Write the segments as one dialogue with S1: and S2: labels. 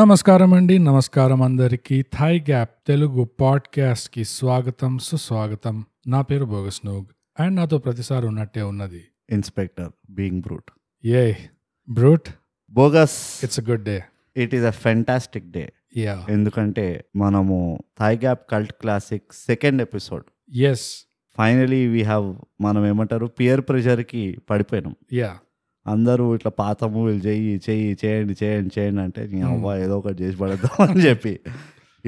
S1: నమస్కారం అండి నమస్కారం అందరికీ థై గ్యాప్ తెలుగు పాడ్కాస్ట్కి స్వాగతం సుస్వాగతం నా పేరు బోగస్ నోగ్ అండ్ నాతో ప్రతిసారి ఉన్నట్టే ఉన్నది
S2: inspector being Brute
S1: a Brute
S2: Bogus
S1: it's a good day
S2: it is a fantastic day
S1: yeah
S2: ఎందుకంటే మనము thigh gap cult classic second episode
S1: yes
S2: finally we have మనం ఏమంటారు పియర్ ప్రెషర్కి పడిపోయినాం
S1: యా
S2: అందరూ ఇట్లా పాత మూవీలు చెయ్యి చెయ్యి చేయండి చేయండి చేయండి అంటే నీ
S1: Hmm.
S2: అవ్వ ఏదో ఒకటి చేసి పడద్దాం అని చెప్పి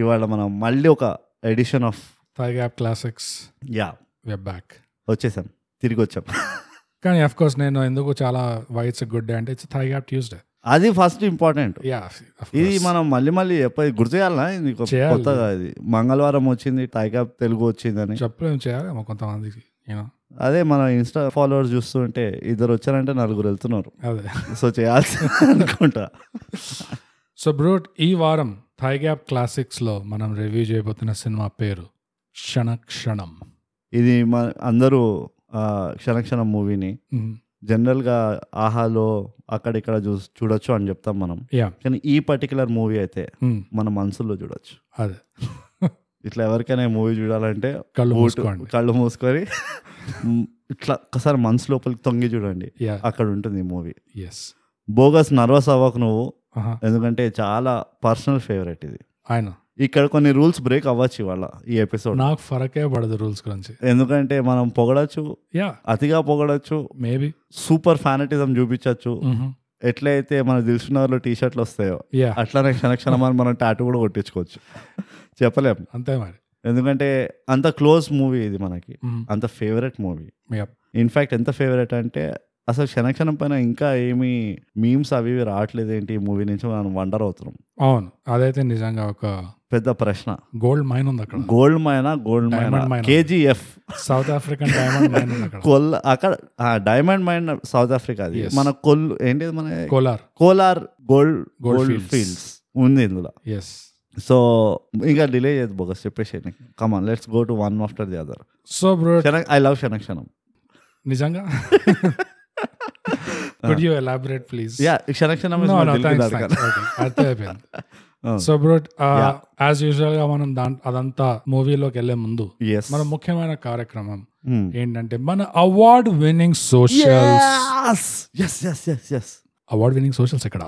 S2: ఇవాళ మనం మళ్ళీ ఒక edition of
S1: thigh gap classics
S2: yeah
S1: we're back
S2: వచ్చేసాం తిరిగి వచ్చాం
S1: కానీ అఫ్ కోర్స్ నేను ఎందుకు చాలా వై ఇట్స్ గుడ్ డే అంటే ఇట్స్ థై గ్యాప్ ట్యూస్డే
S2: అది ఫస్ట్ ఇంపార్టెంట్
S1: యా
S2: ఇది మనం మళ్ళీ మళ్ళీ చెప్పేది గుర్తు చేయాలా ఇది ఒక
S1: చేయాలి.
S2: కొత్తగా ఇది మంగళవారం వచ్చింది టైగా తెలుగు వచ్చిందని
S1: చెప్పులు చేయాలేమో కొంతమందికి యూనో
S2: అదే మన ఇన్స్టా ఫాలోవర్స్ చూస్తుంటే ఇద్దరు వచ్చారంటే నలుగురు వెళ్తున్నారు
S1: అదే
S2: సో చేయాల్సి అనుకుంటా
S1: సో బ్రూట్ ఈ వారం థై గ్యాప్ క్లాసిక్స్లో మనం రివ్యూ చేయబోతున్న సినిమా పేరు క్షణ క్షణం
S2: ఇది మన అందరూ ఆ, క్షణక్షణం మూవీని జనరల్గా ఆహాలో అక్కడిక్కడ చూ చూడొచ్చు అని చెప్తాం మనం
S1: యా
S2: కానీ ఈ పర్టికులర్ మూవీ అయితే
S1: Hmm.
S2: మన మనసులో చూడొచ్చు
S1: అదే
S2: ఇట్లా ఎవరికైనా మూవీ చూడాలంటే
S1: కళ్ళు
S2: ఊటు-
S1: మూసుకోండి
S2: కళ్ళు మూసుకొని మ్, ఇట్లా ఒకసారి మనసు లోపలికి తొంగి చూడండి
S1: యా
S2: అక్కడ ఉంటుంది ఈ మూవీ
S1: ఎస్
S2: బోగస్ నర్వస్ అవ్వకు నువ్వు ఎందుకంటే చాలా పర్సనల్ ఫేవరెట్ ఇది
S1: Uh-huh. ఆయన
S2: ఇక్కడ కొన్ని రూల్స్ బ్రేక్ అవ్వచ్చు ఇవాళ ఈ ఎపిసోడ్
S1: నాకు ఫరకే పడదు రూల్స్ గురించి
S2: ఎందుకంటే మనం పొగడచ్చు
S1: యా
S2: అతిగా పొగడచ్చు
S1: మేబీ
S2: సూపర్ ఫ్యానటిజం చూపించవచ్చు
S1: Mm-hmm.
S2: ఎట్లయితే మన దిల్సునగర్లో టీ షర్ట్లు వస్తాయో
S1: యా
S2: అట్లానే క్షణ క్షణమని మనం టాటూ కూడా కొట్టించుకోవచ్చు చెప్పలేం
S1: అంతే మరి
S2: ఎందుకంటే అంత క్లోజ్ మూవీ ఇది మనకి
S1: Mhm.
S2: అంత ఫేవరెట్ మూవీ
S1: Yep.
S2: ఇన్ఫ్యాక్ట్ ఎంత ఫేవరెట్ అంటే అసలు క్షణ క్షణం పైన ఇంకా ఏమి మీమ్స్ అవి ఇవి రావట్లేదు ఏంటి ఈ మూవీ నుంచి మనం వండర్ అవుతున్నాం
S1: అవును అదైతే నిజంగా ఒక
S2: పెద్ద ప్రశ్న
S1: గోల్డ్ మైన్ ఉంది అక్కడ
S2: గోల్డ్ మైనా గోల్డ్
S1: Diamond
S2: మైనా
S1: mine.
S2: KGF
S1: South African diamond mine ఉంది అక్కడ
S2: కొల్ అక్కడ డైమండ్ మైన్ సౌత్ ఆఫ్రికా అది
S1: Yes.
S2: మన కొల్ ఏంటి మన
S1: Kolar
S2: Kolar gold
S1: Gold
S2: gold
S1: fields.
S2: Fields ఉంది ఇందులో
S1: ఎస్
S2: సో ఇంకా డిలే చేయదు బోగస్ చెప్పేసి come on let's go to one after the other
S1: so bro
S2: I love క్షణక్షణం
S1: నిజంగా could you elaborate please
S2: yeah Kshana Kshanam is
S1: No,
S2: my
S1: no,
S2: dilki
S1: thanks,
S2: dadka.
S1: thanks. Okay, అర్థమైపోయింది
S2: Oh.
S1: So Brute
S2: Yeah.
S1: As usual uh, గా మనం దాం అదంతా మూవీలోకి వెళ్లే ముందు
S2: Yes.
S1: మన ముఖ్యమైన కార్యక్రమం
S2: Hmm.
S1: ఏంటంటే మన award winning socials
S2: Yes. Yes, yes, yes, yes.
S1: Award winning socials ఎక్కడ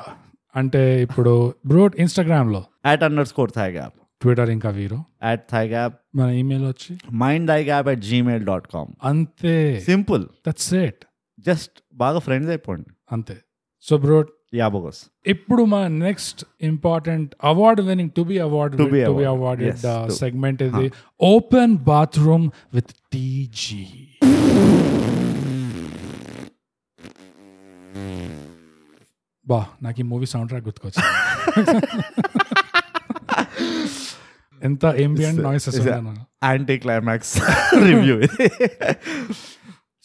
S1: అంటే ఇప్పుడు బ్రోట్ ఇన్స్టాగ్రామ్ లో
S2: At underscore thigh gap.
S1: Twitter ఇంకా వీరు
S2: At thigh gap.
S1: మన ఇమెయిల్ వచ్చి
S2: Mind thigh gap at gmail dot com.
S1: అంతే
S2: సింపుల్
S1: దట్స్ ఇట్
S2: జస్ట్ బాగా ఫ్రెండ్స్ అయిపోండి
S1: అంతే సో బ్రోట్
S2: యా బోగస్
S1: ఇప్పుడు మన next important award winning to be award
S2: To be
S1: to be
S2: awarded.
S1: Awarded
S2: Yes, to-
S1: segment ఇది open bathroom with TG బా నాకు ఈ మూవీ సౌండ్ ట్రాక్ గుర్తుకొచ్చింది ఎంత ambient noises
S2: Is that- anti climax review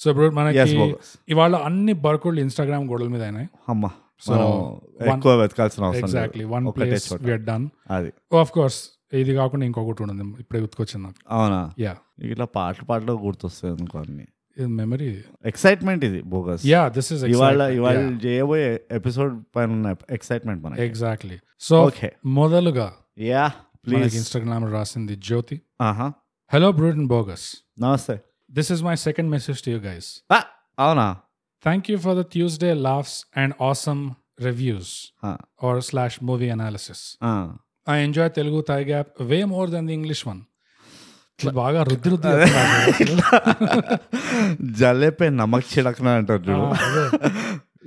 S1: so ఇప్పుడు
S2: yes
S1: మనకి
S2: bogus
S1: ఇవాళ అన్ని బర్కోళ్ళు ఇన్స్టాగ్రామ్ గోడల మీద అయినాయి
S2: అమ్మా
S1: So,
S2: సో
S1: one-
S2: ఎక్కువ వెతకాల్సిన అవసరం
S1: ఎగ్జాక్ట్లీ
S2: లేదు.
S1: వన్
S2: ఒకటే
S1: ప్లేస్
S2: చోట.
S1: వియర్ డన్
S2: అది
S1: ఆఫ్ కోర్స్ ఇది కాకుండా ఇంకొకటి ఉండదు ఇప్పుడే గుర్తుకొచ్చింది నాకు
S2: అవునా
S1: యా
S2: ఇట్లా పాటలు పాటలు గుర్తొస్తాయి అనుకో అన్ని
S1: మెమరీ
S2: ఎక్సైట్మెంట్ ఇది బోగస్
S1: యా దిస్ ఇస్
S2: ఇవాళ ఇవాళ చేయబోయే ఎపిసోడ్ పైన ఉన్న ఎక్సైట్మెంట్ మనకి
S1: ఎగ్జాక్ట్లీ సో
S2: ఓకే
S1: మొదలుగా
S2: యా
S1: మనకి
S2: ప్లీజ్
S1: ఇన్స్టాగ్రామ్ రాసింది జ్యోతి
S2: ఆహా
S1: hello Brute and Bogus
S2: namaste
S1: this is my second message to you guys
S2: Ah, అవునా
S1: thank you for the Tuesday laughs and awesome reviews
S2: Ah,
S1: R slash movie analysis
S2: ah.
S1: I enjoy Telugu thigh gap way more than the English one బాగా రుద్ది రుద్ది చెప్తున్నారు అసలు.
S2: జలేపే నమక్ చిడకన అంటారు
S1: ఆ,
S2: చూడు
S1: అదే.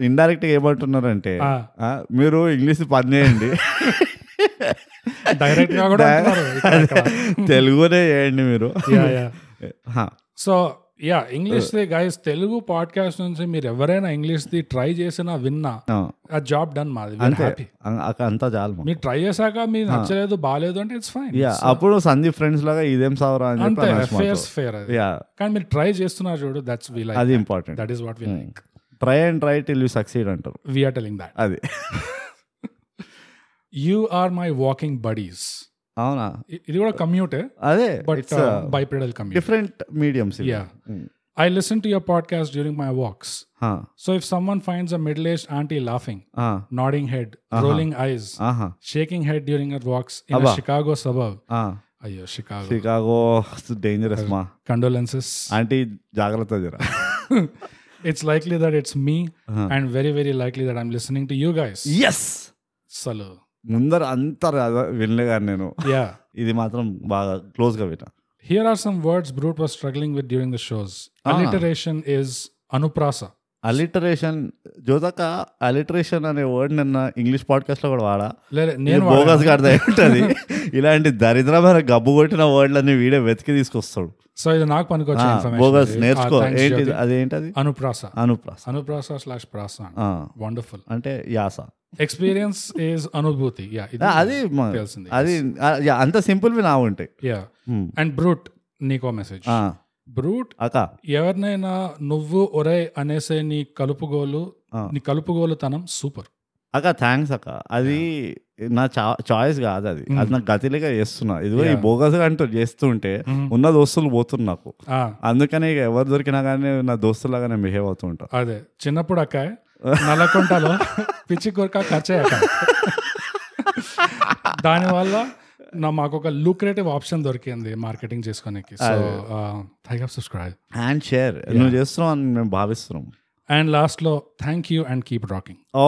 S2: ఇండైరెక్ట్ ఏమంటున్నారంటే
S1: ఆ,
S2: ఆ, మీరు ఇంగ్లీష్ పని చేయండి
S1: direct గా కూడా అంటున్నారు ఇక్కడ, ఇక్కడ.
S2: తెలుగునే చేయండి మీరు
S1: Yeah, yeah.
S2: హా,
S1: so yeah English
S2: Uh.
S1: The guys Telugu podcast నుంచి మీరు ఎవరైనా ఇంగ్లీష్ ది ట్రై చేసినా విన్నా
S2: ఆ,
S1: ఆ జాబ్ డన్ మాది
S2: అంతే
S1: హ్యాపీ
S2: అం- అక్క అంతా చాలు మాకు.
S1: మీరు ట్రై చేశాక మీరు నచ్చలేదు బాగాలేదు అంటే ఇట్స్ ఫైన్
S2: యా అప్పుడు సందీప్ ఫ్రెండ్స్ లాగా ఇదేం సావరా అని చెప్పి
S1: అంతే
S2: అనొచ్చు మాతో.
S1: ఫేర్స్ ఫేర్ అది
S2: యా
S1: కానీ మీరు ట్రై చేస్తున్నారు చూడు దట్స్ వి లైక్
S2: అది Hmm. Important
S1: that is what we like
S2: try and try till you succeed అంటారు
S1: వీఆర్ టెలింగ్ దట్
S2: అది
S1: you are my walking buddies
S2: అవునా
S1: ఇది కూడా eh? కమ్యూటే
S2: అదే
S1: but
S2: it's
S1: bipedal commute
S2: different mediums
S1: um, Yeah. uh, I listen to your podcast during my walks.
S2: హా,
S1: So if someone finds a middle aged auntie laughing,
S2: ఆ,
S1: nodding head,
S2: Uh-huh.
S1: rolling eyes,
S2: ఆహా
S1: shaking head during her walks in a
S2: Abba.
S1: Chicago suburb,
S2: ఆ,
S1: అయ్యో Chicago.
S2: Chicago dangerous మా
S1: Condolences.
S2: Auntie జాగ్రత్త జరా
S1: It's likely that it's me,
S2: Uh-huh.
S1: and very, very likely that I'm listening to you guys.
S2: Yes
S1: Salo.
S2: ముందర అంతా రాదా- వినలేగాను నేను
S1: Yeah.
S2: ఇది మాత్రం బాగా క్లోజ్ గా విన్నా
S1: Here are some words Brute was struggling with during the shows.
S2: Ah.
S1: Alliteration is anuprasa.
S2: Alliteration జోదక అలిటరేషన్ అనే వర్డ్ నిన్న ఇంగ్లీష్ పాడ్కాస్ట్ లో కూడా వాడా
S1: లే- నేను
S2: బోగస్
S1: వాడాను.
S2: గారి దగ్గర ఉంటది ఇలాంటి దరిద్రమైన గబ్బు కొట్టిన వర్డ్లన్నీ వీడే వెతికి తీసుకొస్తాడు
S1: సో ఇది నాకు పనికొచ్చే Ah,
S2: బోగస్
S1: ఇన్ఫర్మేషన్
S2: Ah, నేర్చుకో ఏంటి అదేంటది
S1: అనుప్రాస
S2: అనుప్రాస
S1: అనుప్రాస స్లాష్ ప్రాస
S2: ఆ,
S1: వండర్ఫుల్
S2: అంటే యాస
S1: ఎక్స్పీరియన్స్ ఈజ్ అనుభూతి యా
S2: ఆ, Ah, అది మ-
S1: తెలిసింది
S2: అది ఆ, యా, అంత సింపుల్ వి నా ఉంటాయి
S1: యా
S2: Hmm.
S1: అండ్ బ్రూట్ నీకో మెసేజ్
S2: ఆ,
S1: బ్రూట్
S2: అక్క
S1: ఎవరినైనా నువ్వు ఒరే అనేసే నీ కలుపుగోలు
S2: ఆ.
S1: నీ కలుపుగోలుతనం సూపర్
S2: అక్క థ్యాంక్స్ అక్క అది నా చాయిస్ కాదు అది అది నాకు గతిలేక చేస్తున్నా ఇదిగో ఈ
S1: Yeah.
S2: బోగస్ గా అంటూ చేస్తుంటే
S1: Mhm.
S2: ఉన్న దోస్తులు పోతున్నారు నాకు అందుకనే ఇక ఎవరు దొరికినా కానీ నా దోస్తులాగా నేను బిహేవ్ అవుతూ ఉంటా
S1: అదే చిన్నప్పుడు అక్క నల్లకుంటలో పిచ్చి కొరక ఖర్చు అయ్యాక దానివల్ల నా మాకు ఒక లూక్రేటివ్ ఆప్షన్ దొరికింది మార్కెటింగ్ చేసుకోనికి so thank subscribe
S2: and share నువ్వు చేస్తున్నావు అని మేము భావిస్తున్నాం
S1: అండ్ లాస్ట్ లో thank you and keep rocking
S2: ఓ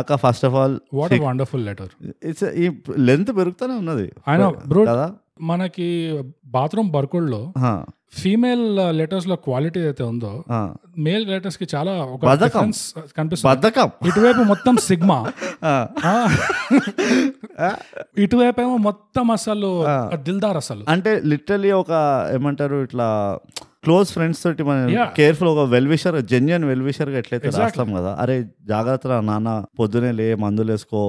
S2: అక్క first of all
S1: what wonderful letter
S2: it's ఈ లెంత్ పెరుగుతూనే ఉన్నది
S1: ఆయన బ్రో
S2: కదా
S1: మనకి బాత్రూమ్ బర్కుల్లో
S2: హా,
S1: ఫీమేల్ లెటర్స్ లో క్వాలిటీ అయితే ఉందో
S2: హా.
S1: మేల్ లెటర్స్ కి చాలా ఒక
S2: బద్ధకం.
S1: difference కనిపిస్తుంది
S2: బద్ధకం
S1: ఇటువైపు మొత్తం సిగ్మా
S2: ఆ, ఆ,
S1: ఇటువైపు ఏమో మొత్తం అసలు దిల్దార్ అసలు
S2: అంటే లిటరలీ ఒక ఏమంటారు ఇట్లా క్లోజ్ ఫ్రెండ్స్ తోటి మనం
S1: Yeah.
S2: కేర్ఫుల్ ఒక వెల్విషర్ జెన్యున్ వెల్విషర్ గా ఎట్లయితే రాస్తాం కదా అరే జాగ్రత్త నాన్న పొద్దునే లే మందులు వేసుకో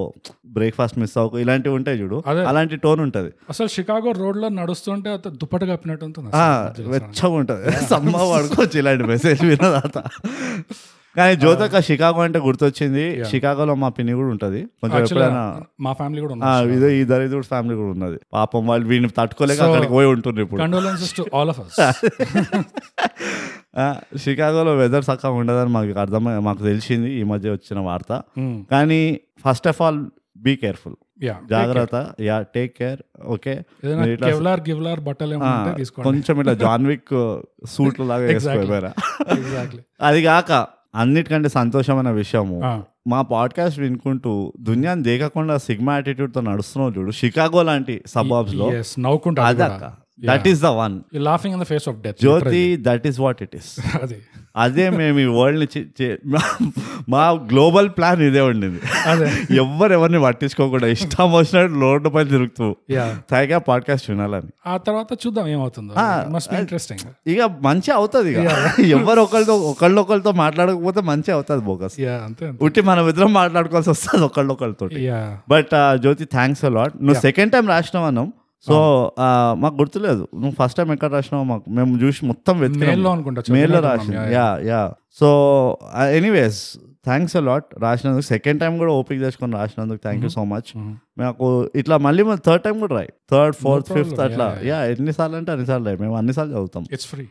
S2: బ్రేక్ఫాస్ట్ మిస్ అవ్వకు ఇలాంటివి ఉంటాయి చూడు
S1: అదే.
S2: అలాంటి టోన్ ఉంటది
S1: అసలు షికాగో రోడ్ లో నడుస్తుంటే అత- దుప్పటి కప్పినట్టు ఉంటుంది
S2: ఆ,
S1: అసలు.
S2: వెచ్చగా ఉంటుంది సమ్మ పడుకోవచ్చు ఇలాంటి మెసేజ్ విన్న తర్వాత కానీ జ్యోతక షికాగో అంటే గుర్తొచ్చింది షికాగోలో మా పిన్ని కూడా ఉంటది కొంచెం
S1: Actually,
S2: ఎప్పుడైనా
S1: మా ఫ్యామిలీ కూడా
S2: ఆ,
S1: ఉన్నారు
S2: ఇదో ఈ దరిద్రుడు ఫ్యామిలీ కూడా ఉన్నది పాపం వాళ్ళు వీడిని తట్టుకోలేక
S1: So-
S2: అక్కడికి పోయి ఉంటుండ్రు ఇప్పుడు
S1: condolences to all of us
S2: ఆ, షికాగోలో వెదర్ చక్కగా ఉండదని మాకు అర్థమై మాకు తెలిసింది ఈ మధ్య వచ్చిన వార్త కానీ first of all be careful
S1: yeah
S2: జాగ్రత్త యా టేక్ కేర్ ఓకే
S1: ఏదైనా
S2: మీరు ఇట్లా-
S1: కెవ్లార్ గివ్లార్ బట్టలు ఏమైనా ఉంటే తీసుకోండి
S2: కొంచెం ఇట్లా జాన్విక్ సూట్ లాగా వేసుకోవారా
S1: ఎగ్జాక్ట్లీ
S2: అది కాక అన్నిటికంటే సంతోషమైన విషయము
S1: ఆ.
S2: మా పాడ్కాస్ట్ వినుకుంటూ దునియాని దేకకుండా సిగ్మా యాటిట్యూడ్ తో నడుస్తున్నావు చూడు షికాగో లాంటి సబాబ్స్ లో
S1: ఎస్ నవ్వుకుంటా
S2: అది అక్క that is the one
S1: laughing in the face of death
S2: Jyoti that is what it is
S1: అది
S2: అదే మేము ఈ వరల్డ్ ని చి- చి- మా గ్లోబల్ ప్లాన్ ఇదే ఉండింది
S1: అదే
S2: ఎవరు ఎవరిని పట్టించుకోకుండా ఇష్టం వచ్చినట్టు రోడ్డు పైన తిరుగుతూ
S1: యా
S2: తాగా పాడ్కాస్ట్ వినాలని
S1: ఆ తర్వాత చూద్దాం ఏమవుతుందో మస్ట్ బి ఇంట్రెస్టింగ్
S2: ఇక మంచి అవుతుంది ఇక ఎవరు ఒకళ్ళతో ఒకళ్ళొకళ్ళతో మాట్లాడకపోతే మంచి అవుతుంది బోకస్
S1: యా అంతే అంతే
S2: ఉట్టి మనం ఇద్దరం మాట్లాడుకోవాల్సి వస్తుంది ఒకళ్ళొకళ్ళతో
S1: yeah
S2: but uh, Jyoti thanks a lot నువ్వు సెకండ్ టైం రాసినావు అన్నాం సో ఆ, మాకు గుర్తులేదు నువ్వు ఫస్ట్ టైం ఎక్కడ రాసినావు మాకు మేము చూసి మొత్తం వెతికినాం
S1: మేల్లో అనుకుంటా
S2: మెయిల్లో
S1: చదివినట్టున్నాం. Yeah,
S2: రాసిన yeah yeah so uh, anyways thanks a lot రాసినందుకు సెకండ్ టైం కూడా ఓపిక తెచ్చుకొని రాసినందుకు thank you so
S1: Mm-hmm.
S2: Much మాకు ఇట్లా మళ్ళీ మనం థర్డ్ టైం కూడా రాయి థర్డ్ ఫోర్త్ ఫిఫ్త్ అట్లా యా ఎన్నిసార్లు అంటే అన్నిసార్లు రాయి మేము అన్నిసార్లు చదువుతాం
S1: it's free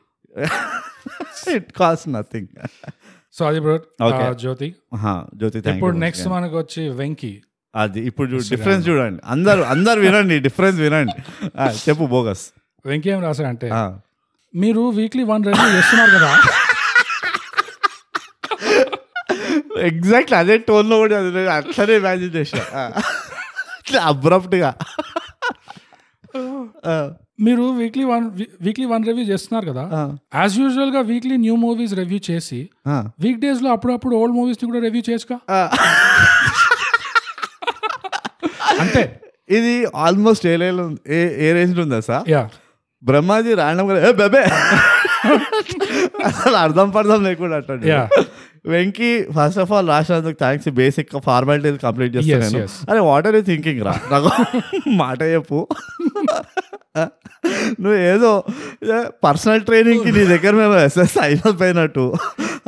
S2: it cost nothing
S1: so అది bro
S2: Okay.
S1: Jyoti
S2: Uh-huh. Jyoti thank
S1: ఇప్పుడు నెక్స్ట్ మనకు వచ్చి వెంకీ
S2: అది ఇప్పుడు చూడు డిఫరెన్స్ చూడండి అందరు అందరు వినండి డిఫరెన్స్ వినండి ఆ, చెప్పు బోగస్
S1: వెంకీ ఏం రాశాడంటే
S2: ఆ.
S1: మీరు వీక్లీ వన్ రెడ్యూ చేస్తున్నారు కదా
S2: ఎగ్జాక్ట్లీ అదే టోన్లో కూడా చదివాను. అట్లనే ఇమాజిన్ చేసిన ఆ. ఇట్లా అబ్రప్ట్గా
S1: మీరు weekly one weekly one review చేస్తున్నారు కదా యాజ్ యూజువల్ గా వీక్లీ న్యూ మూవీస్ రివ్యూ చేసి వీక్ డేస్ లో అప్పుడప్పుడు ఓల్డ్ మూవీస్ ని కూడా రివ్యూ చేసుగా అంతే
S2: ఇది ఆల్మోస్ట్ ఏ లైన్ ఉంది ఏ ఏ రేంజ్ ఉందా సార్
S1: యా
S2: బ్రహ్మాజీ రాయడం కూడా ఏ బెబే అసలు అర్థం పర్థం లేకుండా అట్లాంటి
S1: Yeah.
S2: Venky first of all రాసినందుకు thanks basic formalities complete
S1: Yes,
S2: చేస్తాను
S1: yes.
S2: అరే వాట్ ఆర్ యూ థింకింగ్ రా నాకు మాట చెప్పు నువ్వు ఏదో పర్సనల్ ట్రైనింగ్కి నీ దగ్గర మేము ఎస్ఎస్ అయిపోయినట్టు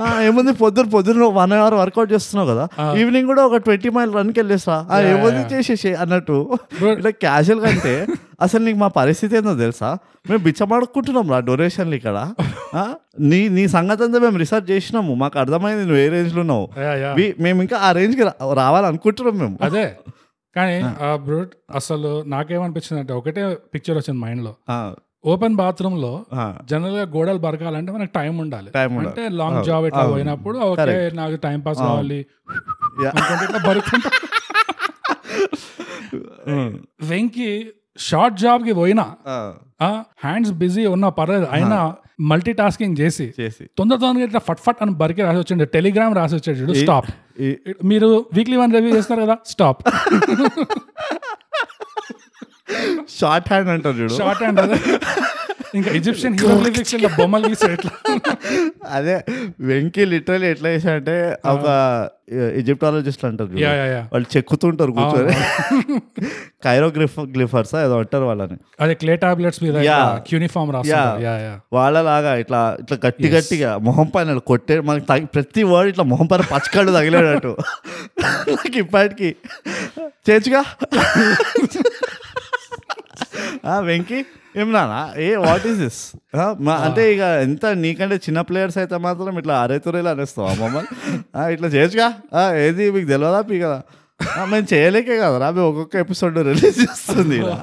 S2: ఆ, ఏముంది పొద్దున పొద్దున వన్ అవర్ వర్కౌట్ చేస్తున్నావు కదా
S1: Ah.
S2: ఈవినింగ్ కూడా ఒక ట్వంటీ మైల్ రన్కి వెళ్ళేసా ఆ, ఏముంది చేసేసి అన్నట్టు
S1: Bro.
S2: ఇట్లా క్యాజువల్ అంటే అసలు నీకు మా పరిస్థితి ఏందో తెలుసా మేము బిచ్చమాడుకుంటున్నాం రా డొనేషన్లు ఇక్కడ ఆ, నీ నీ సంగతి అంతా మేము రీసెర్చ్ చేసినాము మాకు అర్థమైంది నువ్వు ఏ రేంజ్లో ఉన్నావు
S1: యా, యా.
S2: వి- మేము ఇంకా ఆ రేంజ్కి రా- రావాలనుకుంటున్నాం మేము
S1: అదే కానీ ఆ బ్రూట్ అసలు నాకేమనిపించింది అంటే ఒకటే పిక్చర్ వచ్చింది మైండ్ లో
S2: ఆ,
S1: ఓపెన్ బాత్రూమ్ లో
S2: ఆ.
S1: జనరల్ గా గోడలు బరకాలంటే మనకు టైం ఉండాలి
S2: Time ఉండాలి.
S1: అంటే లాంగ్ జాబ్ ఇట్లా
S2: అవును.
S1: పోయినప్పుడు ఓకే నాకు టైం పాస్ కావాలి
S2: యా.
S1: అనుకుంటే ఇట్లా బరుకుంటా వెంకి షార్ట్ జాబ్ కి పోయినా
S2: ఆ,
S1: హ్యాండ్స్ బిజీ ఉన్నా పర్లేదు అయినా మల్టీ టాస్కింగ్ చేసి
S2: చేసి
S1: తొందర తొందరగా ఇట్లా ఫట్ ఫట్ అని బరికి రాసి వచ్చాడు టెలిగ్రామ్ రాసి వచ్చాడు చూడు
S2: ఈ-
S1: స్టాప్
S2: ఈ-
S1: మీరు వీక్లీ వన్ రివ్యూ చేస్తారు కదా స్టాప్
S2: షార్ట్ హ్యాండ్ అంటారు చూడు
S1: షార్ట్ అండ్ అదే ఇంకా ఈజిప్షియన్ హీరోగ్లిఫిక్స్ ఇట్లా బొమ్మలు గీసాడు ఇట్లా
S2: అదే వెంకీ లిటరల్ ఎట్లా చేశాడంటే ఒక ఈజిప్టాలజిస్ట్ అంటారు చూడు.
S1: యా యా యా
S2: వాళ్ళు చెక్కుతుంటారు కూర్చొని కైరోగ్రిఫ్ గ్లిఫర్స్ ఏదో అంటారు వాళ్ళని
S1: అదే క్లే టాబ్లెట్స్ మీద
S2: Yeah.
S1: యూనిఫామ్ రాస్తారు యా యా
S2: వాళ్ళలాగా ఇట్లా ఇట్లా గట్టి గట్టిగా మొహం పైన కొట్టే మనకి తగి- ప్రతి వర్డ్ ఇట్లా మొహం పైన పచ్చకాళ్ళు తగిలేడట్టు నాకు ఇప్పటికి చేర్చుగా ఆ, వెంకీ ఏం నానా ఏ వాట్ ఈస్ దిస్ అంటే ఇక ఎంత నీకంటే చిన్న ప్లేయర్స్ అయితే మాత్రం ఇట్లా అరేతురేలు అనేస్తావా మమ్మల్ని ఆ, ఇట్లా చేయొచ్చుగా ఆ, ఏది మీకు తెలియదా మీ కదా ఆ, మేము చేయలేకే కదరా మేము ఒక్కొక్క ఎపిసోడ్ రిలీజ్ చేస్తుంది ఇలా.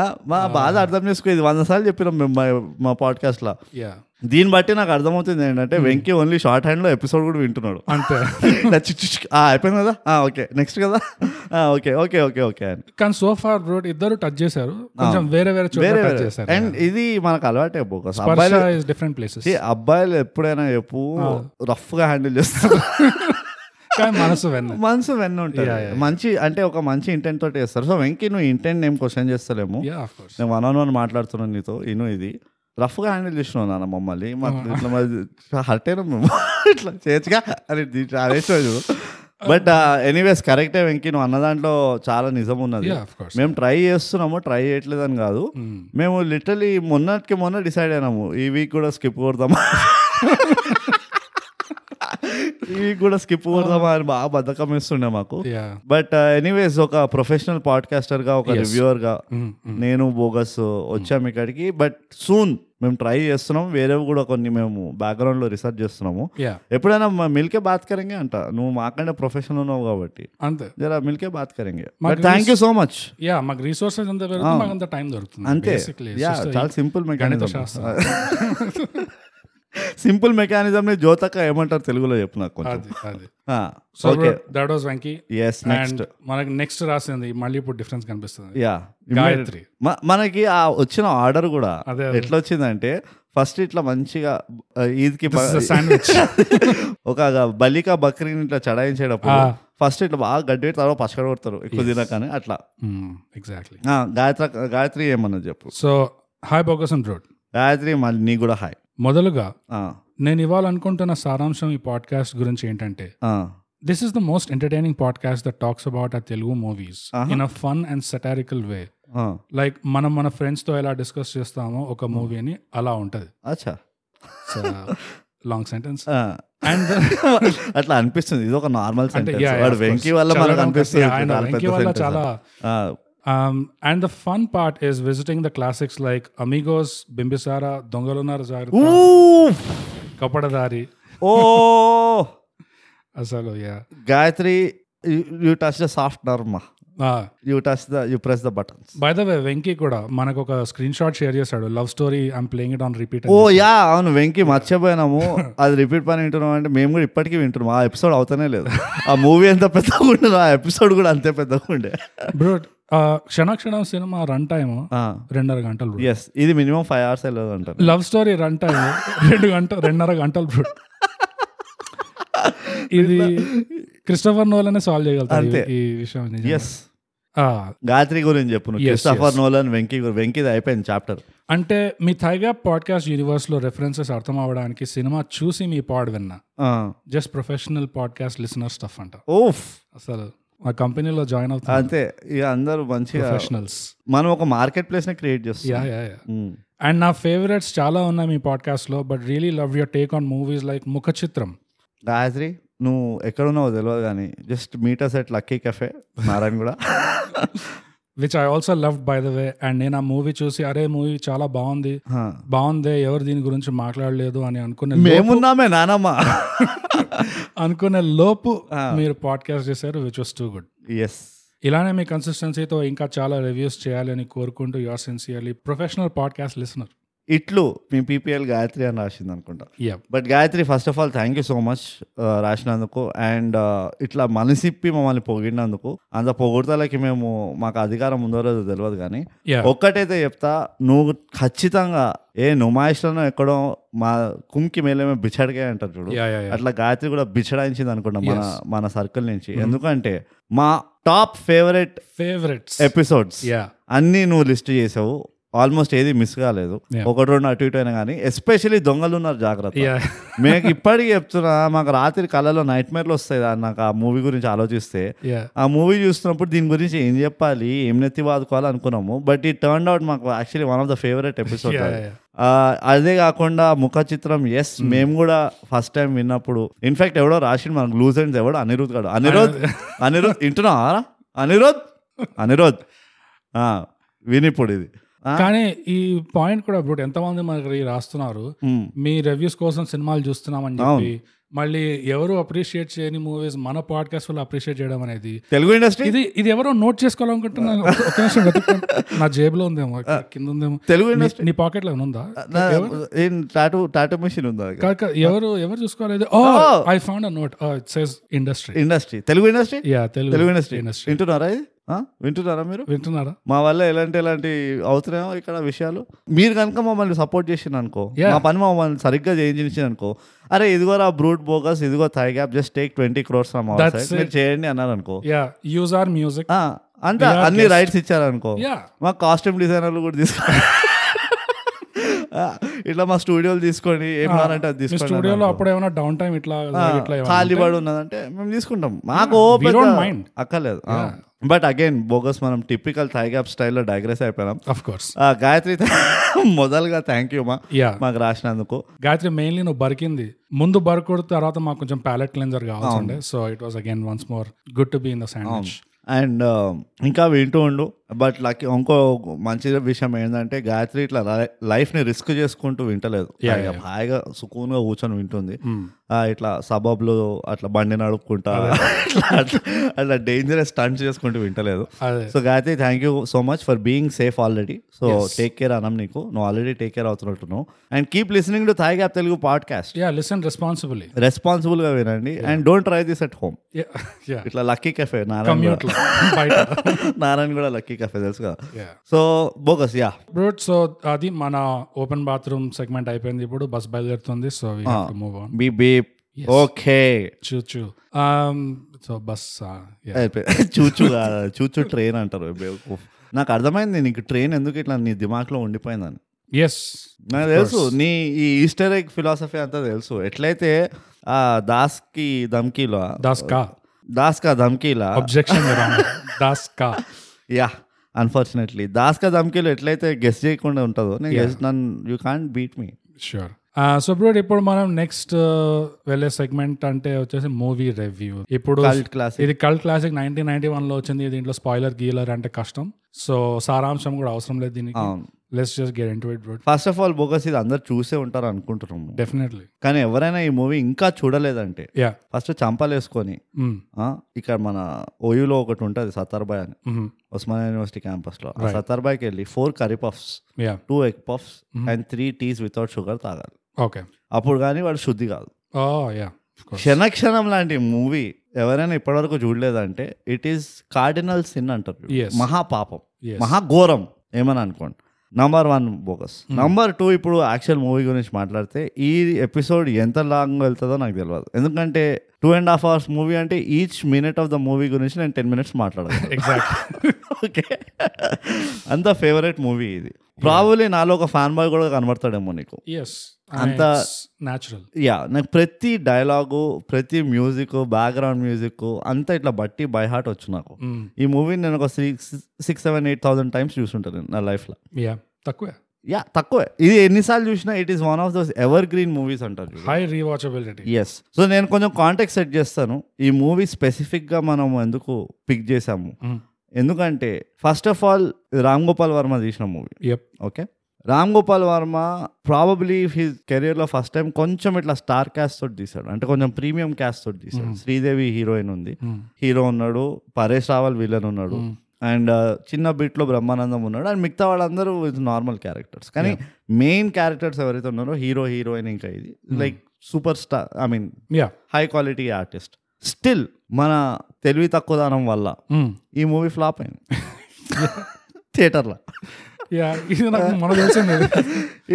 S2: ఆ, మా బాధ అర్థం చేసుకో ఇది వంద సార్లు చెప్పినాం మేము మా- మా పాడ్కాస్ట్లో
S1: యా
S2: దీన్ని బట్టి నాకు అర్థమవుతుంది ఏంటంటే వెంకీ ఓన్లీ షార్ట్ హ్యాండ్లో ఎపిసోడ్ కూడా వింటున్నాడు
S1: అంతే
S2: ఇలా చిక్ చిక్ చిక్, ఆ, అయిపోయింది కదా ఆ, ఓకే నెక్స్ట్ కదా ఆ, ఓకే ఓకే ఓకే ఓకే అని
S1: కానీ సోఫార్ రోడ్ ఇద్దరు టచ్ చేశారు కొంచెం వేరే వేరే చోట
S2: వేరే
S1: టచ్ చేశారు
S2: అండ్ ఇది మనకు అలవాటే పోక అబ్బాయిలు
S1: పర్షా ఇస్ డిఫరెంట్ ప్లేసెస్
S2: See, అబ్బాయిలు ఎప్పుడైనా చెప్పు రఫ్ గా హ్యాండిల్ చేస్తారు
S1: కానీ మనసు వెన్న
S2: మనసు వెన్న ఉంటుంది మంచి అంటే ఒక మంచి ఇంటెంట్ తోటి చేస్తారు సో వెంకీ నువ్వు ఇంటెంట్ నేను క్వశ్చన్ చేస్తలేము
S1: యా ఆఫ్ కోర్స్
S2: నేను వన్ ఆన్ వన్ మాట్లాడుతున్నాను నీతో ఇను ఇది రఫ్ గా హ్యాండిల్ చేసినావు నాన్న మమ్మల్ని మాకు ఇట్లా మరి హర్ట్ అయినా మేము ఇట్లా చేయొచ్చుగా అని అరేసాడు బట్ ఎనీవేస్ కరెక్టే వెంకీ నువ్వు అన్న దాంట్లో చాలా నిజం ఉన్నది
S1: యా ఆఫ్ కోర్స్
S2: మేము ట్రై చేస్తున్నాము ట్రై చేయట్లేదని కాదు మేము లిటరలీ మొన్నటికి మొన్న డిసైడ్ అయినాము ఈ వీక్ కూడా స్కిప్ కొడదామా ఈ వీక్ కూడా స్కిప్ కొడదామా అని బాగా బద్ధకం ఇస్తుండే మాకు
S1: యా
S2: బట్ ఎనీవేస్ uh, ఒక ప్రొఫెషనల్ పాడ్కాస్టర్ గా ఒక రివ్యూవర్ గా నేను బోగస్ వచ్చాము ఇక్కడికి బట్ సూన్ మేము ట్రై చేస్తున్నాం వేరేవి కూడా కొన్ని మేము బ్యాక్గ్రౌండ్ లో రీసెర్చ్ చేస్తున్నాము
S1: యా
S2: ఎప్పుడైనా మ- మిల్కే బాత్ కరెంగే అంట నువ్వు మాకంటే ప్రొఫెషనల్ ఉన్నావు కాబట్టి
S1: అంతే
S2: జరా మిల్కే బాత్ కరెంగే
S1: మాకు
S2: thank you so much
S1: yeah మాకు రీసోర్సెస్ ఎంత పెరుగుతుంది మాకు అంత టైం దొరుకుతుంది
S2: అంతే
S1: బేసిక్లీ
S2: యా చాలా సింపుల్
S1: గణిత
S2: మెకానిజం
S1: శాస్త్రం
S2: సింపుల్ మెకానిజం ని జ్యోతక్క ఏమంటారు తెలుగులో చెప్పు నాకు కొంచెం Ah,
S1: అది అది so
S2: okay
S1: that was Venky
S2: yes next
S1: and మనకి నెక్స్ట్ రాసింది మళ్ళీ ఇప్పుడు డిఫరెన్స్ కనిపిస్తుంది
S2: యా
S1: గాయత్రి
S2: మ- మనకి ఆ వచ్చిన ఆర్డర్ కూడా
S1: అదే, అదే.
S2: ఎట్లా వచ్చిందంటే ఫస్ట్ ఇట్లా మంచిగా ఆ, ఈద్కి ప-
S1: శాండ్విచ్
S2: ఒక బలిక బక్రీని ఇట్లా చడాయించేటప్పుడు
S1: ఆ.
S2: ఫస్ట్ ఇట్లా బాగా గడ్డి పెట్టి తర్వాత పచ్చడి కొడతారు ఎక్కువ తినకని అట్లా
S1: ఎగ్జాక్ట్లీ
S2: ఆ, గాయత్ర గాయత్రి ఏమన్నా చెప్పు
S1: so hi bogus and road
S2: Gayatri మళ్ళీ నీ కూడా హాయ్
S1: మొదలుగా
S2: ఆ,
S1: నేను ఇవ్వాలనుకుంటున్న సారాంశం ఈ పాడ్కాస్ట్ గురించి ఏంటంటే
S2: ఆ,
S1: this is the most entertaining podcast that talks about ఆ Telugu movies
S2: Uh-huh.
S1: In a fun and satirical way
S2: ఆ.
S1: లైక్ మనం మన ఫ్రెండ్స్ తో ఎలా డిస్కస్ చేస్తామో ఒక
S2: Hmm.
S1: మూవీ అని అలా ఉంటది
S2: అచ్చా
S1: లాంగ్ సెంటెన్స్
S2: ఆ.
S1: అండ్
S2: అట్లా అనిపిస్తుంది ఇది ఒక నార్మల్
S1: అంటే
S2: సెంటెన్స్
S1: yeah, yeah,
S2: వాడు
S1: of
S2: వెంకీ
S1: course.
S2: వల్ల
S1: చాలా
S2: మనకు
S1: long
S2: అనిపిస్తుంది
S1: yeah, I know.
S2: చాలా
S1: వెంకీ
S2: పెద్ద
S1: వల్ల
S2: sentence.
S1: చాలా
S2: ఆ,
S1: um, and the fun part is visiting the classics like Amigos, Bimbisara, Dongalunar Zagrata,
S2: ఊఫ్!
S1: Kapadadari.
S2: ఓ
S1: Asalo, yeah.
S2: Gayatri you touch the soft నర్మ
S1: Ah,
S2: you touch the you press the buttons
S1: by the way Venky కూడా మనకు ఒక screenshot share చేశాడు love story I'm playing it on repeat
S2: ఓ yeah అవును వెంకీ మర్చిపోయినాము అది రిపీట్ పని వింటున్నాం అంటే మేము కూడా ఇప్పటికీ వింటున్నాం ఆ ఎపిసోడ్ అవుతానే లేదు ఆ మూవీ ఎంత పెద్దగా ఉండదు ఆ ఎపిసోడ్ కూడా అంతే పెద్దగా ఉండే
S1: బ్రో క్షణక్షణం సినిమా రన్ టైమ్ రెండున్నర గంటలు బ్రో
S2: ఎస్ ఇది మినిమం ఫైవ్ అవర్స్ వెళ్ళదు అంటారు
S1: లవ్ స్టోరీ రన్ టైమ్ రెండు గంట రెండున్నర గంటలు బ్రో ఇది క్రిస్టఫర్ నోలనే సాల్వ్ చేయగలుగుతారు
S2: అంతే.
S1: ఈ- ఈ విషయం నిజంగా.
S2: ఎస్
S1: Ah,
S2: గాయత్రి గురించి చెప్పు నువ్వు
S1: Yes,
S2: క్రిస్టఫర్ నోలన్ వెంకీ గురి- వెంకీది అయిపోయింది చాప్టర్
S1: అంటే మీ థైగా పాడ్కాస్ట్ యూనివర్స్ లో రెఫరెన్సెస్ అర్థం అవ్వడానికి సినిమా చూసి మీ పాడ్ విన్నా just professional podcast listener stuff అంట
S2: ఓఫ్
S1: అసలు మా కంపెనీలో జాయిన్ అవుతాను
S2: అంతే ఇక అందరూ మంచిగా
S1: ప్రొఫెషనల్స్
S2: మనం ఒక మార్కెట్ ప్లేస్ ని Hmm. క్రియేట్
S1: యా
S2: చేస్తాం
S1: యా యా
S2: మ్మ్.
S1: అండ్ నా ఫేవరెట్స్ చాలా ఉన్నాయి మీ పాడ్కాస్ట్లో but really love your take on movies like Mukha Chitram
S2: Gayatri నువ్వు ఎక్కడున్నావో తెలియదు కానీ just meters at Lucky cafe Narayana కూడా
S1: which I also love by the way and నేను ఆ మూవీ చూసి అరే మూవీ చాలా బాగుంది బాగుందే ఎవరు దీని గురించి మాట్లాడలేదు అని అనుకునే
S2: మేమున్నామే నానమ్మ
S1: అనుకునే లోపు మీరు పాడ్కాస్ట్ చేశారు which was too good
S2: yes
S1: ఇలానే మీ కన్సిస్టెన్సీతో ఇంకా చాలా రివ్యూస్ చేయాలని కోరుకుంటూ your sincerely professional podcast listener
S2: ఇట్లు మీ పీపీఎల్ గాయత్రి అని రాసింది అనుకుంటా
S1: yeah
S2: but Gayatri first of all thank you so much రాసినందుకు అండ్ ఇట్లా మనసిప్పి మమ్మల్ని పొగిడినందుకు అంత పొగుడతలకి మేము మాకు అధికారం ఉందో లేదో తెలియదు కానీ
S1: యా
S2: ఒక్కటైతే చెప్తా నువ్వు ఖచ్చితంగా ఏ నుమాయిష్లోనో ఎక్కడో మా కుంకి మేలే మేము బిచ్చడికే అంటారు చూడు
S1: యా యా
S2: అట్లా గాయత్రి కూడా బిచ్చడాయించింది అనుకుంటా మన మన సర్కిల్ నుంచి
S1: Mm-hmm.
S2: ఎందుకంటే మా top favourite
S1: favourites
S2: episodes
S1: yeah
S2: అన్నీ నువ్వు లిస్ట్ చేసావు ఆల్మోస్ట్ ఏది మిస్ కాలేదు
S1: Yeah.
S2: ఒకటి రెండు అటు ఇటు అయినా కానీ ఎస్పెషలీ దొంగలు ఉన్నారు జాగ్రత్త
S1: యా
S2: మేము ఇప్పటికీ చెప్తున్నా మాకు రాత్రి కళలో నైట్ మేర్లు వస్తాయి దా- నాకు ఆ మూవీ గురించి ఆలోచిస్తే
S1: యా
S2: ఆ మూవీ చూస్తున్నప్పుడు దీని గురించి ఏం చెప్పాలి ఏం నెత్తి వాదుకోవాలి అనుకున్నాము బట్ ఈ టర్న్ అవుట్ మాకు actually one of the favourite episode
S1: Yeah, yeah,
S2: అదే కాకుండా ముఖ చిత్రం ఎస్ మేము కూడా ఫస్ట్ టైం విన్నప్పుడు ఇన్ఫాక్ట్ ఎవడో రాసిండు మనకు లూజ్ అండ్ ఎవడో అనిరుద్ గాడు అనిరుద్ అనిరుద్ వింటున్నావా అనిరుద్ అనిరుద్ ఆ, వినిప్పుడు ఇది ఆ,
S1: కానీ ఈ పాయింట్ కూడా బ్రూట్ ఎంతమంది మనకి ఈ రాస్తున్నారు
S2: మ్,
S1: మీ రివ్యూస్ కోసం సినిమాలు చూస్తున్నామని చెప్పి మళ్ళీ ఎవరు అప్రిషియేట్ చేయని మూవీస్ మన పాడ్కాస్ట్ వల్ల అప్రిషియేట్ చేయడం అనేది
S2: తెలుగు ఇండస్ట్రీ
S1: ఇది ఇది ఎవరో నోట్ చేసుకోవాలనుకుంటున్నాను ఒక నిమిషం వెతుక్కోండి. నా జేబులో ఉందేమో ఇక్కడ కింద ఉందేమో
S2: తెలుగు
S1: నీ-
S2: ఇండస్ట్రీ
S1: నీ పాకెట్ లో ఏమైనా ఉందా
S2: ఏం టాటూ టాటూ మిషన్ ఉందా దగ్గర?
S1: కాక ఎవరు ఎవరు చూసుకోలేదు ఓ
S2: Oh.
S1: I found a note it says industry
S2: industry Telugu industry
S1: yeah Telugu
S2: Telugu industry
S1: industry
S2: వింటున్నారా ఇది ఆ, వింటున్నారా మీరు
S1: వింటున్నారా
S2: మా వల్ల ఎలాంటి ఎలాంటి అవుతున్నాయో ఇక్కడ విషయాలు మీరు కనుక మమ్మల్ని సపోర్ట్ చేసిన అనుకో
S1: Yeah.
S2: మా పని మమ్మల్ని సరిగ్గా చేయించిన అనుకో అరే ఇదిగో రా బ్రూట్ బోగస్ ఇదిగో thigh gap just take twenty crores from our
S1: That's
S2: side మీరు చేయండి అన్నారు అనుకో
S1: యా యూజ్ ఆర్ మ్యూజిక్
S2: ఆ, అంతే
S1: We are
S2: అన్ని
S1: guests.
S2: రైట్స్ ఇచ్చారనుకో
S1: యా
S2: మా కాస్ట్యూమ్ డిజైనర్లు కూడా తీసుకో ఆ, ఇట్లా మా స్టూడియోలు తీసుకొని ఏం కావాలంటే అది
S1: Ah, మీ
S2: తీసుకోండి
S1: స్టూడియోలో అప్పుడు ఏమైనా డౌన్ టైం ఇట్లా ఇట్లా ఏమైనా
S2: ఖాళీ పడి ఉన్నదంటే మేము తీసుకుంటాం మాకు ఓ
S1: we
S2: పెద్ద
S1: don't mind.
S2: అక్కర్లేదు బట్ అగైన్ బోగస్ మనం టిపికల్ థైగ్యాప్ స్టైల్లో డైగ్రెస్ అయిపోయినాం
S1: ఆఫ్ కోర్స్
S2: ఆ, గాయత్రి మొదలుగా థ్యాంక్ యూ మా
S1: యా
S2: మాకు రాసినందుకు
S1: గాయత్రి మెయిన్లీ నువ్వు బరికింది ముందు బరకూడదు తర్వాత మాకు కొంచెం ప్యాలెట్ క్లెన్జర్ కావాల్సిండే so it was again once more good to be in the sandwich
S2: and ఇంకా వింటూ ఉండు బట్ లక్ ఇంకో మంచి విషయం ఏంటంటే గాయత్రి ఇట్లా లైఫ్ ని రిస్క్ చేసుకుంటూ వింటలేదు
S1: Yeah, Hmm.
S2: హాయిగా- హాయిగా సుకూన్గా కూర్చొని వింటుంది ఆ, ఇట్లా సబాబ్లో అట్లా బండి నడుపుకుంటా ఇట్లా అట్లా- అట్లా డేంజరస్ స్టంట్స్ చేసుకుంటూ వింటలేదు
S1: అదే
S2: so Gayatri thank you so much for being safe already so
S1: Yes.
S2: Take care అనం నీకు నువ్వు ఆల్రెడీ టేక్ కేర్ అవుతున్నట్టున్నావు and keep listening to Thai gap Telugu podcast
S1: yeah listen responsibly
S2: responsible గా వినండి and don't try this at home
S1: yeah
S2: ఇట్లా lucky cafe Narayana
S1: commute లో బయట
S2: కూడా- నారాయణ కూడా లక్కీ కెఫే తెలుసు కదా
S1: yeah
S2: so bogus yeah
S1: brute so అది మన ఓపెన్ బాత్రూమ్ సెగ్మెంట్ అయిపోయింది ఇప్పుడు బస్ బయలుదేరుతుంది so we to move on
S2: be beep okay
S1: చూ చూ Um, సో బస్
S2: చూచు కాదు, చూచు ట్రైన్ అంటారు బేవకూఫ్. నాకు అర్థమైంది నీకు ట్రైన్ ఎందుకు ఇట్లా నీ దిమాక్లో ఉండిపోయిందని
S1: ఎస్
S2: నాకు తెలుసు నీ ఈ ఈస్టర్ ఎగ్ ఫిలాసఫీ అంతా తెలుసు ఎట్లయితే ఆ దాస్కి ధమ్కీలో
S1: దాస్ కా
S2: Uh, దాస్కా ధమ్కీలా
S1: objection Das Ka
S2: yeah unfortunately దాస్కా ధమ్కీలో ఎట్లయితే గెస్ చేయకుండా ఉంటుందో నేను గెస్ నన్ను you can't beat me
S1: sure so brute ఇప్పుడు మనం నెక్స్ట్ వెళ్ళే సెగ్మెంట్ అంటే వచ్చేసి మూవీ రివ్యూ ఇప్పుడు
S2: కల్ట్ క్లాస్
S1: ఇది cult classic nineteen ninety one లో వచ్చింది దీంట్లో స్పాయిలర్ గీలర్ అంటే కష్టం సో సారాంశం కూడా అవసరం లేదు దీనికి
S2: అవును
S1: let's just get into it brute
S2: first of all bogus ఇది అందరు చూసే ఉంటారు అనుకుంటున్నాము
S1: డెఫినెట్లీ
S2: కానీ ఎవరైనా ఈ మూవీ ఇంకా చూడలేదంటే
S1: యా
S2: ఫస్ట్ చంపలేసుకొని
S1: Mm,
S2: ఆ, ఇక్కడ మన ఓయూలో ఒకటి ఉంటుంది సత్తర్బాయ్ అని
S1: mm-hmm.
S2: ఉస్మానియా యూనివర్సిటీ క్యాంపస్లో ఆ సత్తర్బాయ్కి వెళ్ళి four curry puffs
S1: yeah
S2: two egg puffs and three teas without sugar తాగాలి
S1: ఓకే
S2: అప్పుడు కానీ వాడు శుద్ధి కాదు
S1: ఓ యా
S2: క్షణ క్షణం లాంటి మూవీ ఎవరైనా ఇప్పటివరకు చూడలేదంటే ఇట్ ఈస్ కార్డినల్ సిన్ అంటారు
S1: Yes.
S2: మహాపాపం
S1: Yes.
S2: మహాఘోరం ఏమని అనుకోండి number one bogus
S1: Hmm.
S2: Number two ఇప్పుడు యాక్చువల్ మూవీ గురించి మాట్లాడితే ఈ ఎపిసోడ్ ఎంత లాంగ్ వెళ్తుందో నాకు తెలియదు ఎందుకంటే two and half hours movie అంటే each minute of the movie గురించి నేను టెన్ మినిట్స్ మాట్లాడాలి
S1: ఎగ్జాక్ట్
S2: ఓకే అంత ఫేవరెట్ మూవీ ఇది ప్రాబులీ నాలో ఒక ఫ్యాన్ బాయ్ కూడా కనబడతాడేమో నీకు
S1: ఎస్
S2: అంత-
S1: న్యాచురల్
S2: యా నాకు ప్రతి డైలాగు ప్రతి మ్యూజిక్ బ్యాక్గ్రౌండ్ మ్యూజిక్ అంతా ఇట్లా బట్టి బై హార్ట్ వచ్చు నాకు
S1: Mm,
S2: ఈ మూవీని నేను ఒక six six seven eight thousand times చూసుంటాను నేను నా లైఫ్లో
S1: యా తక్కువే
S2: యా తక్కువే ఇది ఎన్నిసార్లు చూసినా it is one of those evergreen movies అంటారు చూడు.
S1: హై రీవాచబిలిటీ
S2: ఎస్ సో నేను కొంచెం కాంటాక్ట్ సెట్ చేస్తాను ఈ మూవీ స్పెసిఫిక్గా మనం ఎందుకు పిక్ చేసాము
S1: Mm.
S2: ఎందుకంటే first of all Ram Gopal Varma తీసిన మూవీ
S1: ఎప్
S2: okay Ram Gopal Varma probably his కెరియర్లో ఫస్ట్ టైం కొంచెం ఇట్లా స్టార్ క్యాస్ట్ తోటి తీశాడు అంటే కొంచెం ప్రీమియం క్యాస్ట్ తోటి తీశాడు శ్రీదేవి హీరోయిన్ ఉంది హీరో ఉన్నాడు పరేష్ రావల్ విలన్ ఉన్నాడు అండ్ uh, చిన్న బిట్లో బ్రహ్మానందం ఉన్నాడు అండ్ మిగతా వాళ్ళందరూ నార్మల్ క్యారెక్టర్స్ కానీ మెయిన్ క్యారెక్టర్స్ ఎవరైతే ఉన్నారో హీరో హీరోయిన్ ఇంకా ఇది like super star I mean
S1: yeah
S2: high quality artist still మన తెలివి తక్కువదనం వల్ల
S1: Mm.
S2: ఈ మూవీ ఫ్లాప్ అయింది థియేటర్లో
S1: యా ఇది నాకు మన తెలిసింది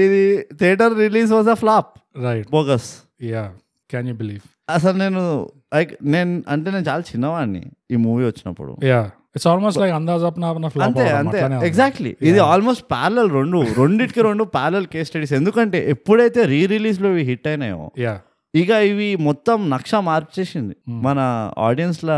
S2: ఇది theatre release was a flop
S1: right
S2: bogus
S1: yeah can you believe
S2: అసలు నేను లైక్ నేను అంటే నేను చాలా చిన్నవాడిని ఈ మూవీ వచ్చినప్పుడు
S1: yeah it's almost like Andaz Apna Apna flop
S2: అంతే అంతే ఎగ్జాక్ట్లీ ఇది ఆల్మోస్ట్ ప్యారల్ రెండు రెండిటికి రెండు ప్యారల్ కేస్ స్టడీస్ ఎందుకంటే ఎప్పుడైతే రీ రిలీజ్ లో ఇవి హిట్ అయినాయో
S1: యా
S2: ఇక ఇవి మొత్తం నక్ష మార్చేసింది మన ఆడియన్స్ లా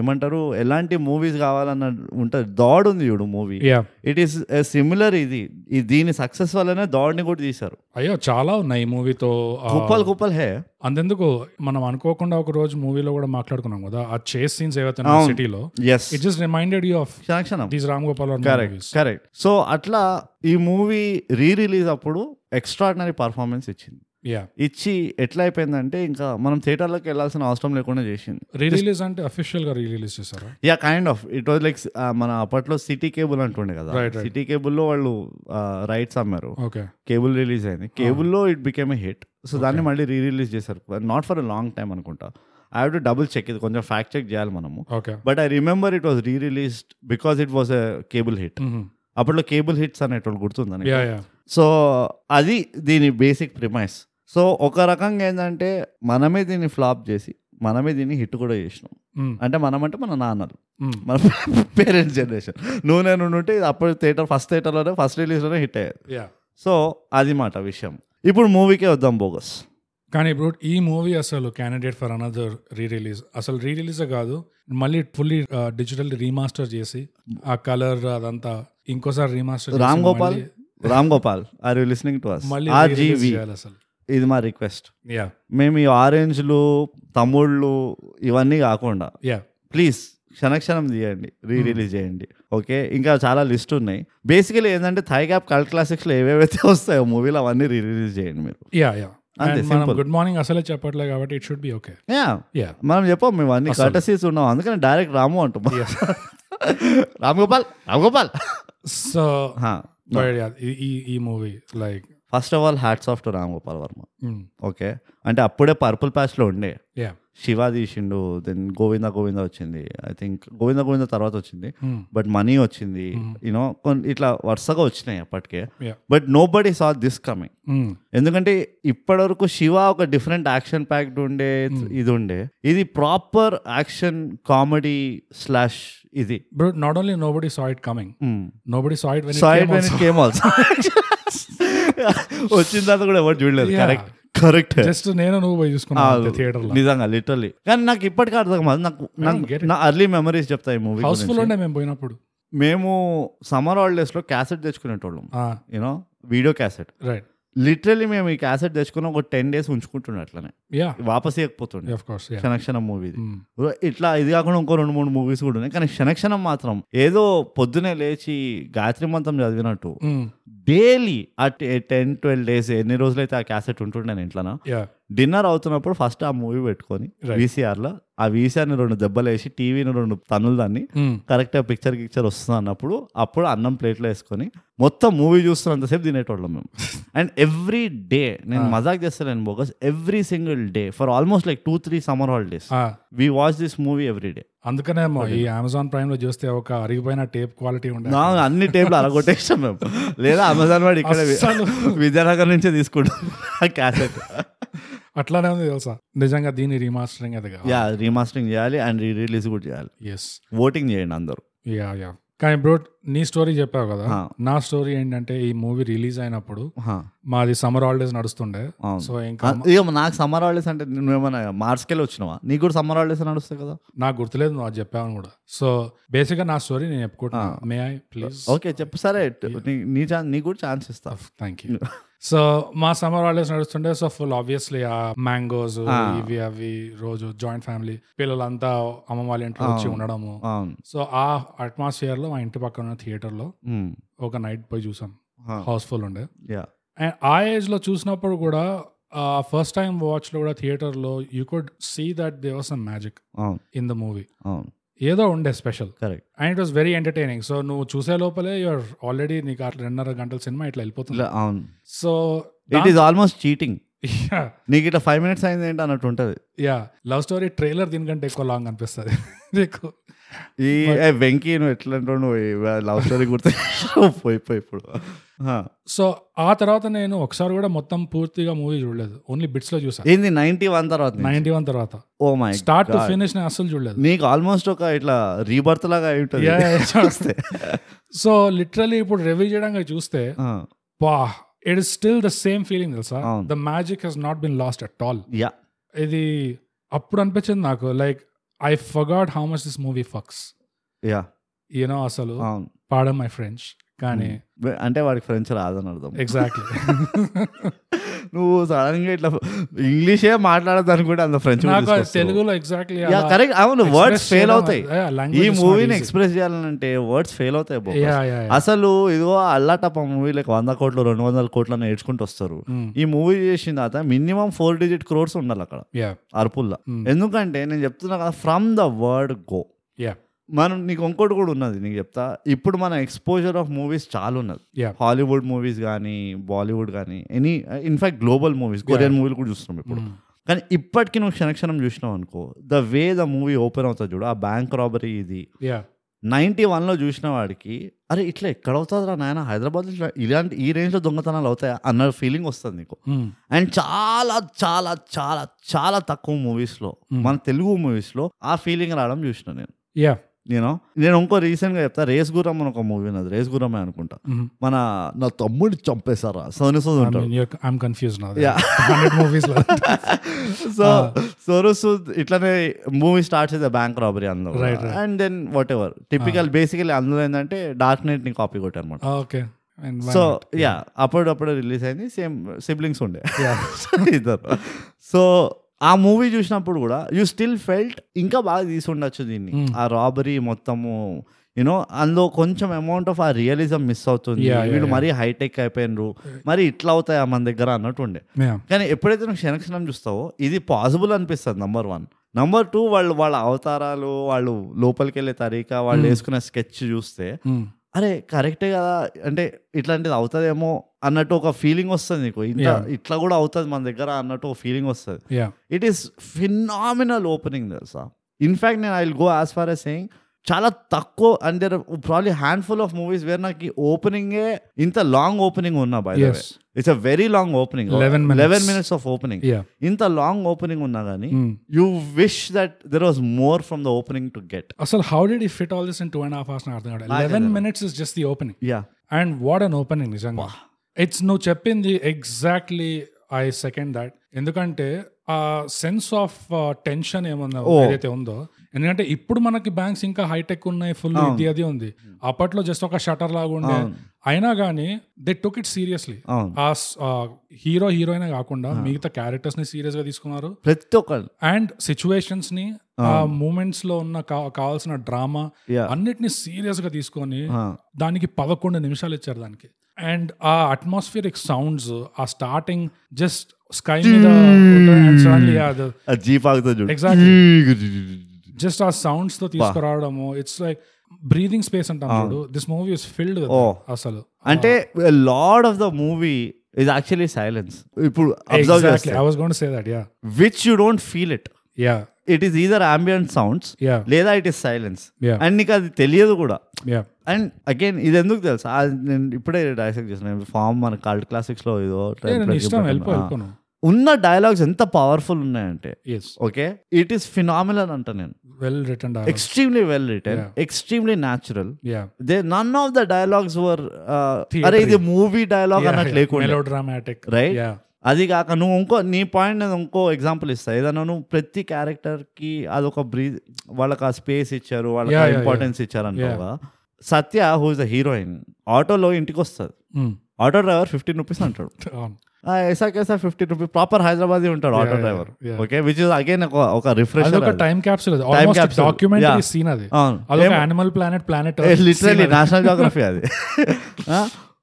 S2: ఏమంటారు ఎలాంటి మూవీస్ కావాలన్న ఉంటుంది దాడ్ ఉంది చూడు movie
S1: yeah
S2: it is similar ఇది ఈ- దీని సక్సెస్ వల్లనే దాడ్ని కూడా తీశారు
S1: అయ్యో చాలా ఉన్నాయి ఈ మూవీతో
S2: కుప్పలు కుప్పలు హే
S1: అంతెందుకు మనం అనుకోకుండా ఒక రోజు మూవీలో కూడా మాట్లాడుకున్నాం కదా ఆ చేస్ సీన్స్ ఏవైతే ఉన్నాయి సిటీలో
S2: yes
S1: it just reminded you of
S2: Kshana Kshanam
S1: these Ram Gopal Varma
S2: correct
S1: movies
S2: correct so అట్లా ఈ మూవీ రీ రిలీజ్ అప్పుడు ఎక్స్ట్రాడినరీ పర్ఫార్మెన్స్ ఇచ్చింది
S1: యా
S2: ఇచ్చి ఎట్లా అయిపోయిందంటే ఇంకా మనం థియేటర్లోకి వెళ్ళాల్సిన అవసరం లేకుండా చేసింది
S1: రీ రిలీజ్ అంటే అఫీషియల్ గా రీ రిలీజ్ చేశారా
S2: yeah kind of it was like మన అప్పట్లో సిటీ కేబుల్ అంటుండే కదా
S1: Right, right.
S2: సిటీ కేబుల్లో వాళ్ళు రైట్స్ అమ్మారు
S1: ఓకే
S2: కేబుల్ రిలీజ్ అయింది
S1: Ah.
S2: కేబుల్లో it became a hit so దాన్ని మళ్ళీ రీ రిలీజ్ చేశారు not for a long time అనుకుంటా I have to double check ఇది కొంచెం ఫ్యాక్ట్ చెక్ చేయాలి మనము
S1: okay
S2: but I remember it was re released because it was a cable hit
S1: Mm-hmm.
S2: అప్పట్లో cable hits అనేటువంటి గుర్తుందని
S1: yeah yeah
S2: so అది దీని బేసిక్ ప్రిమైస్ సో ఒక రకంగా ఏంటంటే మనమే దీన్ని ఫ్లాప్ చేసి మనమే దీన్ని హిట్ కూడా చేసినాం
S1: Mm.
S2: అంటే మనం అంటే మన నాన్నలు మన పేరెంట్స్ జనరేషన్ నువ్వు నేను ఉంటే ఇది అప్పుడు థియేటర్ ఫస్ట్ థియేటర్లోనే ఫస్ట్ రిలీజ్లోనే హిట్ అయ్యేది
S1: యా
S2: సో అది మాట విషయం ఇప్పుడు మూవీకే వద్దాం బోగస్
S1: కానీ ఇప్పుడు ఈ మూవీ అసలు candidate for another re release అసలు రీ రిలీజ్ కాదు మళ్ళీ ఫుల్లీ డిజిటల్ రీమాస్టర్ చేసి ఆ కలర్ అదంతా ఇంకోసారి remaster
S2: Ram Gopal Ram Gopal are you listening to us
S1: మళ్ళీ re-release
S2: ఆర్జీవి
S1: చేయాలి అసలు
S2: ఇది మా రిక్వెస్ట్
S1: యా
S2: మేము ఈ ఆరెంజ్లు తమ్ముళ్ళు ఇవన్నీ కాకుండా
S1: యా
S2: ప్లీజ్ క్షణక్షణం తీయండి రీ రిలీజ్ చేయండి ఓకే ఇంకా చాలా లిస్ట్ ఉన్నాయి బేసికలీ ఏంటంటే థై గ్యాప్ కల్ట్ క్లాసిక్స్లో ఏవేవైతే వస్తాయో మూవీలు అవన్నీ రీ రిలీజ్ చేయండి మీరు
S1: యా యా
S2: అంతే,
S1: మనం
S2: simple.
S1: గుడ్ మార్నింగ్ అసలే చెప్పట్లే కాబట్టి it should be okay
S2: yeah
S1: yeah
S2: మనం చెప్పాం మేము అన్ని కర్టసీస్ ఉన్నాం అందుకని డైరెక్ట్ రాము అంటాం Ram Gopal Ram Gopal
S1: so but yeah ఈ ఈ movie like
S2: first of all hats off to Ram Gopal Varma
S1: mm,
S2: okay అంటే అప్పుడే పర్పుల్ ప్యాచ్లో ఉండే
S1: యా
S2: శివ తీసిండు దెన్ గోవింద గోవింద వచ్చింది ఐ థింక్ గోవింద గోవింద తర్వాత వచ్చింది
S1: mm,
S2: బట్ మనీ వచ్చింది యూనో కొన్ని ఇట్లా వరుసగా వచ్చినాయి అప్పటికే
S1: Yeah. mm.
S2: But nobody saw this coming ఎందుకంటే ఇప్పటివరకు శివ ఒక డిఫరెంట్ యాక్షన్ ప్యాక్డ్ ఉండే ఇది ఉండే ఇది ప్రాపర్ యాక్షన్ కామెడీ స్లాష్ ఇది
S1: but not only nobody saw it coming nobody saw it
S2: said when came also వచ్చిన తర్వాత కూడా ఎవరు చూడలేదు
S1: Yeah.
S2: కరెక్ట్ కరెక్ట్
S1: జస్ట్ నేను నువ్వు పోయి చూసుకున్నాను థియేటర్ లో
S2: నిజంగా లిటరల్లీ కానీ నాకు ఇప్పటికీ అర్థం కాదు నాకు నాకు నా అర్లీ మెమరీస్ చెప్తా ఈ మూవీ
S1: హౌస్ఫుల్ ఉండే మేము పోయినప్పుడు
S2: మేము సమ్మర్ హాలిడేస్ లో క్యాసెట్ తెచ్చుకునేటోళ్ళం you know video cassette
S1: right
S2: literally మేము ఈ క్యాసెట్ తెచ్చుకుని ఒక టెన్ డేస్ ఉంచుకుంటున్నాం అట్లనే
S1: యా
S2: వాపస్ ఇవ్వకపోతుండే
S1: of course yeah
S2: Kshana Kshanam movie
S1: Mm.
S2: ఇట్లా ఇది కాకుండా ఇంకో రెండు మూడు మూవీస్ కూడా ఉన్నాయి కానీ క్షణక్షణం మాత్రం ఏదో పొద్దునే లేచి గాయత్రి మంత్రం చదివినట్టు
S1: Mm.
S2: డైలీ ఆ టెన్ ట్వెల్వ్ డేస్ ఎన్ని రోజులైతే ఆ క్యాసెట్ ఉంటుండే నేను ఇంట్లోనా
S1: యా
S2: డిన్నర్ అవుతున్నప్పుడు ఫస్ట్ ఆ మూవీ పెట్టుకొని
S1: Right.
S2: VCR లో ఆ వీసీఆర్ని రెండు దెబ్బలు వేసి టీవీని రెండు తన్నులు దాన్ని
S1: Mm.
S2: కరెక్ట్గా పిక్చర్ గిక్చర్ వస్తుంది అన్నప్పుడు అప్పుడు అన్నం ప్లేట్లో వేసుకొని మొత్తం మూవీ చూస్తున్నంతసేపు తినేటోళ్ళం మేము అండ్ ఎవ్రీ డే నేను మజాక్ చేస్తాను bogus every single day for almost like two three summer holidays we watch this movie every day
S1: అందుకనే ఈ అమెజాన్ ప్రైమ్ లో చూస్తే ఒక అరిగిపోయిన టేప్ క్వాలిటీ ఉండే
S2: నా అన్ని టేబుల్ అలగొట్టేసాం మేము లేదా అమెజాన్ వాడు ఇక్కడ వి-
S1: అస్సలు.
S2: విజయనగరం నుంచే తీసుకుంటాం ఆ క్యాసెట్
S1: అట్లానే ఉంది తెలుసా నిజంగా దీని రీమాస్టరింగ్ అది
S2: యా రీమాస్టరింగ్ చేయాలి అండ్ రీ రిలీజ్ కూడా చేయాలి
S1: ఎస్
S2: ఓటింగ్ చేయండి అందరూ
S1: యా యా కానీ బ్రో నీ స్టోరీ చెప్పావు కదా
S2: ఆ.
S1: నా స్టోరీ ఏంటంటే ఈ మూవీ రిలీజ్ అయినప్పుడు
S2: హా,
S1: మాది సమ్మర్ హాలిడేస్ నడుస్తుండే
S2: అవును.
S1: సో ఇంకా
S2: ఆ, ఇక నాకు సమ్మర్ హాలిడేస్ అంటే నువ్వేమన్నా మార్చ్కి వెళ్ళి వచ్చినావా నీకు కూడా సమ్మర్ హాలిడేస్ అని నడుస్తాయి కదా
S1: నాకు గుర్తులేదు నువ్వు అది చెప్పావు కూడా సో బేసిక్ గా నా స్టోరీ నేను చెప్పుకుంటున్నా మే ఐ ప్లీజ్
S2: ఓకే చెప్పు సరే నీ- నీ ఛాన్స్ నీకు కూడా ఛాన్స్ ఇస్తా
S1: థ్యాంక్ యూ సో మా సమ్మర్ హాలిడేస్ నడుస్తుండే సో ఫుల్ ఆబ్వియస్లీ ఆ మ్యాంగోస్ ఇవి అవి రోజు జాయింట్ ఫ్యామిలీ పిల్లలంతా అమ్మ వాళ్ళ ఇంట్లో వచ్చి ఉండడము
S2: అవును
S1: సో ఆ అట్మాస్ఫియర్ లో మా ఇంటి పక్కన ఉన్న థియేటర్ లో
S2: మ్మ్.
S1: ఒక నైట్ పోయి చూసాం
S2: హా,
S1: హౌస్ఫుల్ ఉండే
S2: యా
S1: అండ్ ఆ ఏజ్ లో చూసినప్పుడు కూడా ఫస్ట్ టైం వాచ్ లో కూడా థియేటర్ లో you could see that they was some magic
S2: అవును
S1: ఇన్ ద మూవీ
S2: అవును
S1: ఏదో ఉండే special
S2: correct
S1: and it was very entertaining so నువ్వు చూసే లోపలే యువర్ ఆల్రెడీ నీకు అట్లా రెండున్నర గంటల సినిమా ఇట్లా వెళ్ళిపోతుంది
S2: అవును
S1: so
S2: it is almost cheating నీకు ఇట్లా ఫైవ్ మినిట్స్ అయింది ఏంటి అన్నట్టు ఉంటుంది
S1: యా లవ్ స్టోరీ ట్రైలర్ దీనికంటే ఎక్కువ లాంగ్ అనిపిస్తుంది నీకు
S2: ఈ ఏ, వెంకీ నువ్వు ఎట్లా అంటావు నువ్వు లవ్ స్టోరీ గుర్తు పోయి పోయి ఇప్పుడు హా.
S1: సో ఆ తర్వాత నేను ఒకసారి కూడా మొత్తం పూర్తిగా మూవీ చూడలేదు ఓన్లీ బిట్స్ లో చూసాను
S2: ఏంది నైన్టీ వన్ తర్వాత
S1: నైన్టీ వన్ తర్వాత
S2: oh my
S1: start to finish నేను అస్సలు చూడలేదు
S2: నీకు ఆల్మోస్ట్ ఒక ఇట్లా రీబర్త్ లాగా అయి ఉంటుంది
S1: Yeah, yeah, yeah.
S2: చూస్తే
S1: సో లిటరలీ ఇప్పుడు రివ్యూ చేయడానికి చూస్తే
S2: ఆ,
S1: బా it is still the same feeling తెలుసా
S2: అవును.
S1: The magic has not been lost at all
S2: yeah
S1: ఇది అప్పుడు అనిపించింది నాకు like I forgot how much this movie fucks
S2: yeah
S1: you know అసలు
S2: అవును Hmm.
S1: పాడమ్ మై ఫ్రెండ్స్ కానీ
S2: అంటే వాడికి ఫ్రెంచ్ రాదని అర్థం
S1: ఎగ్జాక్ట్లీ
S2: నువ్వు సడన్ గా ఇట్లా ఇంగ్లీషే మాట్లాడదు అనుకుంటే అంత ఫ్రెంచ్
S1: నాకు అది తెలుగులో ఎగ్జాక్ట్లీ
S2: కరెక్ట్ అవును వర్డ్స్ ఫెయిల్ అవుతాయి ఈ మూవీని ఎక్స్ప్రెస్ చేయాలంటే వర్డ్స్ ఫెయిల్ అవుతాయి బాబు. అసలు ఇదిగో అల్లాటప్ప మూవీ లైక్ వంద కోట్లు రెండు వందల కోట్లు అని ఏడ్చుకుంటూ వస్తారు ఈ మూవీ చేసిన తర్వాత మినిమం ఫోర్ డిజిట్ క్రోర్స్ ఉండాలి అక్కడ అరుపుల్లా
S1: Hmm.
S2: ఎందుకంటే నేను చెప్తున్నా కదా ఫ్రమ్ ద వర్డ్ గో మనం నీకు ఇంకోటి కూడా ఉన్నది నీకు చెప్తా ఇప్పుడు మన ఎక్స్పోజర్ ఆఫ్ మూవీస్ చాలా ఉన్నది
S1: Yeah.
S2: హాలీవుడ్ మూవీస్ కానీ బాలీవుడ్ కానీ any in fact global movies Korean మూవీలు కూడా చూస్తున్నాం
S1: Mm-hmm.
S2: ఇప్పుడు
S1: Mm.
S2: కానీ ఇప్పటికీ నువ్వు క్షణక్షణం చూసినావు అనుకో the way the movie open అవుతుంది చూడు ఆ బ్యాంక్ రాబరీ ఇది నైంటీ వన్లో చూసిన వాడికి అరే ఇట్లా ఎక్కడ అవుతుందిరా నాయన హైదరాబాద్లో ఇట్లా ఇలాంటి ఈ రేంజ్లో దొంగతనాలు అవుతాయా అన్న ఫీలింగ్ వస్తుంది నీకు
S1: Mm.
S2: అండ్ చాలా చాలా చాలా చాలా తక్కువ మూవీస్లో మన తెలుగు మూవీస్లో ఆ ఫీలింగ్ రావడం చూసిన నేను
S1: యా
S2: నేను నేను ఇంకో రీసెంట్గా చెప్తా రేస్ గుర్రం అని ఒక మూవీ ఉన్నది రేస్ గుర్రమే అనుకుంటా మన నా తమ్ముడిని చంపేశారా సోను సూద్ ఉంటాడు
S1: ఐఎమ్ కన్ఫ్యూజ్ నా
S2: Yeah.
S1: మూవీస్ లో
S2: సో సోను సూద్ ఇట్లానే మూవీ స్టార్ట్స్ అయితే బ్యాంక్ రాబరీ అందులో
S1: Right, right.
S2: And then whatever typical basically అందులో ఏంటంటే డార్క్ నైట్ ని కాపీ కొట్టారు అనమాట
S1: ఓకే
S2: సో యా అప్పుడప్పుడు రిలీజ్ అయింది సేమ్ సిబ్లింగ్స్ ఉండే ఇద్దరు సో ఆ మూవీ చూసినప్పుడు కూడా యూ స్టిల్ ఫెల్ట్ ఇంకా బాగా తీసుండొచ్చు దీన్ని
S1: Mm.
S2: ఆ రాబరీ మొత్తము యూనో అందులో కొంచెం అమౌంట్ ఆఫ్ ఆ రియలిజం మిస్ అవుతుంది
S1: Yeah, yeah,
S2: వీళ్ళు
S1: yeah.
S2: మరీ హైటెక్ అయిపోయినరు మరి ఇట్లా అవుతాయా మన దగ్గర అన్నట్టు ఉండే కానీ ఎప్పుడైతే నువ్వు క్షణక్షణం చూస్తావో ఇది పాసిబుల్ అనిపిస్తుంది నంబర్ వన్ నంబర్ టూ వాళ్ళు వాళ్ళ అవతారాలు వాళ్ళు లోపలికి వెళ్ళే తరీకా వాళ్ళు
S1: Hmm.
S2: వేసుకున్న స్కెచ్ చూస్తే
S1: mm.
S2: అరే కరెక్టే కదా అంటే ఇట్లాంటిది అవుతుందేమో అన్నట్టు ఒక ఫీలింగ్ వస్తుంది నీకు ఇంత
S1: Yeah.
S2: ఇట్లా కూడా అవుతుంది మన దగ్గర అన్నట్టు ఒక ఫీలింగ్ వస్తుంది
S1: yeah
S2: it is phenomenal opening తెలుసా ఇన్ఫ్యాక్ట్ నేను I will go as far as saying చాలా తక్కువ and there probably handful of movies where నాకు ఈ ఓపెనింగే ఇంత లాంగ్ ఓపెనింగ్ ఉన్నా బై
S1: Yes.
S2: It's a very long opening
S1: 11 minutes.
S2: Eleven minutes of opening
S1: yeah
S2: ఇంత లాంగ్ ఓపెనింగ్ ఉన్నా కానీ
S1: Hmm.
S2: You wish that there was more from the opening to get
S1: అసలు how did he fit all this in two and half hours అర్థం కాదు eleven minutes is just the opening
S2: yeah
S1: and what an opening నిజంగా it's నువ్వు చెప్పింది exactly I second that ఎందుకంటే ఆ sense of tension uh, ఏమన్నా ఏదైతే ఉందో ఎందుకంటే ఇప్పుడు మనకి బ్యాంక్స్ ఇంకా హైటెక్ ఉన్నాయి ఫుల్ ఇది అది ఉంది అప్పట్లో జస్ట్ ఒక షటర్ లాగా ఉండే అయినా కానీ దే టుక్ ఇట్ సీరియస్లీ
S2: అవును
S1: ఆ హీరో హీరోయిన్ కాకుండా మిగతా క్యారెక్టర్స్ ని సీరియస్ గా తీసుకున్నారు
S2: ప్రతి ఒక్కళ్ళు
S1: అండ్ సిచ్యువేషన్స్ ని ఆ మూమెంట్స్ లో ఉన్న కా- కావాల్సిన డ్రామా
S2: Yeah.
S1: అన్నిటిని సీరియస్ గా తీసుకొని
S2: ఆ.
S1: దానికి పదకొండు నిమిషాలు ఇచ్చారు దానికి అండ్ ఆ అట్మాస్ఫియరిక్ సౌండ్స్ ఆ స్టార్టింగ్ జస్ట్ స్కై మీద
S2: ఆ జీప్ ఆగుతుంది చూడు
S1: ఎగ్జాక్ట్లీ జస్ట్ ఆ సౌండ్స్ తో తీసుకురావడము ఇట్స్ లైక్ బ్రీదింగ్ స్పేస్ అంటాం చూడు this movie is filled
S2: Oh.
S1: అసలు
S2: అంటే
S1: Ah.
S2: Lord of the movie is actually silence ఇప్పుడు అబ్జర్వ్ చేస్తే
S1: I was gonna say that yeah
S2: which you don't feel it
S1: yeah
S2: it is either ambient sounds
S1: yeah
S2: లేదా it is silence
S1: Yeah.
S2: And నీకు అది తెలియదు కూడా
S1: yeah
S2: and again ఇది ఎందుకు తెలుసా ఆ, నేను ఇప్పుడే డైసెక్ట్ చేసిన ఫామ్ మన కల్ట్ క్లాసిక్స్ లో ఇదో Ah.
S1: నేను ఇష్టం వెళ్ళిపో వెళ్ళిపోను
S2: ఉన్న డైలాగ్స్ ఎంత పవర్ఫుల్ ఉన్నాయంటే
S1: yes
S2: okay it is phenomenal అంట నేను
S1: well written
S2: extremely well written
S1: Yeah.
S2: Extremely natural
S1: yeah
S2: they none of the dialogues were
S1: Theatre.
S2: uh, అరే ఇది మూవీ డైలాగ్ అన్నట్లు లేకుండా
S1: మెలో డ్రామాటిక్
S2: Right?
S1: యా
S2: అది కాక నువ్వు ఇంకో నీ పాయింట్ నేను ఇంకో ఎగ్జాంపుల్ ఇస్తా ఏదైనా నువ్వు ప్రతి క్యారెక్టర్ కి అదొక బ్రీజ్ వాళ్ళకి ఆ స్పేస్ ఇచ్చారు
S1: Yeah,
S2: వాళ్ళకి
S1: yeah,
S2: ఇంపార్టెన్స్ ఇచ్చారు అంటావా Satya who is the heroine ఆటోలో ఇంటికి వస్తుంది ఆటో డ్రైవర్ ఫిఫ్టీన్ రూపీస్ అంటాడు
S1: Hmm. అవును
S2: ఆ, ఎసా కేసా ఫిఫ్టీన్ రూపీస్ ప్రాపర్ హైదరాబాద్ ఉంటాడు auto
S1: yeah,
S2: driver
S1: yeah.
S2: Okay which is again ఒక
S1: అది ఒక
S2: రిఫ్రెషర్
S1: టైం క్యాప్సూల్ అది almost
S2: capsule.
S1: Documentary
S2: Yeah. Ah. Eh,
S1: scene అది
S2: అవును.
S1: అదొక
S2: ఏం-
S1: animal planet planet
S2: literally national geography అది ఆ,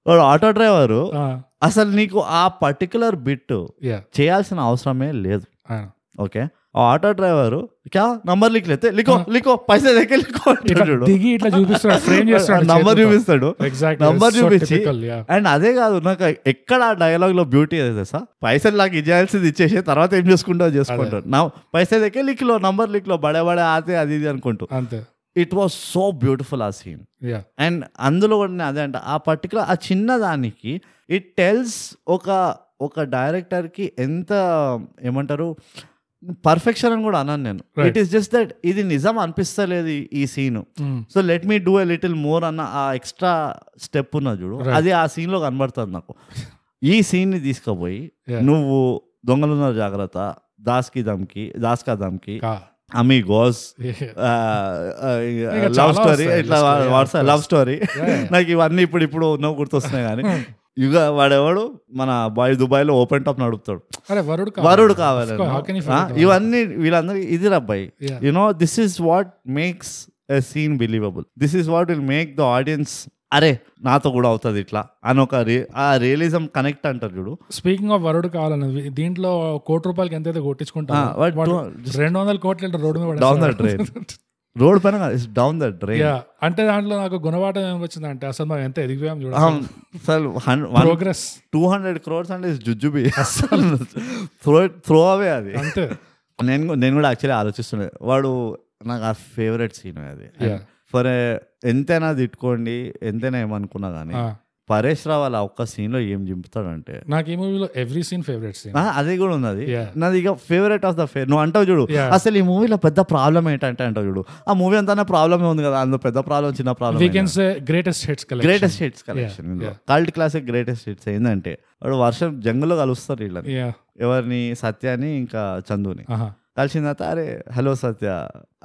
S2: వాడు ఆటో డ్రైవరు
S1: Ah,
S2: అసలు నీకు ఆ పర్టికులర్ బిట్
S1: యా
S2: చేయాల్సిన అవసరమే లేదు
S1: Ah.
S2: ఓకే ఆ ఆటో డ్రైవరు క్యా నంబర్ లిక్ లేతే లిఖో లిఖో పైసే దగ్గర లిఖో
S1: ఇట్లా
S2: అంటాడు
S1: దిగి ఇట్లా చూపిస్తాడు ఫ్రేమ్ చేస్తాడు
S2: నంబర్ చూపిస్తాడు
S1: ఎగ్జాక్ట్
S2: నంబర్ చూపించి
S1: యా
S2: అండ్ అదే కాదు నాకు ఎక్కడ ఆ డైలాగ్ లో బ్యూటీ అదే తెలుసా పైసలు నాకు ఇచ్చేయాల్సింది ఇచ్చేసి తర్వాత ఏం చేసుకుంటావు చేసుకుంటాడు నా పైసే దగ్గర లిక్లో నంబర్ లిక్లో బడే బడే ఆతే అది ఇది అనుకుంటూ
S1: అంతే
S2: ఇట్ వాస్ సో బ్యూటిఫుల్ ఆ సీన్
S1: యా
S2: అండ్ అందులో కూడా నేను అదే అంట ఆ పర్టికులర్ ఆ చిన్న దానికి ఇట్ టెల్స్ ఒక ఒక డైరెక్టర్కి ఎంత ఏమంటారు పర్ఫెక్షన్ అని కూడా అన్నాను నేను
S1: Right.
S2: It is just that ఇది నిజం అనిపిస్తలేదు ఈ- ఈ scene
S1: Hmm.
S2: So let me do a little more అన్న ఆ ఎక్స్ట్రా స్టెప్ ఉన్నది చూడు
S1: Right.
S2: అది ఆ సీన్లో కనబడుతుంది నాకు ఈ సీన్ని తీసుకుపోయి
S1: Yeah.
S2: నువ్వు దొంగలున్న జాగ్రత్త దాస్కి దమ్కి దాస్కా దమ్కి అమీ గోస్
S1: ఇంకా
S2: లవ్
S1: చాలా
S2: స్టోరీ
S1: వస్తాయి,
S2: ఇట్లా
S1: list, yeah, of course.
S2: Love story
S1: Yeah, Hmm. yeah.
S2: నాకు ఇవన్నీ ఇప్పుడు ఇప్పుడు నవ్వు గుర్తొస్తున్నాయి కానీ యుగ వాడేవాడు మన బాయ్ దుబాయ్ లో ఓపెన్ టాప్ నడుపుతాడు
S1: అరే వరుడు
S2: వరుడు
S1: How can
S2: కావాలి
S1: you forget
S2: ఆ, ఇవన్నీ వీళ్ళందరికీ ఇది రబ్బాయి
S1: Yeah.
S2: You know this is what makes a scene believable this is what will make the audience అరే నాతో కూడా అవుతుంది ఇట్లా అని ఒక రి- ఆ రియలిజం కనెక్ట్ అంటారు చూడు
S1: స్పీకింగ్ ఆఫ్ వరుడు కావాలన్నది దీంట్లో కోటి రూపాయలకి ఎంత అయితే కొట్టించుకుంటా
S2: Ah, what-
S1: రెండు వందల కోట్లు రోడ్డు మీద
S2: డౌన్ ద
S1: పడేస్తారు.
S2: డ్రైన్ రోడ్ పైన డౌన్ ద డ్రైన్
S1: యా అంటే దాంట్లో నాకు గుణపాఠం ఏమొచ్చిందంటే అసలు మనం ఎంత ఎదిగిపోయాం చూడ
S2: Um, అసలు హన్- one
S1: progress
S2: two hundred crores అంటే జుజుబి అసలు త్రో త్రో అవే అది
S1: అంతే
S2: నేను కూ- నేను కూడా యాక్చువల్లీ ఆలోచిస్తున్నాను వాడు నాకు ఆ ఫేవరెట్ సీన్ అది
S1: Yeah.
S2: ఫర్ ఎంతైనా తిట్టుకోండి ఎంతైనా ఏమనుకున్నా కానీ
S1: Ah.
S2: పరేష్ రావు అలా ఒక్క scene లో ఏం చింపుతాడంటే
S1: నాకు ఈ మూవీలో ఎవ్రీ సీన్ ఫేవరెట్ సీన్
S2: ఆ, అది కూడా ఉన్నది
S1: Yeah.
S2: నాది ఇక ఫేవరెట్ ఆఫ్ ద ఫేర్ నువ్వు అంటావు చూడు
S1: Yeah.
S2: అసలు ఈ మూవీలో పెద్ద ప్రాబ్లం ఏంటంటే అంటావు చూడు ఆ మూవీ అంతా ప్రాబ్లమే ఉంది కదా అందులో పెద్ద ప్రాబ్లం చిన్న
S1: we
S2: problem
S1: can say greatest hits collection
S2: greatest hits collection
S1: yeah.
S2: Cult classic greatest hits ఏంటంటే వాడు వర్షం జంగుల్లో కలుస్తారు వీళ్ళని
S1: యా
S2: ఎవరిని సత్యాని ఇంకా చందుని
S1: ఆహా
S2: కలిసిన తర్వాత అరే హలో సత్య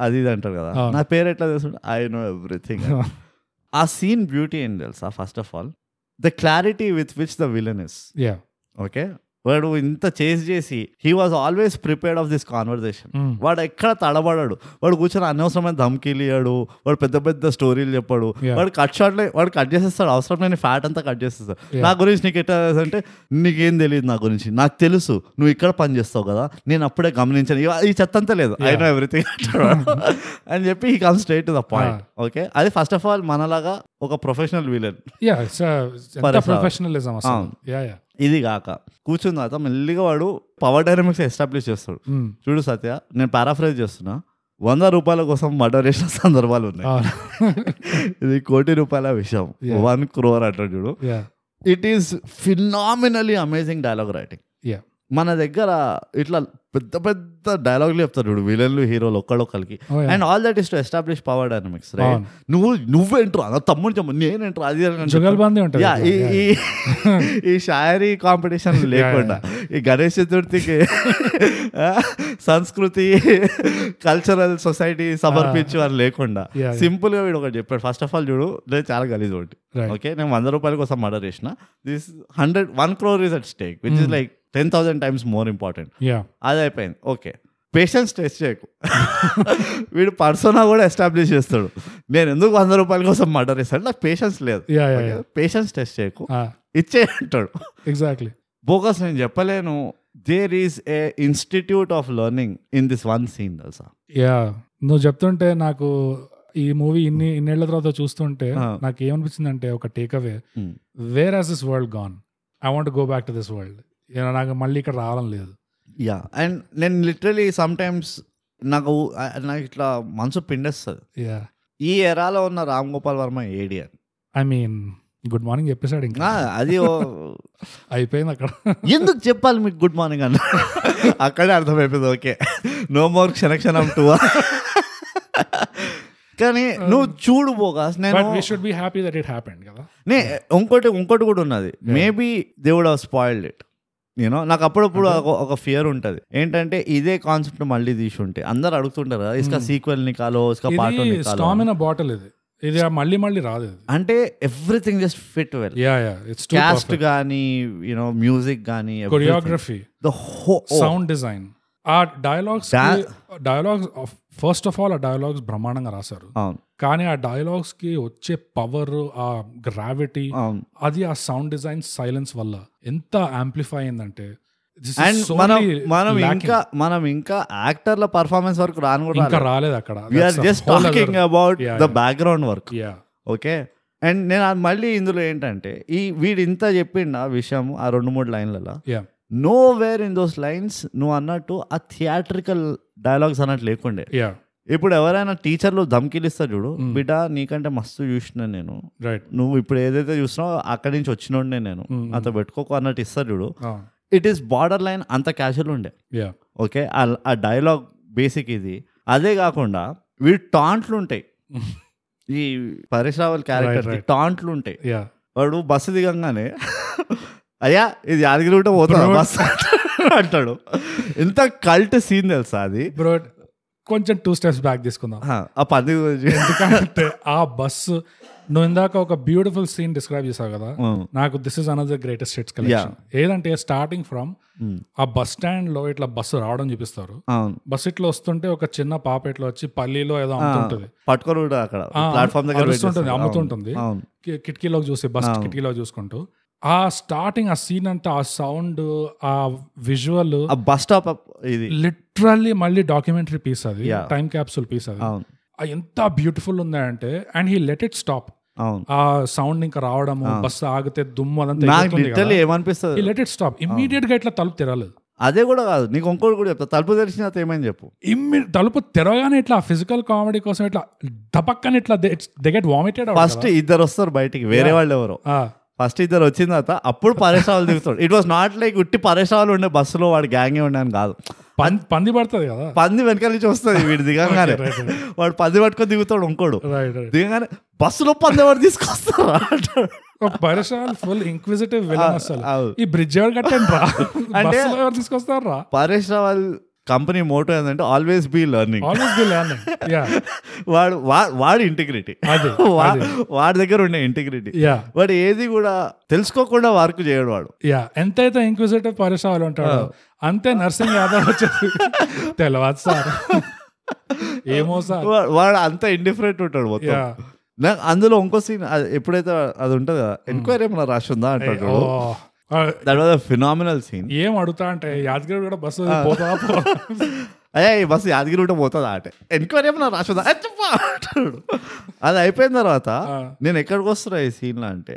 S2: అది ఇది అంటారు కదా
S1: అవును.
S2: నా పేరు ఎట్లా తెలుసు ఐ నో ఎవ్రీథింగ్ ఆ సీన్ బ్యూటీ ఏం తెలుసా first of all the clarity with which the villain is
S1: yeah
S2: okay వాడు ఇంత చేసి చేసి he was always prepared of this conversation
S1: Mm.
S2: వాడు ఎక్కడ తడబడాడు వాడు కూర్చొని అనవసరమైన ధమ్కీలు ఇయ్యాడు వాడు పెద్ద పెద్ద స్టోరీలు చెప్పాడు
S1: Yeah.
S2: వాడు కట్ షాట్లే వాడు కట్ చేసేస్తాడు అవసరం లేని ఫ్యాట్ అంతా కట్ చేసేస్తాడు
S1: Yeah.
S2: నా గురించి నీకు ఎట్లా తెలుసు అంటే నీకేం తెలియదు నా గురించి నాకు తెలుసు నువ్వు ఇక్కడ పని చేస్తావు కదా నేను అప్పుడే గమనించాను ఇవ- ఈ చెత్త అంతా లేదు ఐ నో ఎవ్రీథింగ్ అని చెప్పి ఈ come straight to the point okay అది ఫస్ట్ ఆఫ్ ఆల్ మనలాగా ఒక ప్రొఫెషనల్ విలన్
S1: యా uh, ఎంత
S2: Parasar.
S1: ప్రొఫెషనలిజం అసలు యా యా
S2: ఇది కాక కూర్చున్న తర్వాత మెల్లిగా వాడు పవర్ డైనమిక్స్ ఎస్టాబ్లిష్ చేస్తాడు
S1: Hmm.
S2: చూడు సత్య నేను పారాఫ్రైజ్ చేస్తున్నా వంద రూపాయల కోసం మర్డర్ చేసిన సందర్భాలు ఉన్నాయి
S1: Uh,
S2: ఇది కోటి రూపాయల విషయం
S1: Yeah.
S2: వన్ క్రోర్ అంటాడు చూడు
S1: yeah
S2: it is phenomenally amazing dialogue writing
S1: yeah
S2: మన దగ్గర ఇట్లా పెద్ద పెద్ద డైలాగులు చెప్తారు చూడు విలన్లు హీరోలు ఒక్కడొక్కరికి
S1: Oh, yeah.
S2: And all that is to establish power dynamics right
S1: అవును.
S2: నువ్వు నువ్వెంట్రా నా తమ్ముడు చెప్పు నేనేంట్రా అది అని చెప్తాడు.
S1: జుగల్బందీ ఉంటుంది
S2: యా ఈ ఈ- ఈ షాయరీ కాంపిటీషన్ లేకుండా ఈ గణేష్ చతుర్థికి ఆ, సంస్కృతి కల్చరల్ సొసైటీ సమర్పించు అని లేకుండా
S1: Ah. Yeah, yeah.
S2: సింపుల్ గా వీడు ఒకటి చెప్పాడు ఫస్ట్ ఆఫ్ ఆల్ చూడు నేను చాలా గలీజ్ ఒకటి
S1: Right.
S2: ఓకే నేను వంద రూపాయల కోసం మర్డర్ చేసిన this hundred one crore is at stake which
S1: Hmm.
S2: Is like ten thousand times more important
S1: yeah
S2: అది అయిపోయింది ఓకే పేషెన్స్ టెస్ట్ చేయకు వీడు పర్సోనా కూడా ఎస్టాబ్లిష్ చేస్తాడు నేను ఎందుకు వంద రూపాయల కోసం మర్డర్ చేస్తాను నాకు పేషెన్స్ లేదు
S1: యా యా
S2: పేషెన్స్ టెస్ట్ చేయకు
S1: యా
S2: ఇచ్చే అంటాడు
S1: ఎగ్జాక్ట్లీ
S2: బోకస్ నేను చెప్పలేను there is a institute of learning in this one scene తెలుసా
S1: యా నువ్వు చెప్తుంటే నాకు ఈ మూవీ ఇన్ని ఇన్నేళ్ల తర్వాత చూస్తుంటే
S2: Ah.
S1: నాకు ఏమనిపించింది అంటే ఒక take away where has this world gone I want go back to this world నాకు మళ్ళీ ఇక్కడ రావాలని లేదు
S2: యా అండ్ నేను లిటరలీ సమ్ టైమ్స్ నాకు ఆ, నాకు ఇట్లా మనసు పిండేస్తుంది
S1: యా
S2: ఈ ఎరాలో ఉన్న రామ్ గోపాల్ వర్మ ఏడియన్
S1: ఐ మీన్ గుడ్ మార్నింగ్ చెప్పేశాడు ఇంకా
S2: ఆ, అది ఓ-
S1: అయిపోయింది అక్కడ
S2: ఎందుకు చెప్పాలి మీకు గుడ్ మార్నింగ్ అన్న అక్కడే అర్థమైపోయింది ఓకే నో మోర్ క్షణక్షణం అంటూ కానీ నువ్వు చూడు బోగాస్
S1: బట్ వీ
S2: నేను
S1: should be happy that it happened కదా
S2: నే ఇంకోటి ఇంకోటి కూడా ఉన్నది మేబీ దేవుడు స్పాయిల్డ్ ఇట్ నేను నాకు అప్పుడప్పుడు ఒక- ఒక ఫియర్ ఉంటది ఏంటంటే ఇదే కాన్సెప్ట్ మళ్ళీ తీసి ఉంటే అందరు అడుగుతుంటారు కదా ఇసుక సీక్వెల్ నికాలో ఇసుక పార్ట్
S1: Hmm. ఇది స్టామినా బాటిల్ ఇది ఇది ఆ మళ్ళీ మళ్ళీ రాదు ఇది
S2: అంటే everything just fit well
S1: yeah yeah it's too
S2: cast కానీ యూనో మ్యూజిక్ కానీ
S1: కొరియోగ్రఫీ
S2: ద హో
S1: సౌండ్ డిజైన్ ఆ dialogues
S2: Da-
S1: dialogues first of all ఆ డైలాగ్స్ బ్రహ్మాండంగా రాశారు
S2: అవును
S1: కానీ ఆ డైలాగ్స్ కి వచ్చే పవర్ ఆ గ్రావిటీ
S2: అవును
S1: అది ఆ సౌండ్ డిజైన్ సైలెన్స్ వల్ల ఎంత యాంప్లిఫై అయిందంటే this is
S2: అండ్
S1: solely
S2: మనం మనం
S1: lacking.
S2: ఇంకా మనం ఇంకా యాక్టర్ల పర్ఫార్మెన్స్ వరకు రాను కూడా
S1: ఇంకా రాలేదు అక్కడ
S2: we are just talking about
S1: Yeah,
S2: the
S1: yeah.
S2: Background work okay and నేను ఆ- మళ్ళీ ఇందులో ఏంటంటే ఈ వీడు ఇంత చెప్పిండు ఆ విషయం ఆ రెండు మూడు లైన్లలో nowhere in those lines నువ్వు అన్నట్టు ఆ థియేట్రికల్ డైలాగ్స్ అన్నట్టు లేకుండే ఇప్పుడు ఎవరైనా టీచర్లు ధమ్కిలిస్తారు చూడు బిడ్డ నీకంటే మస్తు చూసిన నేను
S1: రైట్
S2: నువ్వు ఇప్పుడు ఏదైతే చూసినావో అక్కడి నుంచి వచ్చినోడే నేను
S1: Mm, mm.
S2: అంత పెట్టుకోకు అన్నట్టు ఇస్తారు చూడు ఇట్ ఈస్ బార్డర్ లైన్ అంత క్యాజువల్ ఉండే
S1: యా
S2: ఓకే ఆ- ఆ డైలాగ్ బేసిక్ ఇది అదే కాకుండా వీడి టాంట్లు ఉంటాయి ఈ పరేష్ రావల్ క్యారెక్టర్
S1: right.
S2: టాంట్లు ఉంటాయి
S1: యా
S2: వాడు బస్సు దిగంగానే అయ్యా ఇది యాదగిరి ఉంటే పోతా
S1: Bro.
S2: బస్సు అంటాడు ఎంత కల్ట్ సీన్ తెలుసా అది
S1: బ్రో కొంచెం టూ స్టెప్స్ బ్యాక్ తీసుకుందాం
S2: ఆ, ఆ పంది గురించి
S1: ఎందుకంటే ఆ బస్సు నువ్వు ఇందాక ఒక బ్యూటిఫుల్ సీన్ డిస్క్రైబ్ చేసావు కదా
S2: Mm.
S1: నాకు this is another greatest hits collection ఏదంటే స్టార్టింగ్ ఫ్రమ్
S2: Mm.
S1: ఆ బస్ స్టాండ్ లో ఇట్లా బస్సు రావడం చూపిస్తారు
S2: అవును
S1: బస్ ఇట్లా వస్తుంటే ఒక చిన్న పాప ఇట్లా వచ్చి పల్లీలో ఏదో అమ్ముతుంటది
S2: పట్టుకొని కూడా అక్కడ
S1: ఆ,
S2: ప్లాట్ఫామ్ దగ్గర wait
S1: అరుస్తుంటుంది,
S2: చేస్తాడు.
S1: అమ్ముతుంటుంది.
S2: అవును, అవును
S1: కి- కిటికీలోకి చూసి బస్ కిటికీలో చూసుకుంటూ ఆ స్టార్టింగ్ ఆ సీన్ అంతా ఆ సౌండ్ ఆ విజువల్
S2: ఆ బస్ స్టాప్ ఇది
S1: లిటరల్లీ మళ్ళీ డాక్యుమెంటరీ పీస్ అది
S2: Yeah.
S1: టైం క్యాప్సూల్ పీస్ అది
S2: అవును
S1: ఆ ఎంత బ్యూటిఫుల్ ఉందంటే and he let it stop
S2: అవును
S1: ఆ సౌండ్ ఇంకా రావడము బస్సు ఆగితే దుమ్ము
S2: నాకు లిటర్లీ
S1: అదంతా
S2: ఏమనిపిస్తుంది
S1: లెట్ ఇట్ స్టాప్ ఇమ్మీడియట్ గా ఇట్లా తలుపు తెరలేదు
S2: అదే కూడా కాదు నీకు ఇంకోటి కూడా చెప్తా తలుపు తెరిచిన ఏమని చెప్పు
S1: ఇమ్మి తలుపు తెరవగానే ఇట్లా ఫిజికల్ కామెడీ కోసం ఇట్లా దపక్కని ఇట్లా దెగెట్ వామిటెడ్
S2: ఫస్ట్ ఇద్దరు వస్తారు బయటికి వేరే వాళ్ళు ఎవరు ఫస్ట్ ఇద్దరు వచ్చిన తర్వాత అప్పుడు పరేశాలు దిగుతాడు ఇట్ వాస్ నాట్ లైక్ ఉట్టి పరేశాలు ఉండే బస్సులో వాడు గ్యాంగే ఉండని కాదు
S1: పంది పడుతుంది కదా
S2: పంది వెనకాల నుంచి వస్తుంది వీడు దిగంగానే
S1: Okay, right,
S2: వాడు పంది పట్టుకొని దిగుతాడు ఇంకోడు
S1: రైట్ రైట్
S2: దిగంగానే బస్సులో పంది ఎవరు తీసుకొస్తారు అంటాడు.
S1: పరిసరాలు ఫుల్ ఇంక్విజిటివ్ విలన్ అసలు
S2: అవు.
S1: ఈ బ్రిడ్జ్ ఎవరు కట్టండి రా
S2: అంటే-
S1: బస్సులో ఎవరు తీసుకొస్తారు రా
S2: పరేష్ రావాల్ కంపెనీ మోటో ఏంటంటే always be learning
S1: always be learning yeah
S2: వాడు వా- వాడి ఇంటిగ్రిటీ
S1: అది అది.
S2: వాడి దగ్గర ఉండే ఇంటిగ్రిటీ
S1: యా
S2: వాడు ఏది కూడా తెలుసుకోకుండా వర్క్ చేయడు వాడు
S1: యా ఎంతైతే ఇంక్విజిటివ్ పరిసరాలు ఉంటాడో అంతే నర్సింగ్ యాదవ్ వచ్చేసి తెలియదు సార్ ఏమో సార్
S2: వా- వాడు అంత ఇండిఫరెంట్ ఉంటాడు మొత్తం
S1: యా
S2: నాకు అందులో ఇంకో సీన్ ఎప్పుడైతే అది ఉంటుంది కదా ఎంక్వైరీ ఏమైనా రాసి ఉందా అంటాడు
S1: ఓ ఆ,
S2: దట్ వాజ్ ఫినామినల్ సీన్
S1: ఏం అడుగుతా అంటే యాదగిరి కూడా బస్సు పోతా పో.
S2: అయ్యా ఈ బస్సు యాదగిరి ఉంటే పోతుందా అంటే ఎంక్వైరీ ఏమైనా రాసి ఉందా ఏ చెప్పా అంటాడు అది అయిపోయిన తర్వాత
S1: ఆ.
S2: నేను ఎక్కడికి వస్తున్నా ఈ సీన్లో అంటే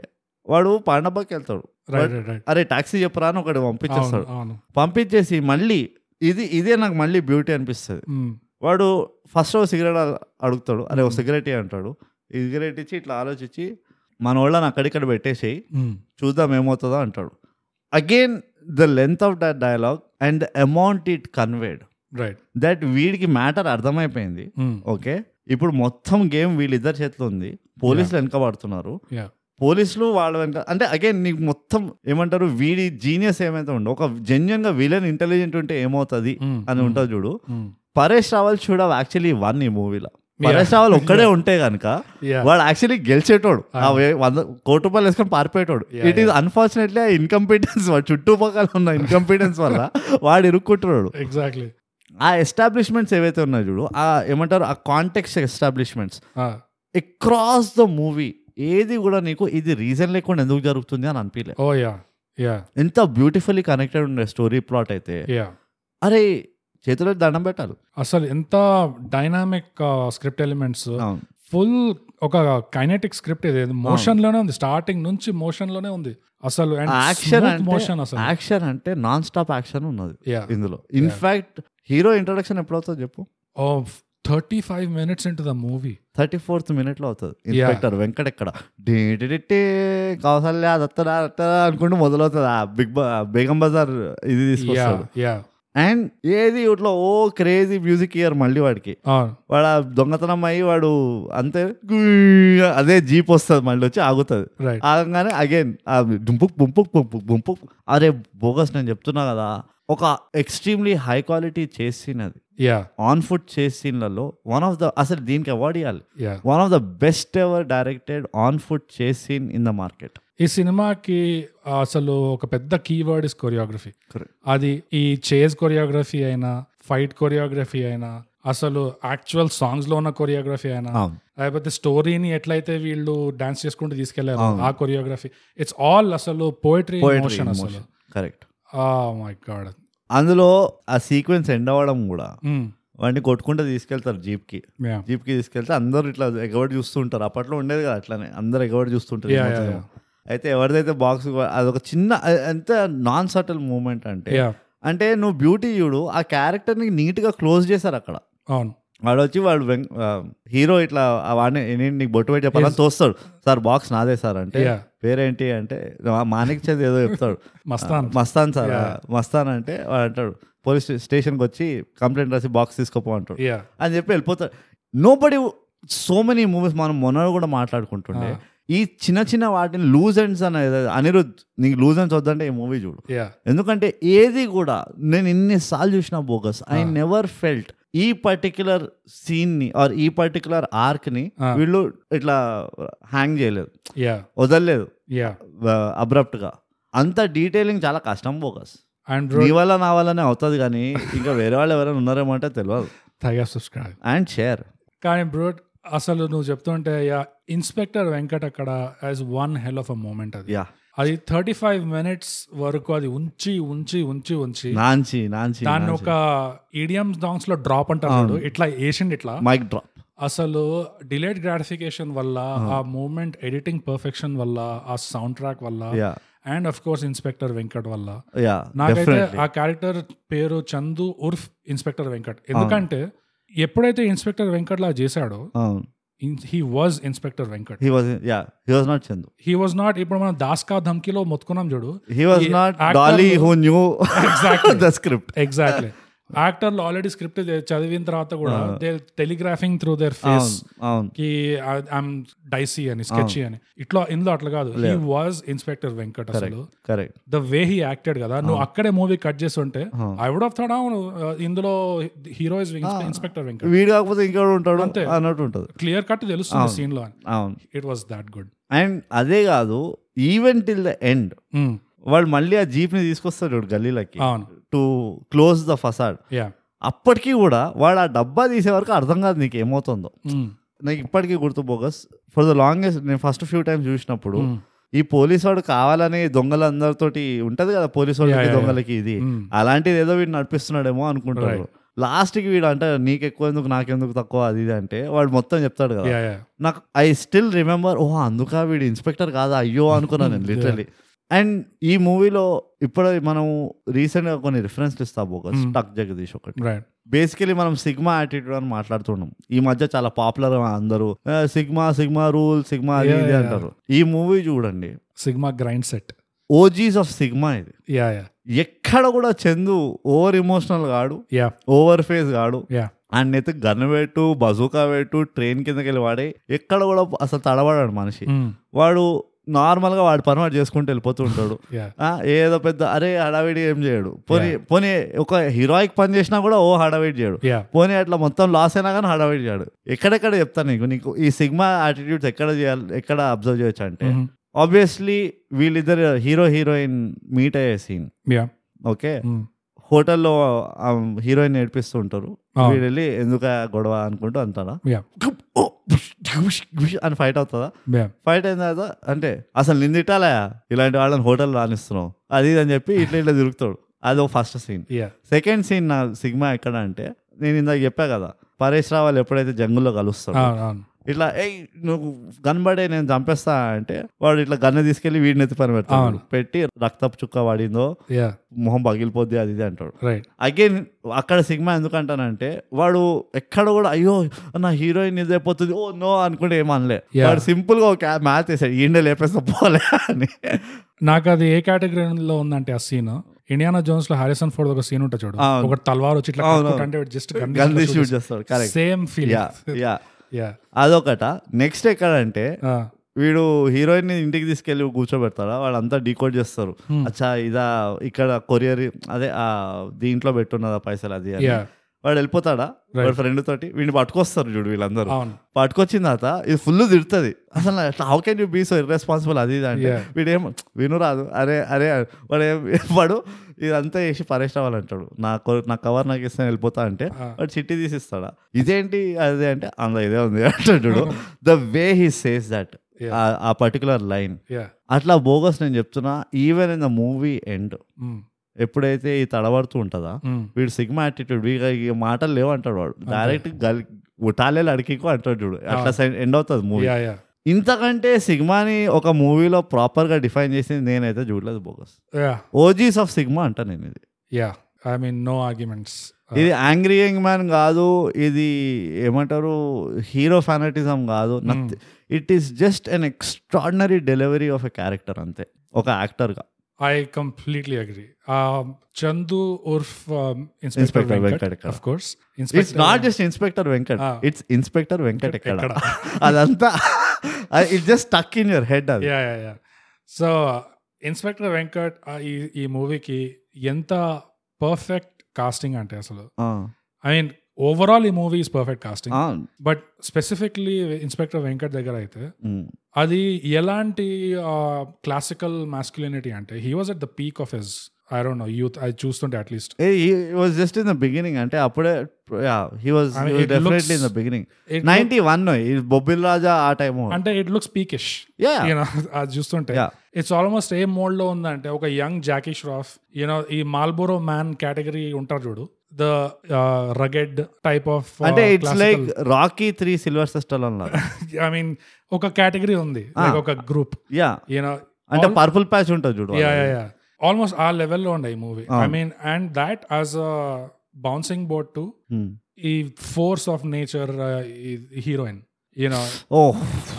S2: వాడు పాండబాకి వెళ్తాడు
S1: రైట్ రైట్ రైట్
S2: అరే టాక్సీ చెప్పరా అని ఒకటి
S1: అవును
S2: పంపించేస్తాడు
S1: అవును
S2: పంపించేసి మళ్ళీ ఇది ఇదే నాకు మళ్ళీ బ్యూటీ అనిపిస్తుంది
S1: మ్,
S2: వాడు ఫస్ట్ ఒక సిగరెట్ అడుగుతాడు అరే ఒక సిగరెట్ ఇయ్యి అంటాడు ఈ సిగరెట్ ఇచ్చి ఇట్లా ఆలోచించి మన వాళ్ళని అక్కడిక్కడ పెట్టేసేయి
S1: మ్.
S2: చూద్దాం ఏమవుతుందో అంటాడు again the length of that dialogue and the amount it conveyed
S1: right
S2: that వీడికి మ్యాటర్ అర్థమైపోయింది
S1: మ్,
S2: ఓకే ఇప్పుడు మొత్తం గేమ్ వీళ్ళిద్దరి చేతిలో ఉంది పోలీసులు వెనకబడుతున్నారు
S1: యా
S2: పోలీసులు వాళ్ళ వెనక అంటే అగైన్ నీకు మొత్తం ఏమంటారు వీడి జీనియస్ ఏమైతే ఉండో ఒక జెన్యున్ గా వీలన్ ఇంటెలిజెంట్ ఉంటే ఏమవుతుంది
S1: Mm,
S2: అని
S1: mm.
S2: ఉంటుంది చూడు
S1: మ్,
S2: పరేష్ రావల్ చూడ యాక్చువల్లీ వన్ ఈ మూవీలో పరేష్ రావల్ ఒక్కడే ఉంటే కనుక
S1: Yeah.
S2: వాడు యాక్చువల్లీ గెలిచేటోడు ఆ వే- వంద కోటి రూపాయలు వేసుకొని పారిపోయేటోడు ఇట్ ఈస్ అన్ఫార్చునేట్లీ ఆ ఇన్కంపిటెన్స్ వాడు చుట్టుపక్కల ఉన్న ఇన్కంపిటెన్స్ వల్ల వాడు ఇరుక్కుంటున్నాడు
S1: ఎగ్జాక్ట్లీ
S2: ఆ ఎస్టాబ్లిష్మెంట్స్ ఏవైతే ఉన్నాయో చూడు ఆ ఏమంటారు ఆ context establishments across the movie ఏది కూడా నీకు ఇది రీజన్ లేకుండా ఎందుకు జరుగుతుంది అని అనిపించలేదు
S1: ఓ యా యా
S2: ఎంత బ్యూటిఫుల్లీ కనెక్టెడ్ ఉండే స్టోరీ ప్లాట్ అయితే
S1: యా
S2: అరే చేతిలో దండం పెట్టాలి
S1: అసలు ఎంత డైనామిక్ స్క్రిప్ట్ ఎలిమెంట్స్
S2: అవును
S1: ఫుల్ ఒక కైనెటిక్ స్క్రిప్ట్ ఇది మోషన్ లోనే ఉంది స్టార్టింగ్ నుంచి మోషన్ లోనే ఉంది అసలు
S2: యాక్షన్
S1: మోషన్
S2: అంటే
S1: అసలు
S2: యాక్షన్ అంటే నాన్ స్టాప్ యాక్షన్ ఉన్నది
S1: యా
S2: ఇందులో ఇన్ఫాక్ట్ హీరో ఇంట్రొడక్షన్ ఎప్పుడవుతుందో చెప్పు
S1: ఓ thirty five minutes into the movie
S2: thirty fourth minute లో అవుతుంది ఇన్స్పెక్టర్ వెంకట్ ఎక్కడ డేటిటే కౌసల్య దత్తరా దత్తరా అనుకుంటూ మొదలవుతుంది ఆ బిగ్ బా బేగం బజార్ ఇది
S1: యా
S2: తీసుకొస్తాడు
S1: యా
S2: అండ్ ఏది ఇట్లా ఓ క్రేజీ మ్యూజిక్ ఇయర్ మళ్ళీ వాడికి
S1: Ah,
S2: వాడు ఆ దొంగతనం అయ్యి వాడు అంతే గుయ్య అదే జీప్ వస్తుంది మళ్ళీ వచ్చి ఆగుతుంది
S1: రైట్
S2: ఆగంగానే అగైన్ ఆ డుంపుక్ బుంపుక్ బుంపుక్ బుంపుక్ అరే బోగస్ నేను చెప్తున్నా కదా ఒక ఎక్స్ట్రీమ్లీ హై క్వాలిటీ చేసినది
S1: యా
S2: ఆన్ ఫుట్ చేసిన్లలో వన్ ఆఫ్ ద అసలు దీనికి అవార్డ్ ఇవ్వాలి
S1: yeah
S2: one of the best ever directed on foot చేసిన్ ఇన్ ద మార్కెట్
S1: ఈ సినిమాకి అసలు ఒక పెద్ద కీవర్డ్ ఇస్ కొరియోగ్రఫీ
S2: Correct.
S1: అది ఈ చేజ్ కొరియోగ్రఫీ అయినా ఫైట్ కొరియోగ్రఫీ అయినా అసలు యాక్చువల్ సాంగ్స్ లో ఉన్న కొరియోగ్రఫీ అయినా
S2: అవును.
S1: లేకపోతే స్టోరీని ఎట్లయితే వీళ్ళు డాన్స్ చేసుకుంటూ తీసుకెళ్లారు ఆ కొరియోగ్రఫీ ఇట్స్ ఆల్ అసలు పోయిటరీ మోషన్ అసలు Ah,
S2: కరెక్ట్
S1: మై గాడ్
S2: అందులో ఆ సీక్వెన్స్ ఎండ్ అవ్వడం కూడా
S1: Hmm.
S2: వాడిని కొట్టుకుంటే తీసుకెళ్తారు జీప్కి జీప్కి తీసుకెళ్తే అందరూ ఇట్లా ఎగబడి చూస్తుంటారు అప్పట్లో ఉండేది కదా అట్లానే అందరు ఎగబడి చూస్తుంటారు
S1: Yeah,
S2: ఏమవుతుందో.
S1: yeah,
S2: అయితే ఎవరిదైతే బాక్స్ అదొక చిన్న అ- అంత నాన్ సటిల్ మూమెంట్ అంటే అంటే నువ్వు బ్యూటీ చూడు ఆ క్యారెక్టర్ని నీట్గా క్లోజ్ చేశారు అక్కడ
S1: అవును
S2: వాడు వచ్చి వాడు వెం- ఆ, హీరో ఇట్లా ఆ వాడిని "నేను నీకు బొట్టు పెట్టి చెప్పాలని తోస్తాడు సార్ బాక్స్ నాదే సార్ అంటే
S1: Yeah.
S2: పేరేంటి అంటే "మా- మాణిక్ చంద్ ఏదో చెప్తాడు
S1: మస్తాన్
S2: మస్తాన్ సార్ మస్తాన్ అంటే వాడు అంటాడు పోలీస్ స్టేషన్కి వచ్చి కంప్లైంట్ రాసి బాక్స్ తీసుకోపో అంటాడు
S1: యా
S2: అని చెప్పి వెళ్ళిపోతాడు nobody so many movies మనం మొన్న కూడా మాట్లాడుకుంటుండే
S1: Ah.
S2: ఈ చిన్న చిన్న వాటిని లూజ్ ఎండ్స్ అనేది అనిరుద్ నీకు లూజ్ ఎండ్స్ వద్దంటే ఈ మూవీ చూడు
S1: యా
S2: ఎందుకంటే ఏది కూడా నేను ఎన్నిసార్లు చూసిన బోగస్ ఐ నెవర్ ఫెల్ట్ ఈ పర్టిక్యులర్ సీన్ ని ఆర్ ఈ పర్టిక్యులర్ ఆర్క్ ని
S1: Ah.
S2: వీళ్ళు ఇట్లా హ్యాంగ్ చేయలేదు
S1: యా
S2: వదలలేదు
S1: యా
S2: అబ్రప్ట్ గా అంత డీటెయిలింగ్ చాలా కష్టం బోగస్
S1: అండ్
S2: నీ వల్ల నా వల్లనే అవుతుంది కానీ ఇంకా వేరే వాళ్ళు ఎవరైనా ఉన్నారేమో అంటే తెలియదు
S1: థైగా సబ్స్క్రైబ్
S2: అండ్ షేర్
S1: కానీ బ్రోడ్ అసలు నువ్వు చెప్తుంటే యా ఇన్స్పెక్టర్ వెంకట్ అక్కడ as one hell of a moment అది
S2: యా
S1: అది థర్టీ ఫైవ్ మినిట్స్ వరకు అది ఉంచి ఉంచి ఉంచి ఉంచి
S2: నాంచి నాంచి
S1: దాన్ని ఒక ఈడియం సాంగ్స్ లో డ్రాప్ అంటారు చూడు, ఇట్లా ఏషియన్ ఇట్లా
S2: మైక్ డ్రాప్
S1: అసలు డిలేడ్ గ్రాటిఫికేషన్ వల్ల ఆ మూమెంట్ ఎడిటింగ్ పర్ఫెక్షన్ వల్ల ఆ సౌండ్ ట్రాక్ వల్ల
S2: yeah
S1: and of course inspector Venkat వల్ల
S2: యా
S1: నాకైతే
S2: డెఫినెట్లీ
S1: ఆ క్యారెక్టర్ పేరు చందు ఉర్ఫ్ ఇన్స్పెక్టర్ వెంకట్ ఎందుకంటే ఎప్పుడైతే ఇన్స్పెక్టర్ వెంకట్ లా చేశాడో
S2: అవును
S1: he was inspector Venkat
S2: he was yeah he was not Chandu
S1: he was not ఇప్పుడు మనం దాస్కా ధమ్కిలో మొత్తుకున్నాం చూడు
S2: హీ వాజ్
S1: ఈ
S2: నాట్
S1: actor
S2: డాలీ
S1: లో-
S2: who new
S1: Exactly.
S2: The script
S1: exactly యాక్టర్లు ఆల్రెడీ స్క్రిప్ట్ చదివిన తర్వాత కూడా they telegraphing through their face
S2: Uh. అవును అవును
S1: కి ఐఎమ్ డైసీ అని స్కెచ్ అని ఇట్లా ఇందులో అట్లా కాదు హీ వాజ్ ఇన్స్పెక్టర్ వెంకట్ అసలు
S2: correct
S1: the way he acted కదా నువ్వు అక్కడే మూవీ కట్ చేసి ఉంటే ఐ వుడ్ ఆఫ్ థాట్ అవును uh, ఇందులో హీరో ఇస్ ఇన్స్పెక్టర్ వెంకట్
S2: వీడు కాకపోతే ఇంకోడు ఉంటాడు
S1: అంతే.
S2: అన్నట్టు ఉంటుంది
S1: క్లియర్ కట్ తెలుస్తుంది సీన్ లో
S2: అవును
S1: it was that good
S2: and అదే కాదు ఈవెన్ టిల్ ద ఎండ్ వాళ్ళు మళ్ళీ ఆ జీప్ ని తీసుకొస్తాడు చూడు గల్లీలకి
S1: Hmm. అవును
S2: to close the facade
S1: yeah
S2: అప్పటికి కూడా వాడు ఆ డబ్బా తీసే వరకు అర్థం కాదు నీకు ఏమవుతుందో
S1: Hmm.
S2: నాకు ఇప్పటికీ గుర్తు బోగస్ ఫర్ ద లాంగెస్ట్ నేను ఫస్ట్ ఫ్యూ టైమ్స్ చూసినప్పుడు ఈ పోలీస్ వాడు కావాలని దొంగలందరితోటి ఉంటది కదా పోలీస్ వాళ్ళకి దొంగలకి ఇది
S1: Hmm.
S2: అలాంటిది ఏదో వీడు నడిపిస్తున్నాడేమో అనుకుంటాడు లాస్ట్కి వీడు అంటే నీకు ఎక్కువ ఎందుకు నాకెందుకు తక్కువ అది ఇది అంటే వాడు మొత్తం చెప్తాడు కదా
S1: యా యా
S2: నాకు ఐ స్టిల్ రిమెంబర్ ఓహో అందుకా వీడు ఇన్స్పెక్టర్ కాదా అయ్యో అనుకున్నాను నేను లిటరలీ అండ్ ఈ మూవీలో ఇప్పుడు మనం రీసెంట్ గా కొన్ని రిఫరెన్స్ ఇస్తా బోగస్ టక్ జగదీష్ ఒకటి
S1: రైట్
S2: బేసికలీ మనం సిగ్మా యాటిట్యూడ్ అని మాట్లాడుతున్నాం ఈ మధ్య చాలా పాపులర్ అందరూ "ఆ, సిగ్మా సిగ్మా రూల్ సిగ్మా అది ఇది అంటారు ఈ మూవీ చూడండి
S1: sigma grind set
S2: OGs of sigma ఇది
S1: యా యా
S2: ఎక్కడ కూడా చందు ఓవర్ ఇమోషనల్ కాడు
S1: యా
S2: ఓవర్ ఫేస్ కాడు
S1: యా
S2: ఆయన అయితే గన్ పెట్టు బజూకా పెట్టు ట్రైన్ కిందకి వెళ్ళి వాడే ఎక్కడ కూడా అసలు తడబడాడు మనిషి
S1: Hmm.
S2: వాడు నార్మల్గా వాడి పని వాడు చేసుకుంటూ వెళ్ళిపోతూ ఉంటాడు
S1: యా
S2: ఆ, ఏదో పెద్ద అరే హడావిడి ఏం చేయడు పోనీ పోనీ ఒక హీరోయిక్ పని చేసినా కూడా ఓ హడావిడి చేయడు
S1: యా
S2: పోనీ అట్లా మొత్తం లాస్ అయినా కానీ హడావిడి చేయడు ఎక్కడెక్కడ చెప్తాను నీకు నీకు ఈ సిగ్మా యాటిట్యూడ్స్ ఎక్కడ చేయాలి ఎక్కడ అబ్జర్వ్ చేయొచ్చు అంటే
S1: Mm-hmm.
S2: ఆబ్వియస్లీ వీళ్ళిద్దరు హీరో హీరోయిన్ మీట్ అయ్యే సీన్
S1: యా
S2: ఓకే
S1: Mm.
S2: హోటల్లో హీరోయిన్ ఏడిపిస్తూ ఉంటారు
S1: Ah.
S2: వీడు వెళ్ళి ఎందుకు ఆ గొడవ అనుకుంటూ అంటారా
S1: యా
S2: అని ఫైట్ అవుతుందా
S1: యా
S2: ఫైట్ అయిన తర్వాత అంటే అసలు నిన్ను తిట్టాలా ఇలాంటి వాళ్ళని హోటల్ రాణిస్తున్నావు అది ఇది అని చెప్పి ఇట్లా ఇట్లా తిరుగుతాడు అది ఒక first scene
S1: yeah
S2: second scene
S1: Ah,
S2: నా సిగ్మా ఎక్కడ అంటే నేను ఇందాక చెప్పా కదా పరేష్ రావాలి ఎప్పుడైతే జంగుల్లో కలుస్తాడు
S1: అవును
S2: ఇట్లా ఏ నువ్వు గన్ పడే నేను చంపేస్తా అంటే వాడు ఇట్లా గన్ను తీసుకెళ్లి వీడిని ఎత్తి పని పెడతాడు
S1: అవును.
S2: పెట్టి రక్తపు చుక్క పడిందో
S1: యా
S2: మొహం పగిలిపోద్ది అది ఇది అంటాడు
S1: రైట్
S2: అగైన్ అక్కడ సినిమా ఎందుకంటానంటే వాడు ఎక్కడ కూడా అయ్యో నా హీరోయిన్ నిద్రైపోతుంది ఓ నో అనుకుంటే ఏం అనలే
S1: Yeah.
S2: వాడు సింపుల్ గా ఒక మ్యాచ్ వేసాడు ఈండే లేపేస్తా పోలే అని
S1: నాకు అది ఏ కేటగిరీలో ఉందంటే ఆ సీన్ ఇండియానా జోన్స్ లో హారిసన్ ఫోర్డ్ ఒక సీన్ ఉంటుంది చూడు
S2: అవును.
S1: ఒక తల్వార్ వచ్చి ఇట్లా
S2: అవును.
S1: అంటే జస్ట్
S2: గన్ షూట్ చేస్తాడు correct
S1: same feel
S2: yeah yeah
S1: yeah
S2: అదొకట నెక్స్ట్ ఎక్కడంటే
S1: Ah,
S2: వీడు హీరోయిన్ ని ఇంటికి తీసుకెళ్లి కూర్చోబెడతారా వాళ్ళంతా డీకోడ్ చేస్తారు
S1: Hmm.
S2: అచ్చా ఇదా ఇక్కడ కొరియర్ అదే ఆ దీంట్లో పెట్టున్నదా పైసలు అది అని.
S1: యా
S2: వాడు వెళ్ళిపోతాడా
S1: Right.
S2: వాడు ఫ్రెండ్ తోటి వీడిని పట్టుకొస్తారు చూడు వీళ్ళందరూ
S1: అవును
S2: పట్టుకొచ్చిన తర్వాత ఇది ఫుల్ తిడుతుంది అసలు how can you be so irresponsible అది ఇది అంటే
S1: Yeah.
S2: వీడేం విను రాదు అరే అరే వాడు ఏం- వాడు ఇదంతా చేసి పరేష్ అవ్వాలంటాడు నా కొ- నా కవర్ నాకు ఇస్తే నేను వెళ్ళిపోతా అంటే
S1: Ah.
S2: వాడు చిట్టి తీసిస్తాడా ఇదేంటి అదే అంటే అందులో ఇదే ఉంది అంటాడు the way he says that
S1: Yeah.
S2: ఆ పర్టికులర్ లైన్
S1: యా
S2: అట్లా బోగస్ నేను చెప్తున్నా even in the movie end
S1: um,
S2: ఎప్పుడైతే ఈ తడబడుతూ ఉంటుందా
S1: ఉమ్.
S2: వీడు సిగ్మా యాటిట్యూడ్ వీడికి ఈ మాటలు లేవు అంటాడు వాడు డైరెక్ట్ గల్ ఉటాలే అడికికో అంటాడు చూడు అట్లా ఎండ్ అవుతుంది మూవీ
S1: యా యా
S2: ఇంతకంటే సిగ్మాని ఒక మూవీలో ప్రాపర్ గా డిఫైన్ చేసింది నేనైతే చూడలేదు bogus
S1: yeah
S2: OGs of sigma అంట నేను ఇది
S1: yeah I mean no arguments
S2: ఇది యాంగ్రీ యంగ్ మ్యాన్ కాదు ఇది ఏమంటారు హీరో ఫానటిజం కాదు it is just an extraordinary delivery of a character అంతే ఒక యాక్టర్ గా
S1: I completely agree Um, Chandu ఉర్ఫ్
S2: Inspector
S1: ఇన్స్పెక్టర్
S2: Venkat
S1: వెంకట్
S2: ఇక్కడ.
S1: Of course
S2: it's not just inspector Venkat
S1: Ah.
S2: It's inspector Venkat ఎక్కడ
S1: ఎక్కడ?
S2: అదంతా it just tuck in your head అది
S1: yeah yeah yeah so inspector Venkat ఆ, ఈ ఈ మూవీకి ఎంత పర్ఫెక్ట్ కాస్టింగ్ అంటే అసలు
S2: Ah.
S1: ఐ మీన్ ఓవరాల్ ఈ movie is perfect casting
S2: Ah.
S1: But specifically inspector Venkat దగ్గర అయితే
S2: Mm.
S1: అది ఎలాంటి క్లాసికల్ మాస్క్యులినిటీ అంటే he was at the peak of his I don't know youth అది చూస్తుంటే at least
S2: Eh, he was just in the beginning అంటే అప్పుడే he was
S1: I mean, it
S2: definitely
S1: looks-
S2: in the beginning
S1: it
S2: ninety one Bobbili Raja ఆ time
S1: అంటే it looks peakish
S2: Yeah.
S1: You know అది చూస్తుంటే
S2: Yeah.
S1: It's almost a mode లో ఉందంటే ఒక young Jackie Shroff you know ఈ మాల్బోరో మ్యాన్ కేటగిరీ ఉంటారు చూడు uh, the rugged type of
S2: అంటే it's like Rocky three Sylvester లాగా
S1: ఐ మీన్ ఒక కేటగిరీ ఉంది
S2: Ah.
S1: like ఒక గ్రూప్
S2: యా
S1: యూనో
S2: అంటే పర్పుల్ ప్యాచ్ ఉంటుంది చూడు
S1: యా యా యా ఆల్మోస్ట్ ఆ లెవెల్లో ఉండే ఈ movie
S2: Ah.
S1: I mean and that as a bouncing board to
S2: Hmm.
S1: ఈ force of nature heroine you know
S2: oh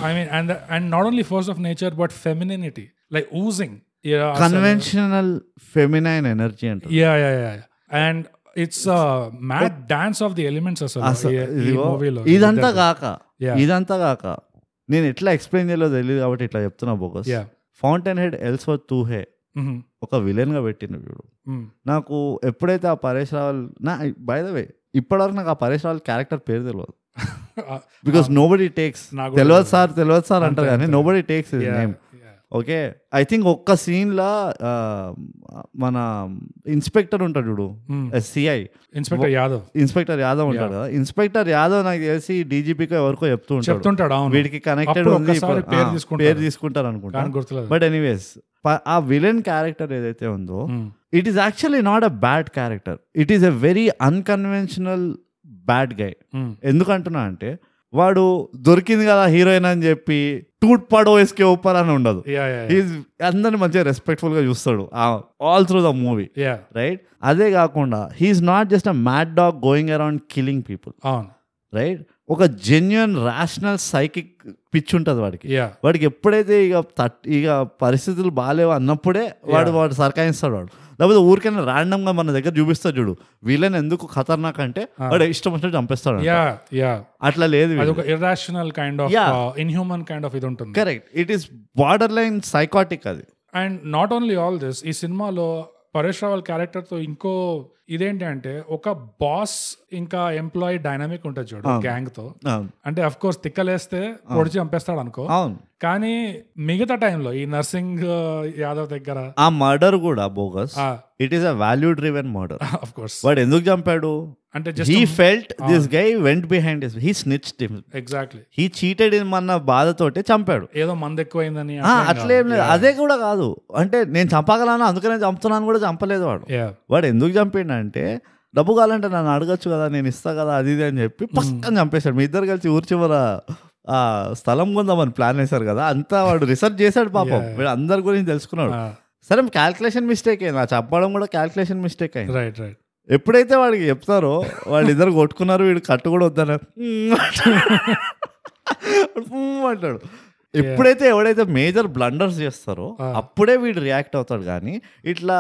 S1: I mean, and the, and not only force of nature, but femininity, like oozing. Yeah,
S2: conventional feminine energy
S1: so-
S2: అంటారు
S1: yeah, yeah, yeah. yeah. And it's a mad dance of the elements as well.
S2: అసలు
S1: yeah, ఈ
S2: ఇదిగో,
S1: movieలో.
S2: ఇదంతా కాక
S1: Yeah.
S2: ఇదంతా కాక నేను ఎట్లా ఎక్స్ప్లెయిన్ చేయాలో తెలియదు కాబట్టి ఇట్లా చెప్తున్నా bogus
S1: Yeah.
S2: Fountainhead else for two hey
S1: Mhm.
S2: ఒక విలన్ గా పెట్టిన చూడు
S1: Mm.
S2: నాకు ఎప్పుడైతే ఆ పరేష్ రావల్ నా బై ద వే ఇప్పటివరకు నాకు ఆ పరేష్ రావల్ క్యారెక్టర్ పేరు తెలియదు
S1: Uh,
S2: because nobody takes
S1: నాకు కూడా
S2: తెలియదు
S1: తెలియదు.
S2: సార్ తెలియదు సార్ అంటారు
S1: అంతే,
S2: కానీ
S1: అంతే.
S2: Nobody takes is
S1: yeah,
S2: name
S1: yeah.
S2: Okay I think ఒక్క సీన్లో మన ఇన్స్పెక్టర్ ఉంటాడు చూడు
S1: Mm.
S2: CI
S1: Inspector Yadav.
S2: Inspector Yadav ఉంటాడు కదా ఇన్స్పెక్టర్ యాదవ్ నాకు తెలిసి డీజీపీకి ఎవరికో చెప్తూ ఉంటాడు
S1: చెప్తుంటాడు అవును
S2: వీడికి కనెక్టెడ్
S1: అప్పుడు
S2: ఉంది
S1: ఒక్కసారి
S2: ఇప్పుడు-
S1: పేరు
S2: ఆ,
S1: తీసుకుంటారు.
S2: పేరు తీసుకుంటారు అనుకుంటా
S1: కానీ గుర్తులేదు
S2: బట్ ఎనీవేస్ ఆ విలన్ క్యారెక్టర్ ఏదైతే ఉందో
S1: Mm.
S2: It is actually not a bad character it is a very unconventional bad guy
S1: Mm.
S2: ఎందుకంటున్నా అంటే వాడు దొరికింది కదా హీరోయిన్ అని చెప్పి టూట్ పడో ఇస్కే ఊపర్ అని ఉండదు
S1: Yeah, yeah, yeah.
S2: ఈజ్ అందరిని మంచిగా రెస్పెక్ట్ఫుల్ గా చూస్తాడు all through the movie
S1: Yeah.
S2: Right అదే కాకుండా he is not just a mad dog going around killing people
S1: అవును
S2: రైట్ ఒక జెన్యున్ రేషనల్ సైకిక్ పిచ్ ఉంటుంది వాడికి
S1: Yeah.
S2: వాడికి ఎప్పుడైతే ఇక తట్ ఇక పరిస్థితులు బాగాలేవు అన్నప్పుడే వాడు వాడు సర్కాయిస్తాడు వాడు లేకపోతే ఊరికైనా random గా మన దగ్గర చూపిస్తాడు చూడు వీళ్ళని ఎందుకు ఖతర్నాక్ అంటే వాడు ఇష్టం వచ్చినట్టు చంపేస్తాడు అంట.
S1: Ah. Yeah, yeah.
S2: అట్లా
S1: అది
S2: లేదు
S1: ఒక irrational kind of
S2: Yeah.
S1: Inhuman kind of ఇది ఉంటుంది
S2: correct it is border line psychotic అది
S1: and not only all this ఈ సినిమాలో పరేష్ రావల్ క్యారెక్టర్తో ఇంకో ఇదేంటి అంటే ఒక బాస్ ఇంకా ఎంప్లాయీ డైనామిక్ ఉంటుంది చూడు గ్యాంగ్ తో
S2: అవును
S1: అంటే అఫ్ కోర్స్ తిక్కలేస్తే పొడిచి చంపేస్తాడు అనుకో
S2: Ah. అవును
S1: కానీ మిగతా టైంలో ఈ నర్సింగ్ యాదవ్ దగ్గర
S2: ఆ మర్డర్ కూడా Bogus
S1: Ah.
S2: It is a value driven murder
S1: of course
S2: వాడు ఎందుకు చంపాడు
S1: అంటే just
S2: he felt
S1: Ah.
S2: This guy went behind this he snitch him
S1: exactly
S2: he cheated అన్న బాధతోటే చంపాడు
S1: ఏదో మంది ఎక్కువైందని
S2: ఆ, అట్లేం లేదు అదే కూడా కాదు అంటే నేను చంపగలను అందుకనే చంపుతున్నాను కూడా చంపలేదు వాడు
S1: యా
S2: వాడు ఎందుకు చంపిండంటే డబ్బు కావాలంటే నన్ను అడగచ్చు కదా నేను ఇస్తా కదా అది ఇది అని చెప్పి పక్కన చంపేశాడు మీ ఇద్దరు కలిసి ఊరి చివర ఆ స్థలం కొందామని ప్లాన్ వేశారు కదా అంతా వాడు రీసెర్చ్ చేశాడు పాపం
S1: Yeah. Ah.
S2: వీడు అందరి గురించి తెలుసుకున్నాడు సరే క్యాల్కులేషన్ మిస్టేక్ అయింది ఆ చెప్పడం కూడా క్యాల్కులేషన్ మిస్టేక్ అయింది
S1: రైట్ రైట్
S2: ఎప్పుడైతే వాడికి చెప్తారో వాళ్ళు ఇద్దరు కొట్టుకున్నారు వీడు కట్టు కూడా వద్దన అంటాడు ఎప్పుడైతే ఎవడైతే మేజర్ బ్లండర్స్ చేస్తారో
S1: Ah.
S2: అప్పుడే వీడు రియాక్ట్ అవుతాడు కానీ ఇట్లా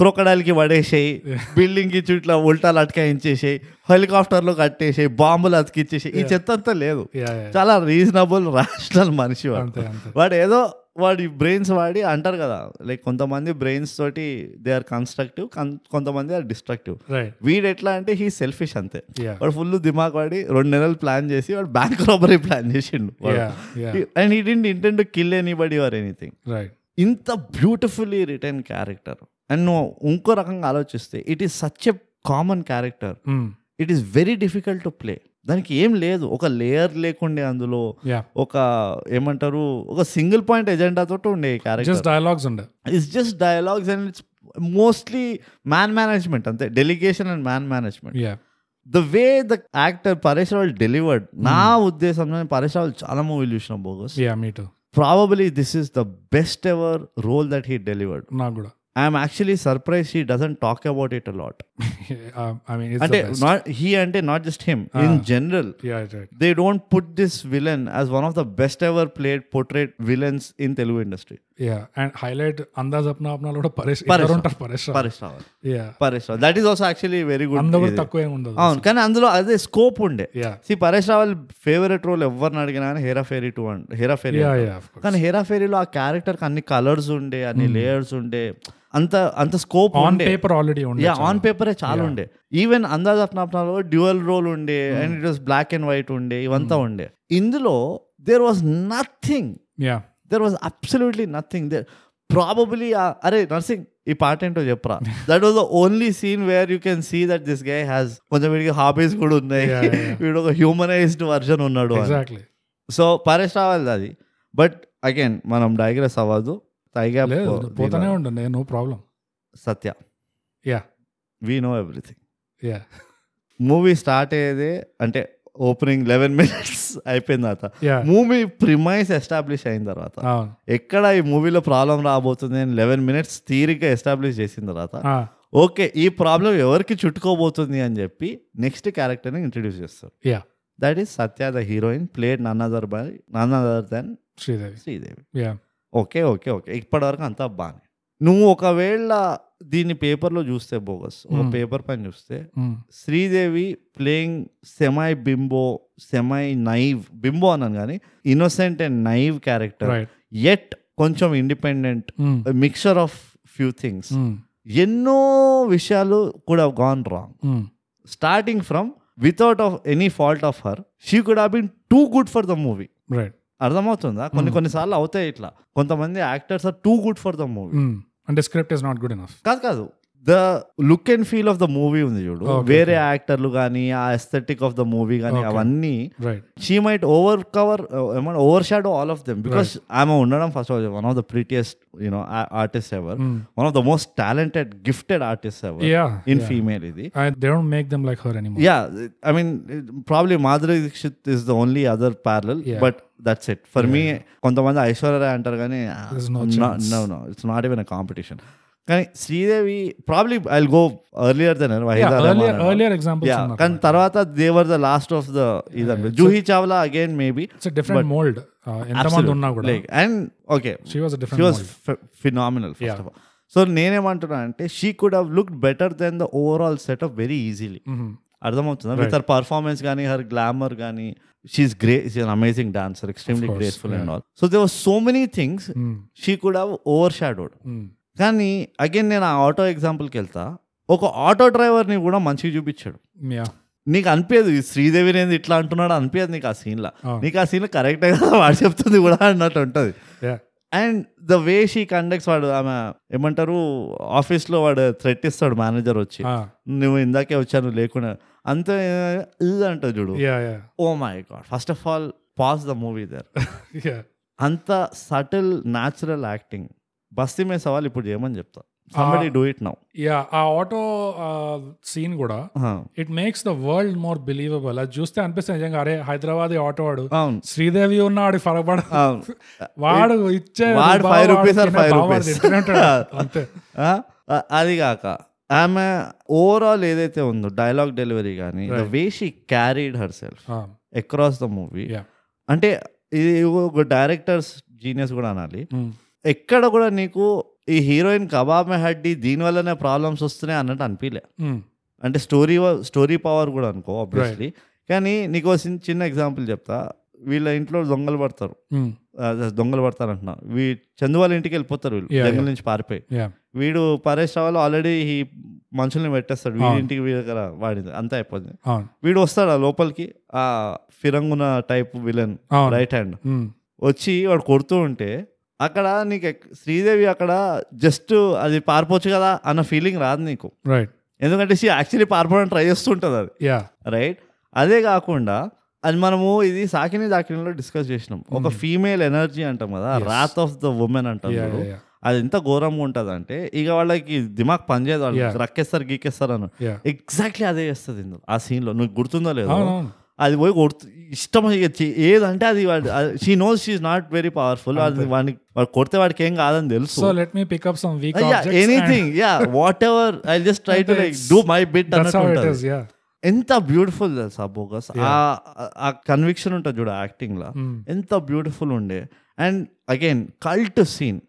S2: క్రొకడాలకి పడేసేయి బిల్డింగ్ కి ఇట్లా ఉల్టాలు అటకాయించేసేయి హెలికాప్టర్లో కట్టేసేయి బాంబులు అతికిచ్చేసేయి ఈ
S1: Yeah.
S2: చెత్త అంతా లేదు
S1: యా
S2: చాలా రీజనబుల్ రాషనల్ మనిషి వాడు
S1: అంతే అంతే
S2: వాడు ఏదో వాడి బ్రెయిన్స్ వాడి అంటారు కదా లైక్ కొంతమంది బ్రెయిన్స్ తోటి దే ఆర్ కన్స్ట్రక్టివ్ కొంతమంది ఆర్ డిస్ట్రక్టివ్
S1: రైట్
S2: వీడు ఎట్లా అంటే హీ సెల్ఫిష్ అంతే
S1: యా
S2: వాడు ఫుల్ దిమాగ్ వాడి రెండు నెలలు ప్లాన్ చేసి వాడు బ్యాంక్ రాబరీ ప్లాన్ చేసిండు
S1: yeah yeah
S2: and he didn't intent kill anybody or anything
S1: right
S2: ఇంత బ్యూటిఫుల్లీ రిటర్న్ క్యారెక్టర్ అండ్ నువ్వు ఇంకో రకంగా ఆలోచిస్తే it is such a common character
S1: Hmm.
S2: It is very difficult to play దానికి ఏం లేదు ఒక లేయర్ లేకుండే అందులో
S1: యా
S2: ఒక ఏమంటారు ఒక సింగిల్ పాయింట్ ఎజెండా తోటి ఉండే క్యారెక్టర్
S1: జస్ట్ డైలాగ్స్ ఉండే
S2: it's just dialogues and it's mostly man management అంతే delegation and man management
S1: yeah
S2: the way the actor Paresh Rawal delivered నా ఉద్దేశంలో నేను పరేష్ రావుల్ చాలా మూవీలు చూసిన bogus
S1: yeah me too
S2: probably this is the best ever role that he delivered
S1: నాకు కూడా
S2: I'm actually surprise he doesn't talk about it a lot
S1: I mean
S2: అంటే
S1: it's
S2: not he అంటే not just him in general
S1: yeah right
S2: they don't put this villain as one of the best ever played portrait villains in Telugu industry
S1: yeah and highlight Andaz Apna అప్నాలు కూడా పరేష్
S2: పరేష్
S1: ఇద్దరు ఉంటారు Paresh
S2: Paresh Rawal
S1: yeah
S2: Paresh Rawal that is also actually very good
S1: అందరూ తక్కువ ఏమి ఉండదు
S2: అవును కానీ అందులో అదే స్కోప్ ఉండే
S1: yeah
S2: see Paresh Rawal favourite role ఎవరిని అడిగినా కానీ Hera Pheri two and Hera Pheri
S1: yeah yeah
S2: కానీ హేరా ఫేరీలో ఆ క్యారెక్టర్కి అన్ని కలర్స్ ఉండే అన్ని
S1: Hmm.
S2: లేయర్స్ ఉండే అంత అంత స్కోప్
S1: ఆన్
S2: ఉండే
S1: పేపర్ ఆల్రెడీ ఉండే
S2: యా ఆన్ పేపరే చాలా ఉండే ఈవెన్ అందాజ్ అప్నాప్నాలో డ్యూయల్ రోల్ ఉండే
S1: Hmm.
S2: And it was black and white ఉండే ఇవంతా ఉండే ఇందులో there was nothing
S1: yeah
S2: there was absolutely nothing there probably uh, అరే నర్సింగ్ ఈ పాట ఏంటో చెప్పరా that was the only scene where you can see that this guy has కొంచెం వీడికి హాబీస్ కూడా ఉన్నాయి
S1: Yeah, yeah, yeah.
S2: వీడు ఒక హ్యూమనైజ్డ్ వర్జన్ ఉన్నాడు అని.
S1: ఎగ్జాక్ట్లీ
S2: సో పరేష్ రావాలి అది బట్ అగైన్ మనం డైగ్రెస్ అవ్వదు తైగా
S1: లేదు
S2: పో-
S1: పోతానే
S2: దీని-
S1: ఉండండి no problem
S2: Satya
S1: yeah
S2: we know everything
S1: yeah
S2: movie start అయ్యేదే అంటే ఓపెనింగ్ లెవెన్ మినిట్స్ అయిపోయిన తర్వాత
S1: యా
S2: మూవీ ప్రిమైస్ ఎస్టాబ్లిష్ అయిన తర్వాత
S1: అవును
S2: ఎక్కడ ఈ మూవీలో ప్రాబ్లం రాబోతుంది అని లెవెన్ మినిట్స్ తీరిగ్గా ఎస్టాబ్లిష్ చేసిన తర్వాత
S1: ఆ,
S2: ఓకే ఈ ప్రాబ్లం ఎవరికి చుట్టుకోబోతుంది అని చెప్పి నెక్స్ట్ క్యారెక్టర్ని ఇంట్రడ్యూస్ చేస్తారు
S1: yeah
S2: that is Satya the heroine played none other by none other than
S1: Sridevi
S2: Sridevi
S1: yeah
S2: okay okay okay ఇప్పటివరకు అంతా బాగానే నువ్వు ఒకవేళ దీన్ని పేపర్లో చూస్తే బోగస్ ఒక
S1: Hmm.
S2: పేపర్ పైన చూస్తే
S1: ఉమ్,
S2: Sridevi playing semi bimbo semi naive bimbo అన్నాను కానీ innocent and naive character
S1: right
S2: at కొంచెం independent
S1: um,
S2: mixture of few things
S1: ఉమ్,
S2: ఎన్నో విషయాలు కూడా gone wrong
S1: um,
S2: starting from without of any fault of her she could have been too good for the movie
S1: right
S2: అర్థమవుతుందా కొన్ని కొన్నిసార్లు అవుతాయి ఇట్లా కొంతమంది actors are too good for the movie
S1: ఉమ్, అంటే script is not good enough
S2: కాదు కాదు the look and feel of the movie ఉంది చూడు
S1: Okay,
S2: వేరే యాక్టర్లు కానీ ఆ ఎస్థెటిక్ ఆఫ్ ద మూవీ కానీ
S1: Okay.
S2: అవన్నీ
S1: right
S2: she might over cover uh, ఏమన్నా overshadow all of them because ఆమె ఉండడం first of one of the prettiest you know artist ever
S1: Mm.
S2: One of the most talented gifted artist ever
S1: yeah
S2: in female ఇది
S1: they don't make them like her anymore
S2: yeah I mean probably Madhuri Dixit is the only other parallel
S1: Yeah.
S2: But that's it for me కొంతమంది ఐశ్వర్య రాయ్ అంటారు కానీ
S1: There's no
S2: no no it's not even a competition కానీ Sridevi probably I go earlier then
S1: earlier earlier examples
S2: yeah
S1: ఉన్నారు
S2: కానీ తర్వాత దేవర్ the last of the ఇదండి Juhi Chawla again maybe
S1: it's different mould ఎంతమంది ఉన్నా కూడా
S2: like and okay
S1: she was
S2: she was
S1: different
S2: phenomenal first
S1: Yeah.
S2: Of all so నేనేమంటున్నా అంటే she could have look better then the overall setup very easily అర్థమవుతుందా with her performance కానీ her glamour కానీ she's grey is an amazing dancer extremely
S1: course,
S2: graceful and all so they were so many things she could have overshadowed కానీ again నేను ఆ auto ఎగ్జాంపుల్కి వెళ్తా ఒక auto డ్రైవర్ని కూడా మంచిగా చూపించాడు
S1: యా
S2: నీకు అనిపించదు ఈ శ్రీదేవిని ఏంది ఇట్లా అంటున్నాడు అనిపించదు నీకు ఆ సీన్లో
S1: Ah.
S2: నీకు ఆ సీన్లో కరెక్టే కదా వాడు చెప్తుంది కూడా అన్నట్టు ఉంటుంది
S1: yeah
S2: and the way she conducts వాడు ఆమె ఏమంటారు ఆఫీస్లో వాడు థ్రెట్ ఇస్తాడు మేనేజర్ వచ్చి నువ్వు ఇందాకే వచ్చాను లేకుండా అంత ఇది అంటావు చూడు Oh
S1: yeah yeah
S2: oh my god first of all pass the movie there
S1: yeah
S2: అంత సటిల్ న్యాచురల్ యాక్టింగ్ బస్తీ మే సవాల్ ఇప్పుడు చేయమని చెప్తా somebody do it now
S1: yeah ఆ ఆటో సీన్ కూడా it makes the world more believable అది చూస్తే అనిపిస్తుంది నిజంగా అరే హైదరాబాద్ ఆటో వాడు
S2: అవును
S1: శ్రీదేవి ఉన్న వాడి ఫరబడ
S2: అవును
S1: వాడు ఇచ్చే
S2: వాడు
S1: రూపాయి
S2: five rupees or
S1: వాడు
S2: five
S1: తినే పావు
S2: rupees.
S1: వాడు తింటూనే ఉంటాడు. అంతే
S2: ఆ, ఆ- అది కాక ఆమె ఓవరాల్ ఏదైతే ఉందో డైలాగ్ డెలివరీ కానీ the way she carried herself
S1: ఆ,
S2: అక్రాస్ ద మూవీ
S1: Yeah.
S2: అంటే ఇది ఒక డైరెక్టర్స్ జీనియస్ కూడా అనాలి
S1: ఉమ్,
S2: ఎక్కడ కూడా నీకు ఈ హీరోయిన్ కబాబ్ హడ్డీ దీని వల్లనే ప్రాబ్లమ్స్ వస్తున్నాయి అన్నట్టు అనిపించలే
S1: ఉమ్,
S2: అంటే స్టోరీ స్టోరీ పవర్ కూడా అనుకో ఆబ్వియస్లీ కానీ నీకు ఒక చిన్న- చిన్న ఎగ్జాంపుల్ చెప్తా వీళ్ళ ఇంట్లో దొంగలు పడతారు
S1: ఉమ్,
S2: ఆ, దొంగలు పడతారు అంటున్నా వీ చందు వాళ్ళ ఇంటికి వెళ్ళిపోతారు వీళ్ళు
S1: Yeah,
S2: జంగల్
S1: yeah.
S2: నుంచి పారిపోయి
S1: yeah.
S2: వీడు పరేష్ రావాలి ఆల్రెడీ ఈ మనుషుల్ని పెట్టేస్తాడు
S1: అవును.
S2: వీడింటికి వీడి దగ్గర వాడింది అంతా అయిపోతుంది
S1: అవును
S2: వీడు వస్తాడు ఆ లోపలికి ఆ ఫిరంగున టైప్ విలన్
S1: అవును.
S2: రైట్ హ్యాండ్
S1: ఉమ్,
S2: వచ్చి వాడు కొడుతూ ఉంటే అక్కడ నీకు ఎక్- శ్రీదేవి అక్కడ జస్ట్ అది పారిపోవచ్చు కదా అన్న ఫీలింగ్ రాదు నీకు
S1: రైట్
S2: ఎందుకంటే షీ యాక్చువల్లీ పారిపోవడానికి ట్రై చేస్తుంటుంది అది
S1: యా
S2: రైట్ అదే కాకుండా అది మనము ఇది సాకిని దాకినిలో డిస్కస్ చేసినాం ఒక ఫీమేల్ ఎనర్జీ అంటాం కదా
S1: Yes.
S2: Wrath of the women అంటాం
S1: యా
S2: చూడు.
S1: యా
S2: అది ఎంత ఘోరంగా ఉంటుంది అంటే ఇక వాళ్ళకి దిమాగ్ పనిచేయదు వాళ్ళు
S1: Yeah.
S2: రక్కేస్తారు గీకేస్తారు అని
S1: యా
S2: ఎగ్జాక్ట్లీ అదే చేస్తుంది ఇందులో ఆ సీన్లో నువ్వు గుర్తుందో లేదో
S1: అవునవును
S2: అది పోయి కొడుతు ఇష్టం ఇక చే- ఏదంటే అది she knows she's not very powerful అది వాడిని వాడు కొడితే వాడికి ఏం కాదని తెలుసు
S1: so let me pick up some weak
S2: yeah anything yeah whatever I just try to
S1: అంటే
S2: like
S1: it's-
S2: do my bit అన్నట్టు ఉంటుంది
S1: దట్స్ యా
S2: ఎంత బ్యూటిఫుల్ తెలుసా బోగస్ ఆ ఆ కన్విక్షన్ ఉంటుంది చూడు యాక్టింగ్ లా
S1: Mm.
S2: ఎంత బ్యూటిఫుల్ ఉండే అండ్ అగైన్ కల్ట్ సీన్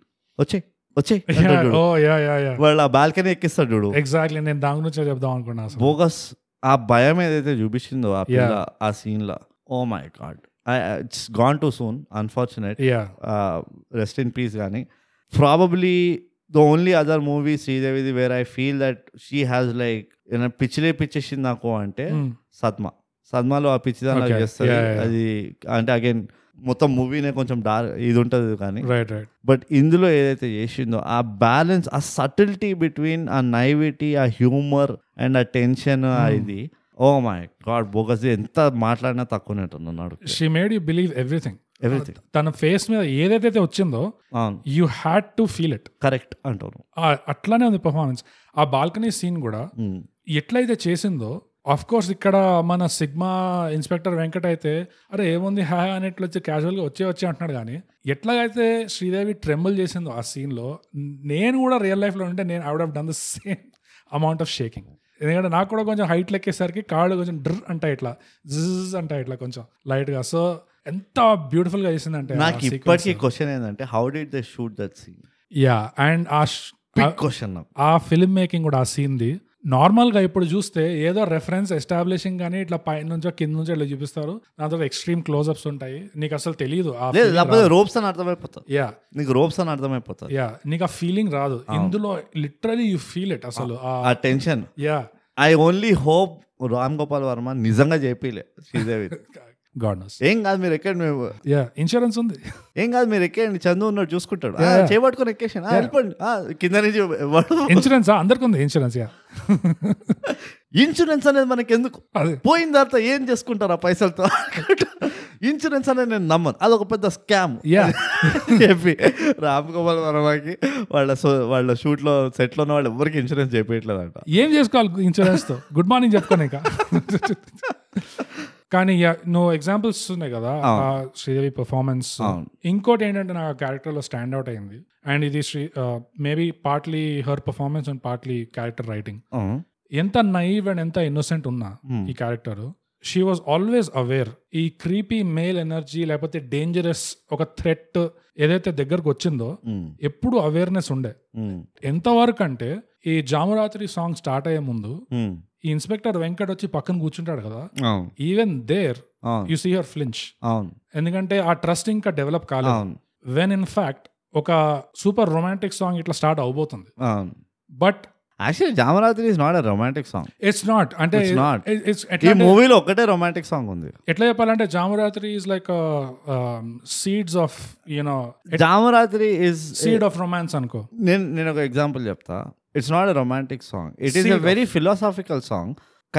S2: వచ్చే వచ్చే
S1: ఓ యా యా యా
S2: వాళ్ళ బాల్కనీ ఎక్కిస్తాడు చూడు
S1: ఎగ్జాక్ట్లీ నేను దాని గురించి చెప్దాం అనుకున్నా అసలు
S2: బోగస్ ఆ భయం ఏదైతే చూపించిందో ఆ పిల్ల
S1: Yeah.
S2: ఆ సీన్ లా oh oh my God it's gone too soon unfortunate
S1: yeah
S2: Uh, rest in peace కానీ probably the only other movie శ్రీదేవిది where I feel that she has like పిచ్చిలే పిచ్చేసింది నాకు అంటే
S1: Mm,
S2: సద్మా సద్మాలో ఆ పిచ్చిదాన్ని
S1: Hmm. Okay.
S2: చేస్తుంది
S1: Yeah, yeah.
S2: అది అంటే అగైన్ మొత్తం మూవీనే కొంచెం డార్క్ ఇది ఉంటుంది కానీ
S1: రైట్ రైట్
S2: బట్ ఇందులో ఏదైతే చేసిందో ఆ బ్యాలెన్స్ ఆ సటిల్టీ బిట్వీన్ ఆ నైవిటీ ఆ హ్యూమర్ అండ్ ఆ టెన్షన్ ఆ
S1: Hmm.
S2: ఇది oh oh my God bogus ఎంత మాట్లాడినా తక్కువనే ఉన్నాడు
S1: she made you believe everything
S2: everything
S1: తన ఫేస్ మీద ఏదైతే వచ్చిందో
S2: అవును
S1: you had to feel it
S2: correct అంటాను
S1: అట్లానే ఉంది పర్ఫార్మెన్స్ ఆ బాల్కనీ సీన్ కూడా
S2: Mm.
S1: ఎట్లయితే చేసిందో అఫ్ కోర్స్ ఇక్కడ మన సిగ్మా ఇన్స్పెక్టర్ వెంకట అయితే అరే ఏముంది హా అని ఇట్లా వచ్చి casual గా వచ్చే వచ్చే అంటున్నాడు కానీ ఎట్లాగైతే శ్రీదేవి ట్రెంబుల్ చేసిందో ఆ scene లో నేను కూడా రియల్ లో ఉంటే నేను I would have done the same amount of shaking ఎందుకంటే నాకు కూడా కొంచెం హైట్ లెక్కేసరికి కాళ్ళు కొంచెం డ్ర్ అంటాయి ఇట్లా జిజ్ అంటాయి ఇట్లా కొంచెం light గా సో ఎంత beautiful గా చేసిందంటే ఆ
S2: నాకు
S1: sequence.
S2: ఇప్పటికీ క్వశ్చన్ ఏంటంటే how did they shoot that scene
S1: yeah and ఆ sh-
S2: బిగ్ క్వశ్చన్ నాకు
S1: ఆ ఫిల్మ్ మేకింగ్ కూడా ఆ సీన్ది నార్మల్గా ఇప్పుడు చూస్తే ఏదో రెఫరెన్స్ ఎస్టాబ్లిషింగ్ కానీ ఇట్లా పైన నుంచో కింద నుంచో ఇట్లా చూపిస్తారు దాని తర్వాత ఎక్స్ట్రీమ్ క్లోజ్అప్స్ ఉంటాయి నీకు అసలు తెలియదు ఆ
S2: లేదు
S1: feeling
S2: లేకపోతే
S1: రాదు.
S2: రోప్స్ అని అర్థమైపోతుంది
S1: యా
S2: నీకు రోప్స్ అని అర్థమైపోతుంది
S1: యా నీకు ఆ ఫీలింగ్ రాదు ఇందులో లిటరలీ యూ ఫీల్ ఇట్ అసలు ఆ
S2: ఆ tension
S1: yeah
S2: I only hope Ram Gopal Varma నిజంగా చెప్పిలే శ్రీదేవి
S1: గాడ్నెస్
S2: ఏం కాదు మీరు ఎక్కడ మేము
S1: యా ఇన్సూరెన్స్ ఉంది
S2: ఏం కాదు మీరు ఎక్కేయండి చందు ఉన్నాడు చూసుకుంటాడు ఆ,
S1: Yeah.
S2: చేపట్టుకొని ఎక్కేసాను ఆ, వెళ్ళిపోండి ఆ, కింద నుంచి వాడు
S1: ఇన్సూరెన్స్ అందరికి ఉంది ఇన్సూరెన్స్ యా
S2: ఇన్సూరెన్స్ అనేది మనకి ఎందుకు
S1: అదే
S2: పోయిన తర్వాత ఏం చేసుకుంటారు ఆ పైసలతో ఇన్సూరెన్స్ అనేది నేను నమ్మను అదొక పెద్ద స్కామ్
S1: యా
S2: చెప్పి రామ్ గోపాల్ వర్మకి వాళ్ళ సో వాళ్ళ షూట్లో సెట్లో ఉన్న వాళ్ళు ఎవరికి ఇన్సూరెన్స్ చేపించట్లేదంట
S1: ఏం చేసుకోవాలి ఇన్సూరెన్స్ తో గుడ్ మార్నింగ్ చెప్పుకోను ఇంకా కానీ యా, నువ్వు ఎగ్జాంపుల్స్ ఉన్నాయి కదా ఆ శ్రీదేవి పెర్ఫార్మెన్స్
S2: అవును.
S1: ఇంకోటి ఏంటంటే నాకు క్యారెక్టర్ లో స్టాండ్ అవుట్ అయింది అండ్ ఇది Sri maybe partly her performance and partly character writing ఎంత నైవ్ అండ్ ఎంత ఇన్నోసెంట్ ఉన్నా
S2: Hmm.
S1: ఈ character she was always aware ఈ క్రీపీ మేల్ ఎనర్జీ లేకపోతే డేంజరస్ ఒక థ్రెట్ ఏదైతే దగ్గరకు వచ్చిందో ఎప్పుడు అవేర్నెస్ ఉండే ఎంతవరకు అంటే ఈ జామురాత్రి సాంగ్ స్టార్ట్ అయ్యే ముందు ఈ ఇన్స్పెక్టర్ వెంకట్ వచ్చి పక్కన కూర్చుంటాడు కదా
S2: అవును
S1: ఈవెన్ దేర్
S2: అవును
S1: యు సీ హర్ ఫ్లించ్
S2: అవును
S1: ఎందుకంటే ఆ ట్రస్ట్ ఇంకా డెవలప్ కాలేదు
S2: అవును
S1: వెన్ ఇన్ ఫ్యాక్ట్ ఒక సూపర్ రొమాంటిక్ సాంగ్ ఇట్లా స్టార్ట్ అవబోతుంది
S2: అవును
S1: but
S2: actually Jamurathri is not a romantic song
S1: it's not అంటే
S2: It's not.
S1: it- it's
S2: ఈ
S1: ఎట్లా అంటే-
S2: మూవీలో ఒకటే రొమాంటిక్ సాంగ్ ఉంది
S1: ఎట్లా చెప్పాలంటే Jamurathri is like um, seeds of you know
S2: Jamurathri is
S1: seed of romance అనుకో
S2: నేను నేను ఒక ఎగ్జాంపుల్ చెప్తా it's not a romantic song it is a
S1: Seed of-
S2: very philosophical song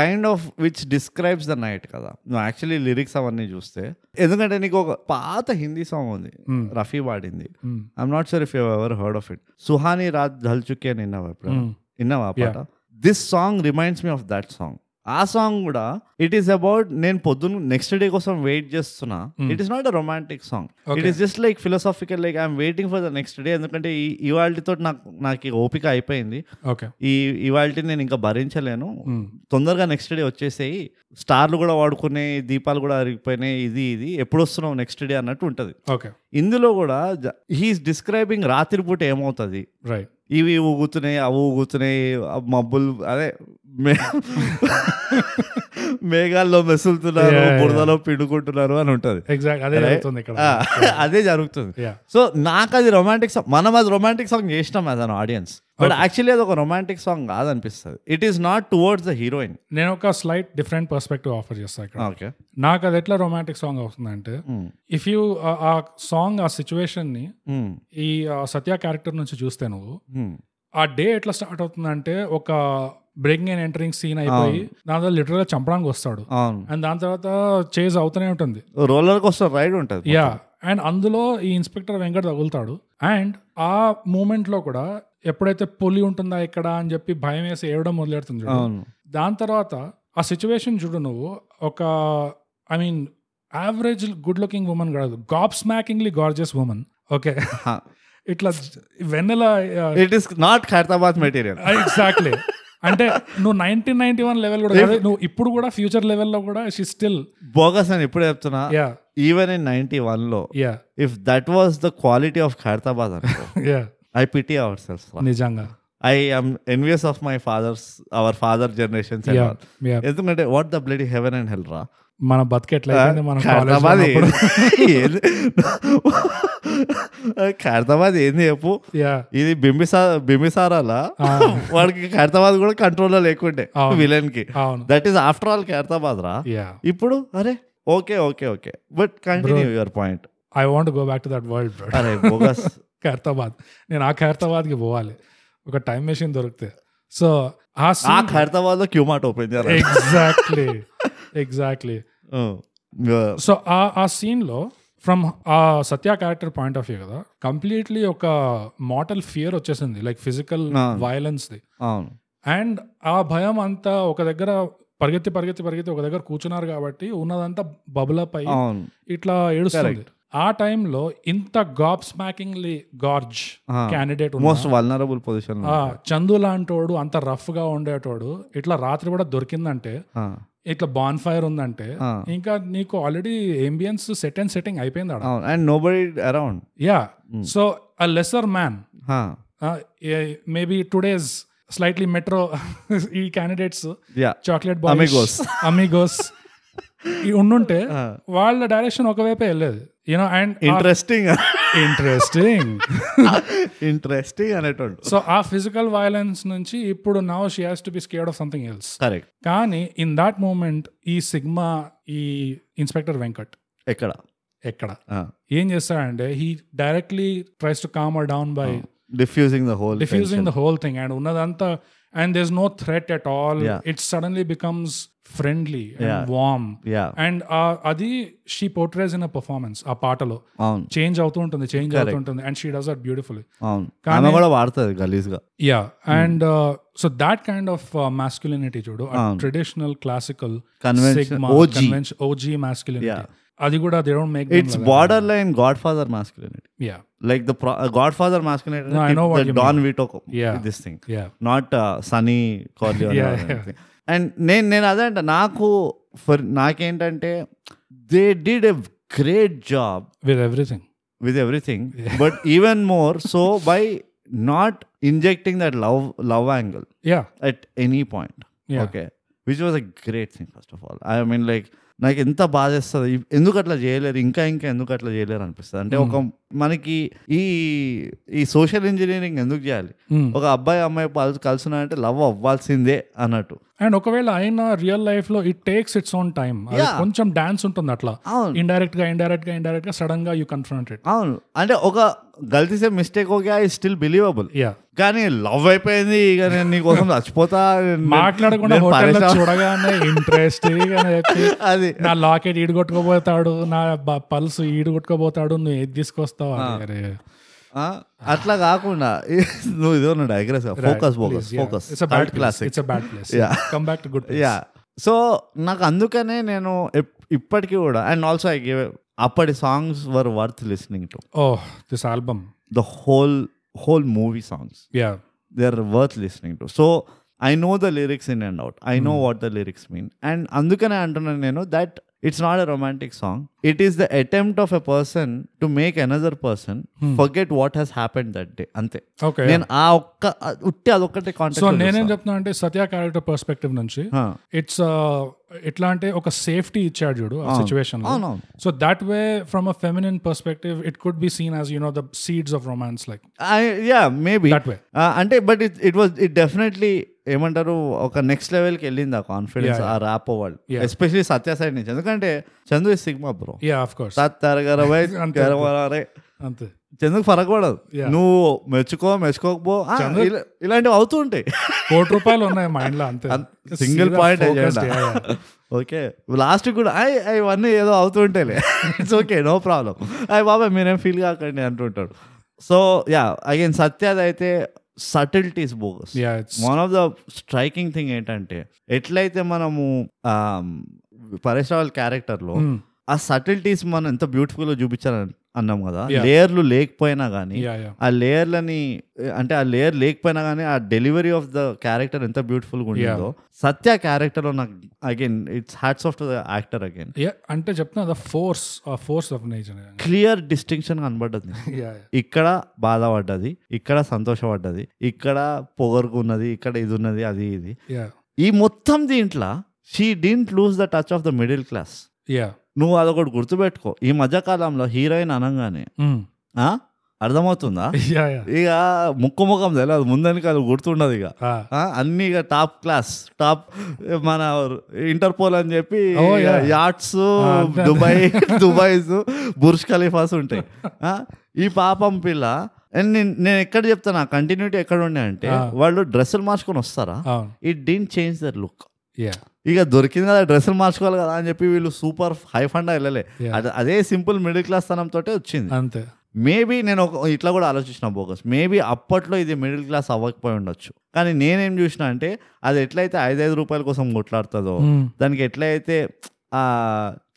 S2: kind of which describes the night కదా నువ్వు యాక్చువల్లీ లిరిక్స్ అవన్నీ చూస్తే ఎందుకంటే నీకు ఒక పాత హిందీ సాంగ్ ఉంది
S1: Hmm.
S2: రఫీ పాడింది
S1: Hmm.
S2: I'm not sure if you ever heard of it Suhani Raj Dhalchuke నిన్నవా ఇప్పుడు
S1: Hmm.
S2: విన్నావా ఆ పాట this song reminds me of that song ఆ సాంగ్ కూడా ఇట్ ఈస్ అబౌట్ నేను పొద్దున్న నెక్స్ట్ డే కోసం వెయిట్ చేస్తున్నా it is not a romantic song it is just like philosophical like I'm waiting for the next day ఎందుకంటే ఈ ఇవాళతో నాకు నాకు ఈ ఓపిక అయిపోయింది
S1: ఓకే
S2: ఈ ఇవాళ నేను ఇంకా భరించలేను
S1: Hmm.
S2: తొందరగా నెక్స్ట్ డే వచ్చేసేయి స్టార్లు కూడా వాడుకునే దీపాలు కూడా అరిగిపోయినాయి ఇది ఇది ఎప్పుడు వస్తున్నావు నెక్స్ట్ డే అన్నట్టు ఉంటుంది
S1: ఓకే
S2: ఇందులో కూడా హీఈస్ డిస్క్రైబింగ్ రాత్రిపూట ఏమవుతుంది
S1: రైట్
S2: ఇవి ఊగుతున్నాయి అవి ఊగుతున్నాయి ఆ మబ్బులు అదే మే- మేఘాల్లో మెసులుతున్నారు
S1: Yeah, yeah.
S2: బురదలో పిండుకుంటున్నారు అని ఉంటుంది
S1: ఎగ్జాక్ట్ అదే
S2: Right?
S1: జరుగుతుంది ఇక్కడ
S2: అదే జరుగుతుంది
S1: యా
S2: సో నాకు అది రొమాంటిక్ సాంగ్ మనం అది రొమాంటిక్ సాంగ్ చేసినాం as an audience but actually అది ఒక రొమాంటిక్ సాంగ్ కాదనిపిస్తుంది it is not towards the heroine
S1: నేను ఒక స్లైట్ డిఫరెంట్ పర్స్పెక్టివ్ ఆఫర్ చేస్తాను ఇక్కడ
S2: ఓకే
S1: నాకు అది ఎట్లా రొమాంటిక్ సాంగ్ అవుతుందంటే
S2: Hmm,
S1: ఇఫ్ యూ ఆ సాంగ్ ఆ సిచ్యువేషన్ ని
S2: hmm,
S1: ఈ ఆ, సత్య క్యారెక్టర్ నుంచి చూస్తే నువ్వు ఆ డే ఎట్లా స్టార్ట్ అవుతుందంటే ఒక బ్రేకింగ్ అండ్ ఎంటరింగ్ సీన్ అయిపోయి దాని తర్వాత లిటరల్ చంపడానికి వస్తాడు
S2: అవును
S1: అండ్ దాని తర్వాత చేజ్ అవుతూనే ఉంటుంది
S2: రోలర్ కోస్టర్ రైడ్ ఉంటుంది
S1: యా అండ్ అందులో ఈ ఇన్స్పెక్టర్ వెంకట్ తగులుతాడు అండ్ ఆ మూమెంట్ లో కూడా ఎప్పుడైతే పులి ఉంటుందా ఇక్కడ అని చెప్పి భయం వేసి ఏడడం మొదలెడుతుంది చూడు.
S2: అవును
S1: దాని తర్వాత ఆ సిచ్యువేషన్ చూడు నువ్వు ఒక I mean average good looking women కాదు gobsmackingly gorgeous women okay ఇట్లా Vennela
S2: it is not Khairatabad material
S1: exactly అంటే నువ్వు నైన్టీన్ నైన్టీ వన్ లెవెల్ కూడా కాదు, నువ్వు ఇప్పుడు కూడా ఫ్యూచర్ లెవెల్లో కూడా షీ స్టిల్
S2: బోగస్ అని ఎప్పుడు చెప్తున్నా
S1: yeah
S2: even in ninety one లో
S1: yeah
S2: if that was the quality of Khairatabad అనుకో
S1: yeah
S2: I pity ourselves
S1: నిజంగా
S2: I am envious of my fathers our father generations
S1: yeah yeah
S2: ఎందుకంటే what the bloody heaven and hell రా
S1: మన బతికెట్లయితే మన
S2: ఖైరతాబాద్ ఏంది? ఖైరతాబాద్ ఏంది చెప్పు
S1: యా
S2: ఇది బింబిసా బింబిసారాలా వాడికి ఖైరతాబాద్ కూడా కంట్రోల్లో లేకుండే
S1: అవును.
S2: విలన్ కి
S1: అవును
S2: that is after all Khairatabad రా
S1: యా
S2: ఇప్పుడు అరే okay okay okay but continue your point
S1: I want go back to that world bro
S2: అరే బోగస్
S1: ఖైరతాబాద్ నేను ఆ ఖైరతాబాద్కి పోవాలి ఒక టైం మెషిన్ దొరికితే సో ఆ
S2: ఆ ఖైరతాబాద్ లో క్యూ మార్ట్ ఓపెన్ చేయాలి
S1: ఎగ్జాక్ట్లీ ఎగ్జాక్ట్లీ సో ఆ ఆ సీన్లో ఫ్రమ్ ఆ Satya character point of view కదా కంప్లీట్లీ ఒక మోటల్ ఫియర్ వచ్చేసింది లైక్ ఫిజికల్
S2: No.
S1: వైలెన్స్ది
S2: అవును
S1: అండ్ ఆ భయం అంతా ఒక దగ్గర పరిగెత్తి పరిగెత్తి పరిగెత్తి ఒక దగ్గర కూర్చున్నారు కాబట్టి ఉన్నదంతా బబులప్ అయ్యి
S2: అవును
S1: ఇట్లా ఏడుస్తుంది ఆ టైంలో ఇంత gobsmackingly gorge
S2: Ah.
S1: Candidate
S2: most vulnerable position
S1: ఆ, చందు లాంటోడు అంత రఫ్ గా ఉండేటోడు ఇట్లా రాత్రి కూడా దొరికిందంటే ఇట్లా బాన్ ఫైర్ ఉందంటే
S2: ఆ.
S1: ఇంకా నీకు already ambience set and setting అయిపోయింది ఆడ
S2: అవును and nobody around
S1: yeah
S2: Hmm.
S1: So a lesser man maybe today's slightly metro ఈ candidates
S2: yeah
S1: chocolate
S2: Amigos.
S1: Amigos ఉండుంటే వాళ్ళ డైరెక్షన్ ఒకవైపే వెళ్ళేది you know and
S2: interesting
S1: interesting
S2: interesting అనేటోళ్ళు
S1: సో ఆ ఫిజికల్ వైలెన్స్ నుంచి ఇప్పుడు now she has to be scared of something else
S2: correct
S1: కానీ ఇన్ దాట్ మూమెంట్ ఈ సిగ్మా ఈ ఇన్స్పెక్టర్ వెంకట్
S2: ఎక్కడ
S1: ఎక్కడ ఏం చేస్తాడంటే he directly tries to calm down by
S2: diffusing the whole
S1: diffusing the whole thing and ఉన్నదంతా and there's no threat at all it suddenly becomes friendly
S2: Yeah.
S1: Warm
S2: yeah
S1: and అది she portrays in a performance ఆ పాటలో
S2: అవును
S1: change అవుతూ ఉంటుంది change అవుతూ ఉంటుంది and she does at beautiful
S2: అవును ఆమె కూడా వాడుతుంది గలీజ్ గా
S1: yeah
S2: Hmm.
S1: And so that kind of masculinity చూడు
S2: Um,
S1: traditional classical
S2: convention OG
S1: OG masculinity అది కూడా they don't make
S2: it's borderline godfather masculinity
S1: yeah
S2: like the godfather
S1: No, I know what
S2: masculinity
S1: you
S2: Don Vito
S1: Yeah.
S2: This thing
S1: yeah
S2: not Sonny Corleone
S1: Yeah, yeah.
S2: And నేను నేను అదే అంట నాకు for నాకేంటంటే they did a great job
S1: with everything
S2: with everything but even more so by not injecting that love love angle
S1: yeah
S2: at any point
S1: Yeah.
S2: okay which was a great thing first of all i
S1: Hmm.
S2: mean like నాకు ఎంత బాధేస్తుంది ఎందుకు అట్లా చేయలేరు ఇంకా ఇంకా ఎందుకు అట్లా చేయలేరు అనిపిస్తుంది అంటే ఒక మనకి ఈ ఈ సోషల్ ఇంజనీరింగ్ ఎందుకు చేయాలి
S1: Hmm.
S2: ఒక అబ్బాయి అమ్మాయి పాలు కలుసున్నా అంటే లవ్ అవ్వాల్సిందే అన్నట్టు
S1: అండ్ ఒకవేళ ఆయన రియల్ లైఫ్ లో it takes its own time కొంచెం డాన్స్ ఉంటుంది అట్లా
S2: అవును.
S1: ఇండైరెక్ట్ గా ఇండైరెక్ట్ గా ఇండైరెక్ట్ గా సడన్ గా యూ కన్ఫ్రంటెడ్
S2: అవును అంటే ఒక గల్తీసే mistake okay I still believable
S1: yeah
S2: కానీ లవ్ అయిపోయింది ఇక నేను నీకోసం చచ్చిపోతా నేను-
S1: మాట్లాడకుండా
S2: నేను
S1: హోటల్
S2: పరేషాన్.
S1: చూడగానే ఇంట్రెస్ట్ చెప్పి
S2: అది
S1: నా లాకెట్ ఈడుగొట్టుకోబోతాడు నా పల్స్ ఈడుగొట్టుకోబోతాడు నువ్వు ఏది తీసుకొస్తావు అరే
S2: ఆ, అట్లా కాకుండా నువ్వు ఇదో digress focus focus focus
S1: it's bad class
S2: classic
S1: it's bad place
S2: Yeah.
S1: Come back to good
S2: yeah so నాకు అందుకనే నేను ఎప్- ఇప్పటికీ కూడా అండ్ ఆల్సో ఐ గివ్ అప్పటి songs worth worth listening to
S1: oh this album
S2: the whole whole movie songs
S1: yeah
S2: they are worth listening to so I know the lyrics in and out I know what the lyrics mean and అందుకనే అంటున్నాను నేను that it's not a romantic song it is the attempt of a person to make another person forget what has happened that day అంతే
S1: okay
S2: నేను ఆ ఒక్క ఆ ఉట్టి అదొక్కటే
S1: సో
S2: కాంటాక్ట్
S1: నేనేం చెప్తున్నా అంటే సత్య క్యారెక్టర్ పర్స్పెక్టివ్ నుంచి ఇట్స్ ఎట్లా అంటే ఒక సేఫ్టీ ఇచ్చాడు చూడు ఆ సిచ్యువేషన్ లో
S2: అవునవును
S1: so that way from a feminine perspective it could be seen as you know the seeds of romance like
S2: yeah maybe
S1: that way
S2: అంటే but it it was it definitely ఏమంటారు ఒక next లెవెల్కి వెళ్ళింది ఆ confidence ఆ rap వాళ్ళు
S1: Yeah.
S2: Especially Satya side నుంచి ఎందుకంటే Chandu is sigma bro
S1: yeah of course
S2: తరగరవై
S1: అంతే.
S2: గరవరే
S1: అంతే
S2: ఎందుకు ఫరక్ పడదు
S1: Yeah.
S2: నువ్వు మెచ్చుకో మెచ్చుకోకపో ఆ,
S1: చందు-
S2: ఇలా- ఇలాంటివి అవుతూ ఉంటాయి
S1: కోటి రూపాయలు ఉన్నాయి మైండ్ లో అంతే
S2: single
S1: Serial
S2: point
S1: focused, yeah, yeah.
S2: Okay last కూడా ఐ ఐ ఇవన్నీ ఏదో అవుతూ ఉంటాయిలే ఇట్స్ ఓకే నో ప్రాబ్లం అయ్యి బాబాయ్ మీరేం ఫీల్ కాకండి అంటుంటాడు సో యా అగైన్ సత్యాద్ అయితే subtleties bogus
S1: Yeah, it's-
S2: one of the striking thing ఏంటంటే ఎట్లయితే మనము ఆమ్, పరేష్ రావల్ క్యారెక్టర్లో
S1: Mm.
S2: ఆ సటిల్టీస్ మనం ఎంత బ్యూటిఫుల్గా చూపించాలని అన్నాం కదా
S1: Yeah.
S2: లేయర్లు లేకపోయినా కానీ
S1: Yeah, yeah.
S2: ఆ లేయర్లని అంటే ఆ లేయర్ లేకపోయినా కానీ ఆ డెలివరీ ఆఫ్ ద క్యారెక్టర్ ఎంత బ్యూటిఫుల్గా ఉండిందో సత్య క్యారెక్టర్లో నాకు again it's hats off to the actor again
S1: Yeah, అంటే చెప్తున్నా ద ఫోర్స్ ఆ force of nature
S2: clear distinction కనబడ్డది నాకు.
S1: యా
S2: ఇక్కడ బాధపడ్డది ఇక్కడ సంతోషపడ్డది ఇక్కడ పొగరుకున్నది ఇక్కడ ఇది ఉన్నది అది ఇది
S1: యా
S2: ఈ మొత్తం దీంట్లో she didn't lose the touch of the middle class
S1: yeah
S2: నువ్వు అదొకటి గుర్తుపెట్టుకో ఈ మధ్యకాలంలో హీరోయిన్ అనగానే
S1: Mm.
S2: ఆ? అర్థమవుతుందా
S1: యా యా
S2: ఇక ముక్కు ముఖం తెలియదు ముందని అది గుర్తుండదు ఇక
S1: Ah.
S2: ఆ? అన్ని ఇక టాప్ క్లాస్ టాప్ మన ఇంటర్పోల్ అని చెప్పి
S1: ఓ, yeah.
S2: Yachts Dubai Dubai's Burj Khalifas ఉంటాయి ఆ? ఈ పాపం పిల్ల and నేను నేను ఎక్కడ చెప్తాను కంటిన్యూటీ ఎక్కడ ఉండే అంటే
S1: Ah.
S2: వాళ్ళు డ్రెస్సులు మార్చుకొని వస్తారా
S1: అవును
S2: it didn't change their look
S1: yeah
S2: ఇక దొరికింది కదా డ్రెస్సులు మార్చుకోవాలి కదా అని చెప్పి వీళ్ళు సూపర్ హై ఫండ్ వెళ్ళలే
S1: Yeah.
S2: అద- అదే సింపుల్ మిడిల్ క్లాస్ తనంతో వచ్చింది
S1: అంతే
S2: మేబీ నేను ఒక ఇట్లా కూడా ఆలోచించిన బోగస్ మేబీ అప్పట్లో ఇది మిడిల్ క్లాస్ అవ్వకపోయి ఉండొచ్చు కానీ నేనేం చూసిన అంటే అది ఎట్లయితే ఐదైదు రూపాయల కోసం కొట్లాడుతుందో
S1: Mm.
S2: దానికి ఎట్లయితే ఆ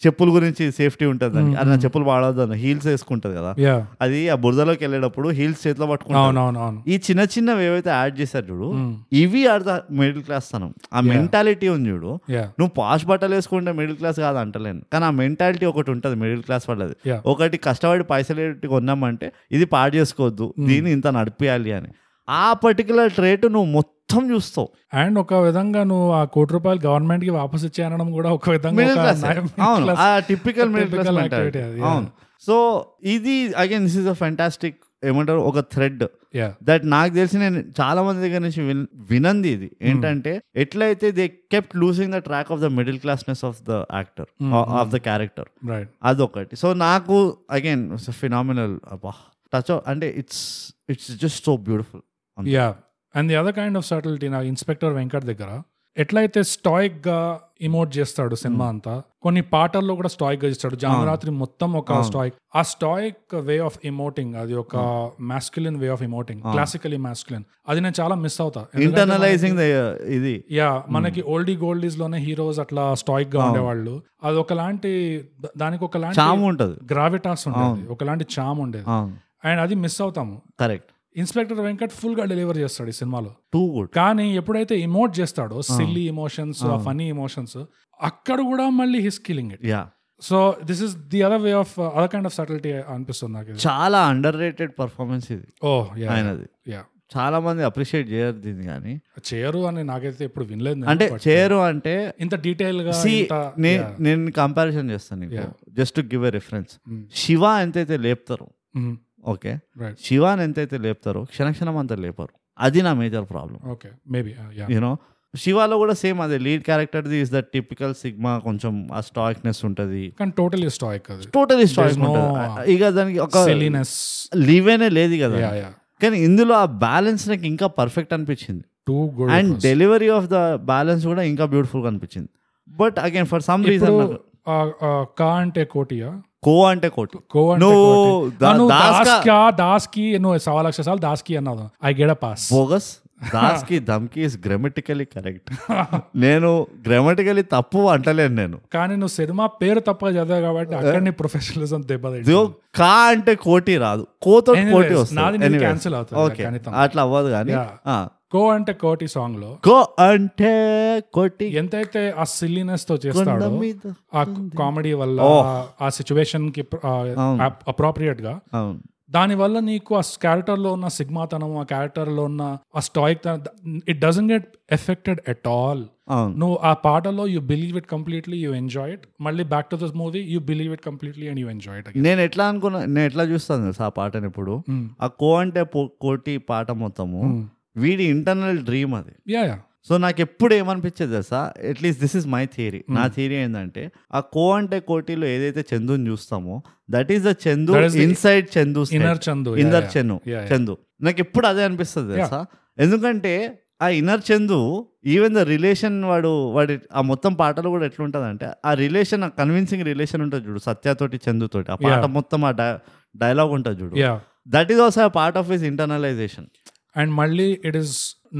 S2: చెప్పుల గురించి సేఫ్టీ ఉంటుంది
S1: Hmm,
S2: దానికి అది నా చెప్పులు వాడొద్దు అన్న హీల్స్ వేసుకుంటుంది కదా
S1: యా
S2: అది ఆ బురదలోకి వెళ్ళేటప్పుడు హీల్స్ చేతిలో పట్టుకుంటాం
S1: అవును అవును అవును
S2: ఈ చిన్న చిన్నవి ఏవైతే యాడ్ చేశారు చూడు
S1: Mm.
S2: ఇవి ఆర్ ద మిడిల్ క్లాస్ తనం ఆ మెంటాలిటీ ఉంది చూడు
S1: యా
S2: నువ్వు పాష్ బట్టలు వేసుకుంటే మిడిల్ క్లాస్ కాదు అంటలేను కానీ ఆ మెంటాలిటీ ఒకటి ఉంటుంది మిడిల్ క్లాస్ వాళ్ళది
S1: Yeah.
S2: ఒకటి కష్టపడి పైసలు పెట్టి కొన్నామంటే ఇది పాడు చేసుకోవద్దు
S1: Hmm.
S2: దీన్ని ఇంత నడిపియాలి అని ఆ పర్టికులర్ ట్రేట్ నువ్వు మొత్తం చూస్తావు
S1: అండ్ ఒక విధంగా నువ్వు ఆ కోటి రూపాయలు గవర్నమెంట్ కి వాపస్ ఇచ్చేయనడం కూడా ఒక విధంగా
S2: మిడిల్
S1: ఒక
S2: క్లాస్
S1: నయం-
S2: అవును
S1: class.
S2: ఆ typical middle class
S1: Typical
S2: mentality
S1: activity, yeah.
S2: అవును సో ఇది again this is a fantastic ఏమంటారు ఒక థ్రెడ్
S1: Yeah,
S2: దట్ నాకు తెలిసి నేను చాలా మంది దగ్గర నుంచి విన్- వినంది ఇది
S1: Hmm.
S2: ఏంటంటే ఎట్లయితే they kept losing the track of the middle classness of the actor
S1: Hmm,
S2: of the character
S1: Mm. right.
S2: అదొకటి సో నాకు అగైన్ ఫినామినల్ అబ్బా టచ్ అంటే it's it's just so beautiful
S1: yeah and the other kind of subtlety నా inspector Venkat దగ్గర ఎట్లయితే stoic గా emote చేస్తాడు cinema అంతా కొన్ని పాటల్లో కూడా స్టాయిక్ గా చేస్తాడు జామరాత్రి మొత్తం ఒక స్టాయిక్ ఆ స్టాయిక్ వే ఆఫ్ ఇమోటింగ్ అది ఒక masculine way of emoting classically masculine అది నేను చాలా మిస్ అవుతా
S2: ఇంటర్నలైజింగ్ ద ఇది
S1: యా మనకి ఓల్డీ గోల్డీస్ లోనే హీరోస్ అట్లా స్టాయిక్ గా ఉండేవాళ్ళు అది ఒకలాంటి ద- దానికి ఒకలాంటి
S2: చాము Ah. ఉంటుంది
S1: గ్రావిటాస్ ఉండేది ఒకలాంటి చామ్ ఉండేది అండ్ అది మిస్ అవుతాము
S2: కరెక్ట్
S1: ఇన్స్పెక్టర్ వెంకట్ ఫుల్ గా డెలివర్ చేస్తాడు ఈ సినిమాలో
S2: టూ గుడ్
S1: కానీ ఎప్పుడైతే ఇమోట్ చేస్తాడో సిల్లీ ఇమోషన్స్ ఫనీ ఇమోషన్స్ అక్కడ కూడా మళ్ళీ his killing it
S2: yeah
S1: so this is the other way of other kind of subtlety అనిపిస్తుంది నాకు Oh, ఇది.
S2: చాలా అండర్ రేటెడ్ పర్ఫార్మెన్స్ ఇది
S1: ఓ యా
S2: ఆయనది
S1: యా
S2: చాలా మంది అప్రిషియేట్ చేయరు దీన్ని కానీ
S1: చేయరు అని నాకైతే ఇప్పుడు వినలేదు నేను.
S2: అంటే చేయరు అంటే
S1: ఇంత డీటెయిల్ గా
S2: See,
S1: ఇంత Hmm.
S2: నే- నేను కంపారిజన్ చేస్తాను నీకు just give a reference Shiva ఎంతైతే లేపుతారు
S1: Mm-hmm.
S2: ఓకే
S1: రైట్
S2: శివాన్ ఎంతైతే లేపుతారో క్షణక్షణం అంత లేపారు అది నా major problem
S1: okay maybe yeah
S2: you know శివాలో కూడా సేమ్ అదే లీడ్ క్యారెక్టర్ది ఇస్ ద టిపికల్ సిగ్మా కొంచెం ఆ స్టాయిక్నెస్ ఉంటుంది
S1: కానీ టోటల్ స్టాయిక్ అది
S2: టోటలీ స్టాయిక్
S1: no-
S2: ఉంటుంది ఇక దానికి ఒక
S1: సెలీనస్
S2: లీవేనే లేదు కదా
S1: యా యా
S2: కానీ ఇందులో ఆ బ్యాలెన్స్ నాకు ఇంకా పర్ఫెక్ట్ అనిపించింది
S1: too good
S2: and delivery of the balance కూడా ఇంకా బ్యూటిఫుల్ అనిపించింది but again for some reason
S1: ఇప్పుడు uh, ఆ- ఆ కా అంటే కోటియా
S2: కో అంటే కోటి
S1: కో అంటే
S2: నువ్వు
S1: కోటి.
S2: దా-
S1: ఆ, నువ్వు
S2: దాస్
S1: దాస్
S2: కా-
S1: క్యా దాస్ కి నువ్వు సవా లక్ష సార్లు దాస్ కి అన్నావు I get pass
S2: bogus Das ki Dhamki is grammatically correct నేను గ్రామటికలీ తప్పు అంటలేను నేను
S1: కానీ నువ్వు సినిమా పేరు తప్ప చదివావు
S2: Uh,
S1: కాబట్టి అక్కడ నీ ప్రొఫెషనలిజం
S2: ఇదిగో కా అంటే కోటి రాదు కోతో
S1: Hmm. Anyways,
S2: కోటి
S1: నాది
S2: వస్తుంది
S1: నీది
S2: Anyways,
S1: cancel అవుతుంది,
S2: okay.
S1: నాకు అనితం.
S2: అట్లా అవ్వదు కానీ
S1: Yeah.
S2: ఆ,
S1: కో అంటే కోటి సాంగ్ లో
S2: కో అంటే కోటి
S1: ఎంతైతే ఆ సిల్లీనెస్ తో చేస్తాడో
S2: కొండ మీద Oh.
S1: ఆ కామెడీ వల్ల ఆ- ఆ సిచ్యువేషన్ కి అప్రోప్రియేట్ గా
S2: అవును
S1: దాని వల్ల నీకు ఆ క్యారెక్టర్ లో ఉన్న సిగ్మాతనం ఆ క్యారెక్టర్ లో ఉన్న ఆ stoic it doesn't get affected at all
S2: అవును
S1: నువ్వు ఆ పాటలో you believe it completely you enjoy it మళ్ళీ back to this movie you believe it completely and you enjoy it
S2: నేను ఎట్లా అనుకున్నా నేను ఎట్లా చూస్తాను తెలుసా ఆ పాటను ఇప్పుడు
S1: Hmm.
S2: ఆ కో అంటే పో- కోటి పాట మొత్తము వీడి ఇంటర్నల్ డ్రీమ్ అది
S1: యా యా
S2: సో నాకు ఎప్పుడు ఏమనిపించేది తెలుసా at least this is my theory
S1: Hmm.
S2: నా థియరీ ఏంటంటే ఆ కో అంటే కోటిలో ఏదైతే చందుని చూస్తామో that is the Chandu
S1: That is the
S2: inside Chandu
S1: inner Chandu yeah,
S2: inner
S1: yeah.
S2: Chandu
S1: Yeah, yeah.
S2: Chandu నాకు ఎప్పుడు అదే అనిపిస్తుంది తెలుసా ఎందుకంటే ఆ inner Chandu even the relation వాడు వాడి ఆ మొత్తం పాటలు కూడా ఎట్లుంటదంటే ఆ రిలేషన్ ఆ కన్విన్సింగ్ రిలేషన్ ఉంటుంది చూడు సత్యతోటి చందుతోటి ఆ పాట
S1: Yeah.
S2: మొత్తం ఆ డైలాగ్ ఉంటుంది చూడు
S1: yeah
S2: that is also part of his internalization
S1: and మళ్ళీ it is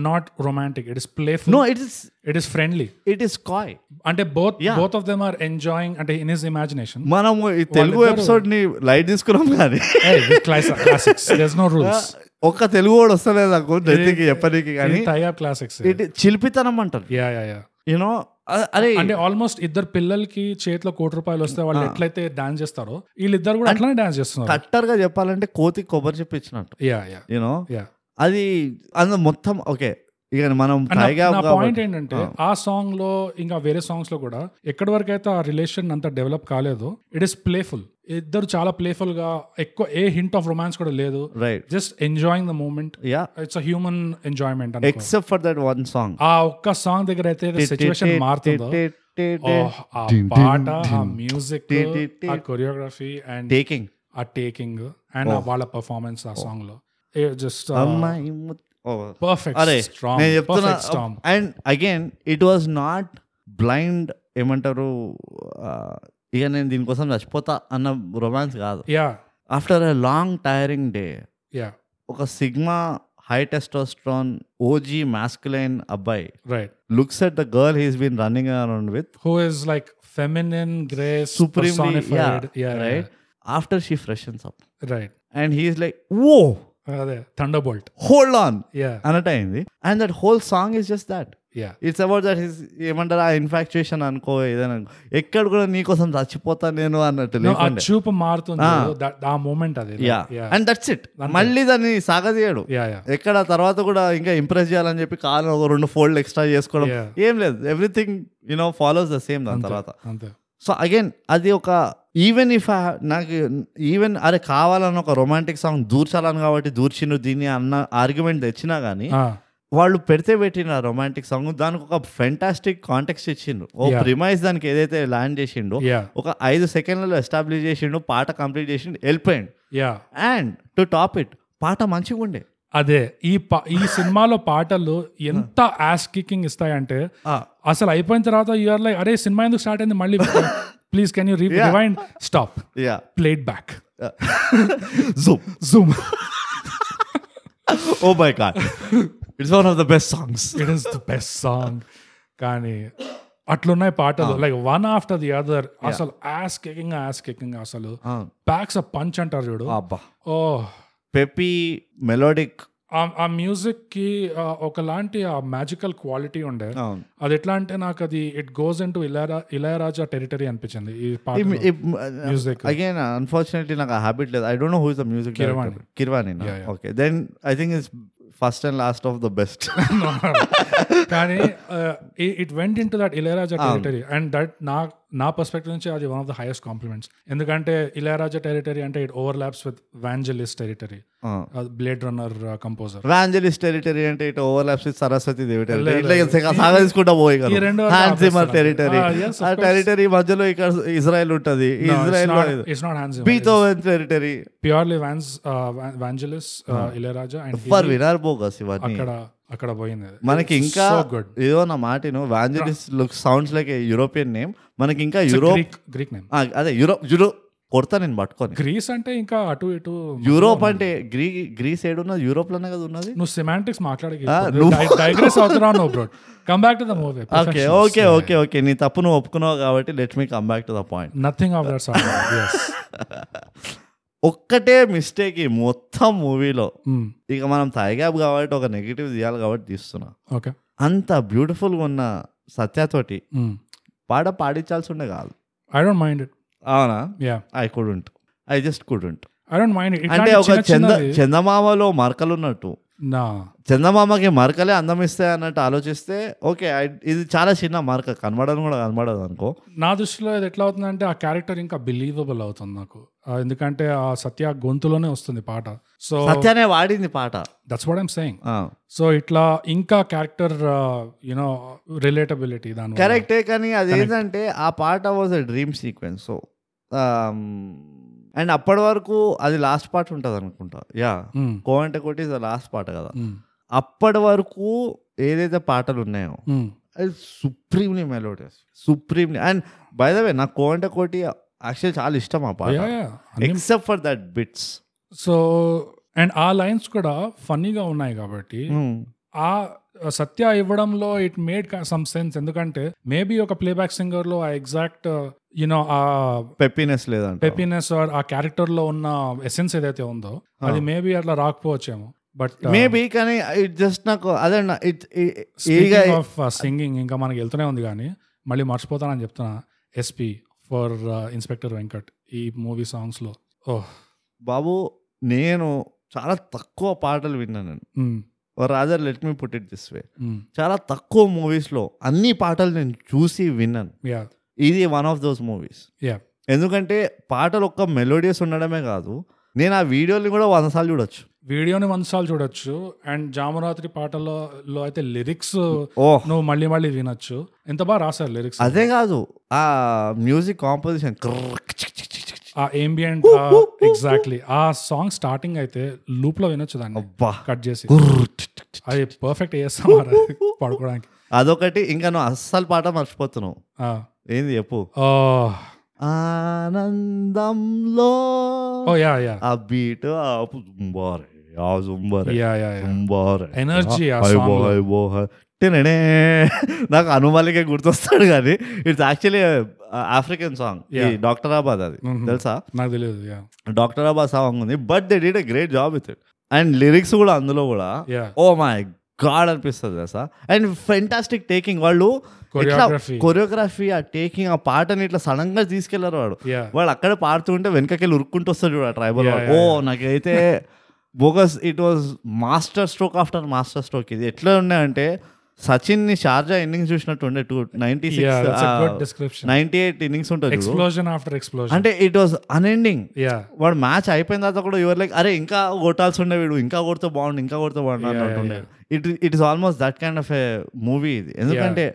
S1: not romantic it is playful
S2: no it is
S1: it is friendly
S2: it is coy
S1: అంటే both
S2: Yeah.
S1: Both of them are enjoying అంటే in his imagination
S2: మనము ఈ తెలుగు
S1: వాళ్ళిద్దరూ-
S2: episode ని light తీసుకున్నాం కానీ
S1: classics there's no rules
S2: ఒక్క తెలుగు వాడు వస్తలేదు నాకు నెత్తికి చెప్పనీకి కానీ
S1: టైప్ క్లాసిక్స్
S2: ఇట్ చిలిపితనం అంటారు
S1: యా యా యా
S2: యూనో అరే
S1: అంటే ఆల్మోస్ట్ ఇద్దరు పిల్లలకి చేతిలో కోటి రూపాయలు వస్తే
S2: Ah.
S1: వాళ్ళు ఎట్లయితే డాన్స్ చేస్తారో వీళ్ళిద్దరు కూడా అట్లానే డాన్స్ చేస్తున్నారు
S2: కట్టర్ గా చెప్పాలంటే కోతి కొబ్బరి చెప్పి ఇచ్చినట్టు
S1: యా యా
S2: యూనో
S1: యా
S2: అది అందులో మొత్తం ఓకే ఇక మనం
S1: నా-
S2: పైగా
S1: నా
S2: కాబట్టి- Ah.
S1: పాయింట్ ఏంటంటే ఆ సాంగ్ లో ఇంకా వేరే సాంగ్స్ లో కూడా ఎక్కడి వరకు అయితే ఆ రిలేషన్ అంత డెవలప్ కాలేదు ఇట్ ఇస్ ప్లేఫుల్ ఇద్దరు చాలా ప్లేఫుల్ గా ఎక్కువ ఏ హింట్ ఆఫ్ రొమాన్స్ కూడా లేదు
S2: right
S1: just enjoying the moment
S2: yeah
S1: it's human enjoyment అనుకో
S2: except for that one song
S1: ఆ ఒక్క సాంగ్ దగ్గర అయితే సిచ్యువేషన్ మారుతుందో ఓహ్, ఆ పాట ఆ మ్యూజిక్ ఆ కొరియోగ్రఫీ అండ్
S2: టేకింగ్
S1: ఆ టేకింగ్ అండ్ వాళ్ళ పర్ఫార్మెన్స్ ఆ సాంగ్ లో జస్ట్
S2: అమ్మాయి ముత్- ఓ.
S1: పర్ఫెక్ట్
S2: అరే
S1: స్ట్రాంగ్
S2: నేను చెప్తున్నా
S1: perfect strong
S2: and again it was not blind ఏమంటారు ఆ, ఇక నేను దీనికోసం చచ్చిపోతా అన్న రొమాన్స్ కాదు
S1: yeah
S2: after a long tiring day
S1: yeah
S2: ఒక sigma high testosterone OG masculine అబ్బాయి
S1: right
S2: looks at the girl he's been running around with
S1: who is like feminine grace
S2: Supremely,
S1: personified
S2: yeah,
S1: yeah
S2: right after she freshens up
S1: right
S2: and he's like oh
S1: అదే thunder bolt
S2: hold on
S1: yeah
S2: అన్నట్టు అయింది and that whole song is just that
S1: yeah
S2: it's about that his ఏమంటారు ఆ infatuation అనుకో ఏదైనా అనుకో ఎక్కడ కూడా నీకోసం చచ్చిపోతా నేను అన్నట్టు
S1: ఆ
S2: లేకుండా
S1: చూపు మారుతుంది
S2: Ah.
S1: చూడు, that- ఆ మూమెంట్ అది
S2: యా అండ్ దట్స్ ఇట్ మళ్ళీ దాన్ని సాగదీయడు
S1: యా యా
S2: ఎక్కడ తర్వాత కూడా ఇంకా ఇంప్రెస్ చేయాలని చెప్పి కాలం ఒక రెండు ఫోల్డ్ ఎక్స్ట్రా చేసుకోవడం
S1: Yeah.
S2: ఏం లేదు everything you know follows the same దాని తర్వాత
S1: అంతే
S2: సో అగైన్ అది ఒక ఈవెన్ ఇఫ్ నాకు ఈవెన్ అరే కావాలని ఒక రొమాంటిక్ సాంగ్ దూర్చాలని కాబట్టి దూర్చిను దీన్ని అన్న ఆర్గ్యుమెంట్ తెచ్చినా కానీ
S1: ఆ,
S2: వాళ్ళు పెడితే పెట్టిన రొమాంటిక్ సాంగ్ దానికి ఒక ఫెంటాస్టిక్ కాంటెక్స్ట్ ఇచ్చిండు ఓ
S1: Yeah.
S2: ప్రిమైజ్ దానికి ఏదైతే ల్యాండ్ చేసిండో
S1: యా
S2: ఒక ఐదు సెకండ్లలో ఎస్టాబ్లిష్ చేసిండు పాట కంప్లీట్ చేసిండు వెళ్ళిపోయిండు
S1: yeah
S2: and to top it పాట మంచిగా ఉండే
S1: అదే ఈ పా- ఈ సినిమాలో పాటలు ఎంత యాస్ కికింగ్ ఇస్తాయంటే అసలు అయిపోయిన తర్వాత యూఆర్ లైక్ అరే సినిమా ఎందుకు స్టార్ట్ అయింది మళ్ళీ please can you rewind stop
S2: yeah
S1: play it back
S2: zoom
S1: zoom
S2: oh my God it's one of the best songs
S1: it is the best song కానీ అట్లున్నాయి పాటలు like one after the other అసలు ass kicking ass kicking అసలు backs a punch అంటారు చూడు
S2: అబ్బా
S1: ఓ
S2: peppy melodic
S1: ఆ- ఆ మ్యూజిక్ కి ఆ, ఒకలాంటి ఆ మ్యాజికల్ క్వాలిటీ ఉండే అది ఎట్లా అంటే నాకు అది ఇట్ గోస్ ఇన్ టు ఇలయరా ఇళయరాజా టెరిటరీ అనిపించింది ఈ పాట Music.
S2: అగైన్ అన్ఫార్చునేట్లీ నాకు ఆ హ్యాబిట్ లేదు I don't know who is the music
S1: Kirwani.
S2: Keeravani
S1: Yeah, yeah.
S2: Okay then I think it's first and last of the best
S1: uh, కానీ it went into that Ilaiyaraaja territory and that నా నా perspective నుంచి అది one of the highest compliments ఎందుకంటే Ilaiyaraaja territory అంటే it overlaps with Vangelis territory Blade Runner composer
S2: Vangelis territory అంటే it overlaps with Saraswati Devi
S1: లే,
S2: territory
S1: లే.
S2: ఇట్లా సాగదీసుకుంటా పోయి
S1: ఈ రెండు
S2: హ్యాండ్ జిమ్మర్
S1: ఆపేస్తారు.
S2: టెరిటరీ
S1: Ah, yes, of
S2: ఆ
S1: course.
S2: టెరిటరీ మధ్యలో ఇక్కడ ఇజ్రాయెల్ ఉంటుంది Israel
S1: it's not Hans
S2: Beethoven territory
S1: purely vans Vangelis
S2: Ah.
S1: Ilaiyaraaja
S2: ఎవరు
S1: అండ్
S2: వినర్ బోగస్ ఇవన్నీ
S1: అక్కడ అక్కడ పోయింది అది.
S2: మనకి
S1: It's
S2: ఇంకా
S1: so good.
S2: ఏదో నా మాటను Vangelis look sounds like European name మనకి ఇంకా యూరోప్
S1: గ్రీక్ గ్రీక్ నేమ్
S2: ఆ, అదే యూరోప్ యూరో కొడతా నేను పట్టుకొని
S1: గ్రీస్ అంటే ఇంకా అటు ఇటు
S2: యూరోప్ అంటే గ్రీ గ్రీస్ ఏడు ఉన్నది యూరోప్ లోనే కదా ఉన్నది
S1: నువ్వు సెమాంటిక్స్ మాట్లాడకి
S2: ఆ, నువ్వు-
S1: డైగ్రెస్ అవుతున్నావు no bro come back to the movie
S2: okay okay okay okay నీ తప్పు నువ్వు ఒప్పుకున్నావు కాబట్టి let me come back to the point
S1: nothing of that song yes
S2: ఒక్కటే మిస్టేక్ ఈ మొత్తం మూవీలో
S1: Mm.
S2: ఇక మనం తాయిగాబ్ కాబట్టి ఒక నెగిటివ్ తీయాలి కాబట్టి తీస్తున్నా
S1: ఓకే
S2: అంత బ్యూటిఫుల్గా ఉన్న సత్యతోటి
S1: hmm.
S2: పాట పాడించాల్సి ఉండే కాదు
S1: ఐ డోంట్ మైండ్ ఇట్
S2: అవునా
S1: yeah
S2: I couldn't I just couldn't
S1: I don't mind it
S2: అంటే ఒక చంద చందమామలో మరకలు ఉన్నట్టు
S1: నా
S2: చందమామకి మరకలే అందం ఇస్తాయి అన్నట్టు ఆలోచిస్తే ఓకే ఇది చాలా చిన్న మరక కనబడను కూడా కనబడదు అనుకో
S1: నా దృష్టిలో ఇది ఎట్లా అవుతుందంటే ఆ క్యారెక్టర్ ఇంకా బిలీవబుల్ అవుతుంది నాకు ఆ, ఎందుకంటే ఆ సత్య గొంతులోనే వస్తుంది పాట సో
S2: సత్యనే వాడింది పాట
S1: దట్స్ వాట్ ఐమ్ సెయింగ్
S2: ఆ.
S1: సో ఇట్లా ఇంకా క్యారెక్టర్ యూనో రిలేటబిలిటీ దాని వల్ల.
S2: కరెక్టే కానీ అది ఏంటంటే ఆ పాట was a dream sequence so and um, అప్పటి వరకు అది లాస్ట్ పాట ఉంటుంది అనుకుంటా యా
S1: Mm.
S2: కో అంటే కోటి ఇస్ ద లాస్ట్ పాట కదా
S1: Mm.
S2: అప్పటి వరకు ఏదైతే పాటలు ఉన్నాయో
S1: Mm.
S2: అది supremely melodious supremely and by the way నాకు కో అంటే కోటి యాక్చువల్ చాలా ఇష్టం ఆ పాట
S1: Yeah, yeah. అన్ని
S2: except for that bits
S1: so and ఆ లైన్స్ కూడా ఫన్నీగా ఉన్నాయి కాబట్టి
S2: Hmm.
S1: ఆ సత్య ఇవ్వడంలో ఇట్ మేడ్ సమ్ సెన్స్ ఎందుకంటే మేబీ ఒక ప్లేబ్యాక్ సింగర్ లో ఆ ఎగ్జాక్ట్ యూనో ఆ
S2: పెప్పీనెస్ లేదంట
S1: పెపీనెస్ ఆర్ ఆ క్యారెక్టర్ లో ఉన్న ఎసెన్స్ ఏదైతే ఉందో అది మేబీ అట్లా రాకపోవచ్చేమో బట్
S2: మేబీ కానీ ఇట్ జస్ట్ నాకు అదే ఇట్
S1: ఆఫ్ సింగింగ్ ఇంకా మనకి వెళ్తూనే ఉంది కానీ మళ్ళీ మర్చిపోతానని చెప్తున్నా ఎస్పి ఫర్ ఇన్స్పెక్టర్ వెంకట్ ఈ మూవీ సాంగ్స్ లో ఓహ్
S2: బాబు నేను చాలా తక్కువ పాటలు విన్నాను నేను
S1: um,
S2: rather let me put it this way
S1: um,
S2: చాలా తక్కువ మూవీస్లో అన్ని పాటలు నేను చూసి విన్నాను
S1: yeah,
S2: ఇది one of those movies
S1: yeah.
S2: ఎందుకంటే పాటలు ఒక్క మెలోడియస్ ఉండడమే కాదు నేను ఆ వీడియోని కూడా వంద సార్లు చూడొచ్చు
S1: వీడియోని వందసార్లు చూడొచ్చు అండ్ జామరాత్రి పాటల్లో లో అయితే లిరిక్స్
S2: ఓ
S1: నువ్వు మళ్ళీ మళ్ళీ వినొచ్చు ఎంత బాగా రాశారు లిరిక్స్
S2: అదే కాదు ఆ మ్యూజిక్ కాంపోజిషన్
S1: ఆ ఏంబియంట్ ఎగ్జాక్ట్లీ ఆ సాంగ్ స్టార్టింగ్ అయితే లూప్ లో వినొచ్చు దాన్ని
S2: అబ్బా
S1: కట్ చేసి
S2: కుర్ర్ టిట్ టిట్.
S1: అది పర్ఫెక్ట్ ఏఎస్ఎంఆర్ పడుకోవడానికి
S2: అదొకటి ఇంకా నువ్వు అస్సలు పాట మర్చిపోతున్నావు
S1: ఆ,
S2: ఏంది చెప్పు
S1: ఆ,
S2: ఆనందంలో
S1: ఓ యా యా
S2: ఆ బీట్ ఆ జుంబారే ఆ జుంబారే
S1: యా యా యా
S2: జుంబారే
S1: Energy ఆ
S2: హై
S1: song
S2: బో
S1: లో.
S2: హై బో హై. టినడే. నాకు అనుమాలికే గుర్తొస్తాడు కానీ ఇట్స్ యాక్చువల్లీ ఆఫ్రికన్ సాంగ్ ఈ
S1: Yeah.
S2: డాక్టర్ ఆబాద్ అది
S1: Mhm.
S2: తెలుసా
S1: నాకు తెలియదు యా
S2: డాక్టర్ ఆబాద్ సాంగ్ ఉంది but they did a great job with it and lyrics కూడా అందులో కూడా oh
S1: yeah
S2: oh my God అనిపిస్తుంది తెలుసా అండ్ ఫెంటాస్టిక్ టేకింగ్ వాళ్ళు ఇట్లా
S1: Choreography.
S2: కొరియోగ్రఫీ ఆ టేకింగ్ ఆ పాటని ఇట్లా సడన్ గా తీసుకెళ్లారు వాడు
S1: యా
S2: వాడు అక్కడ పాడుతుంటే వెనకకెళ్ళి ఉరుక్కుంటూ వస్తాడు చూడు ఆ ట్రైబల్
S1: Yeah,
S2: ఓ
S1: yeah,
S2: నాకైతే bogus it was master stroke after master stroke ఇది ఎట్లా ఉన్నాయంటే సచిన్ ని షార్జా ఇన్నింగ్స్ చూసినట్టు ఉండే uh, two ninety
S1: yeah that's a good
S2: six
S1: description
S2: ninety eight innings ఉంటుంది చూడు.
S1: ఎక్స్ప్లోజన్ ఆఫ్టర్ ఎక్స్ప్లోజన్
S2: అంటే ఇట్ వాజ్ అన్ఎండింగ్
S1: యా
S2: వాడు మ్యాచ్ అయిపోయిన తర్వాత కూడా యువర్ లైక్ అరే ఇంకా కొట్టాల్సి ఉండే వీడు ఇంకా కొడితే బాగుండు ఇంకా కొడితే బాగుండు
S1: Yeah,
S2: అన్నట్టుండే it it is almost that kind of a movie ఇది ఎందుకంటే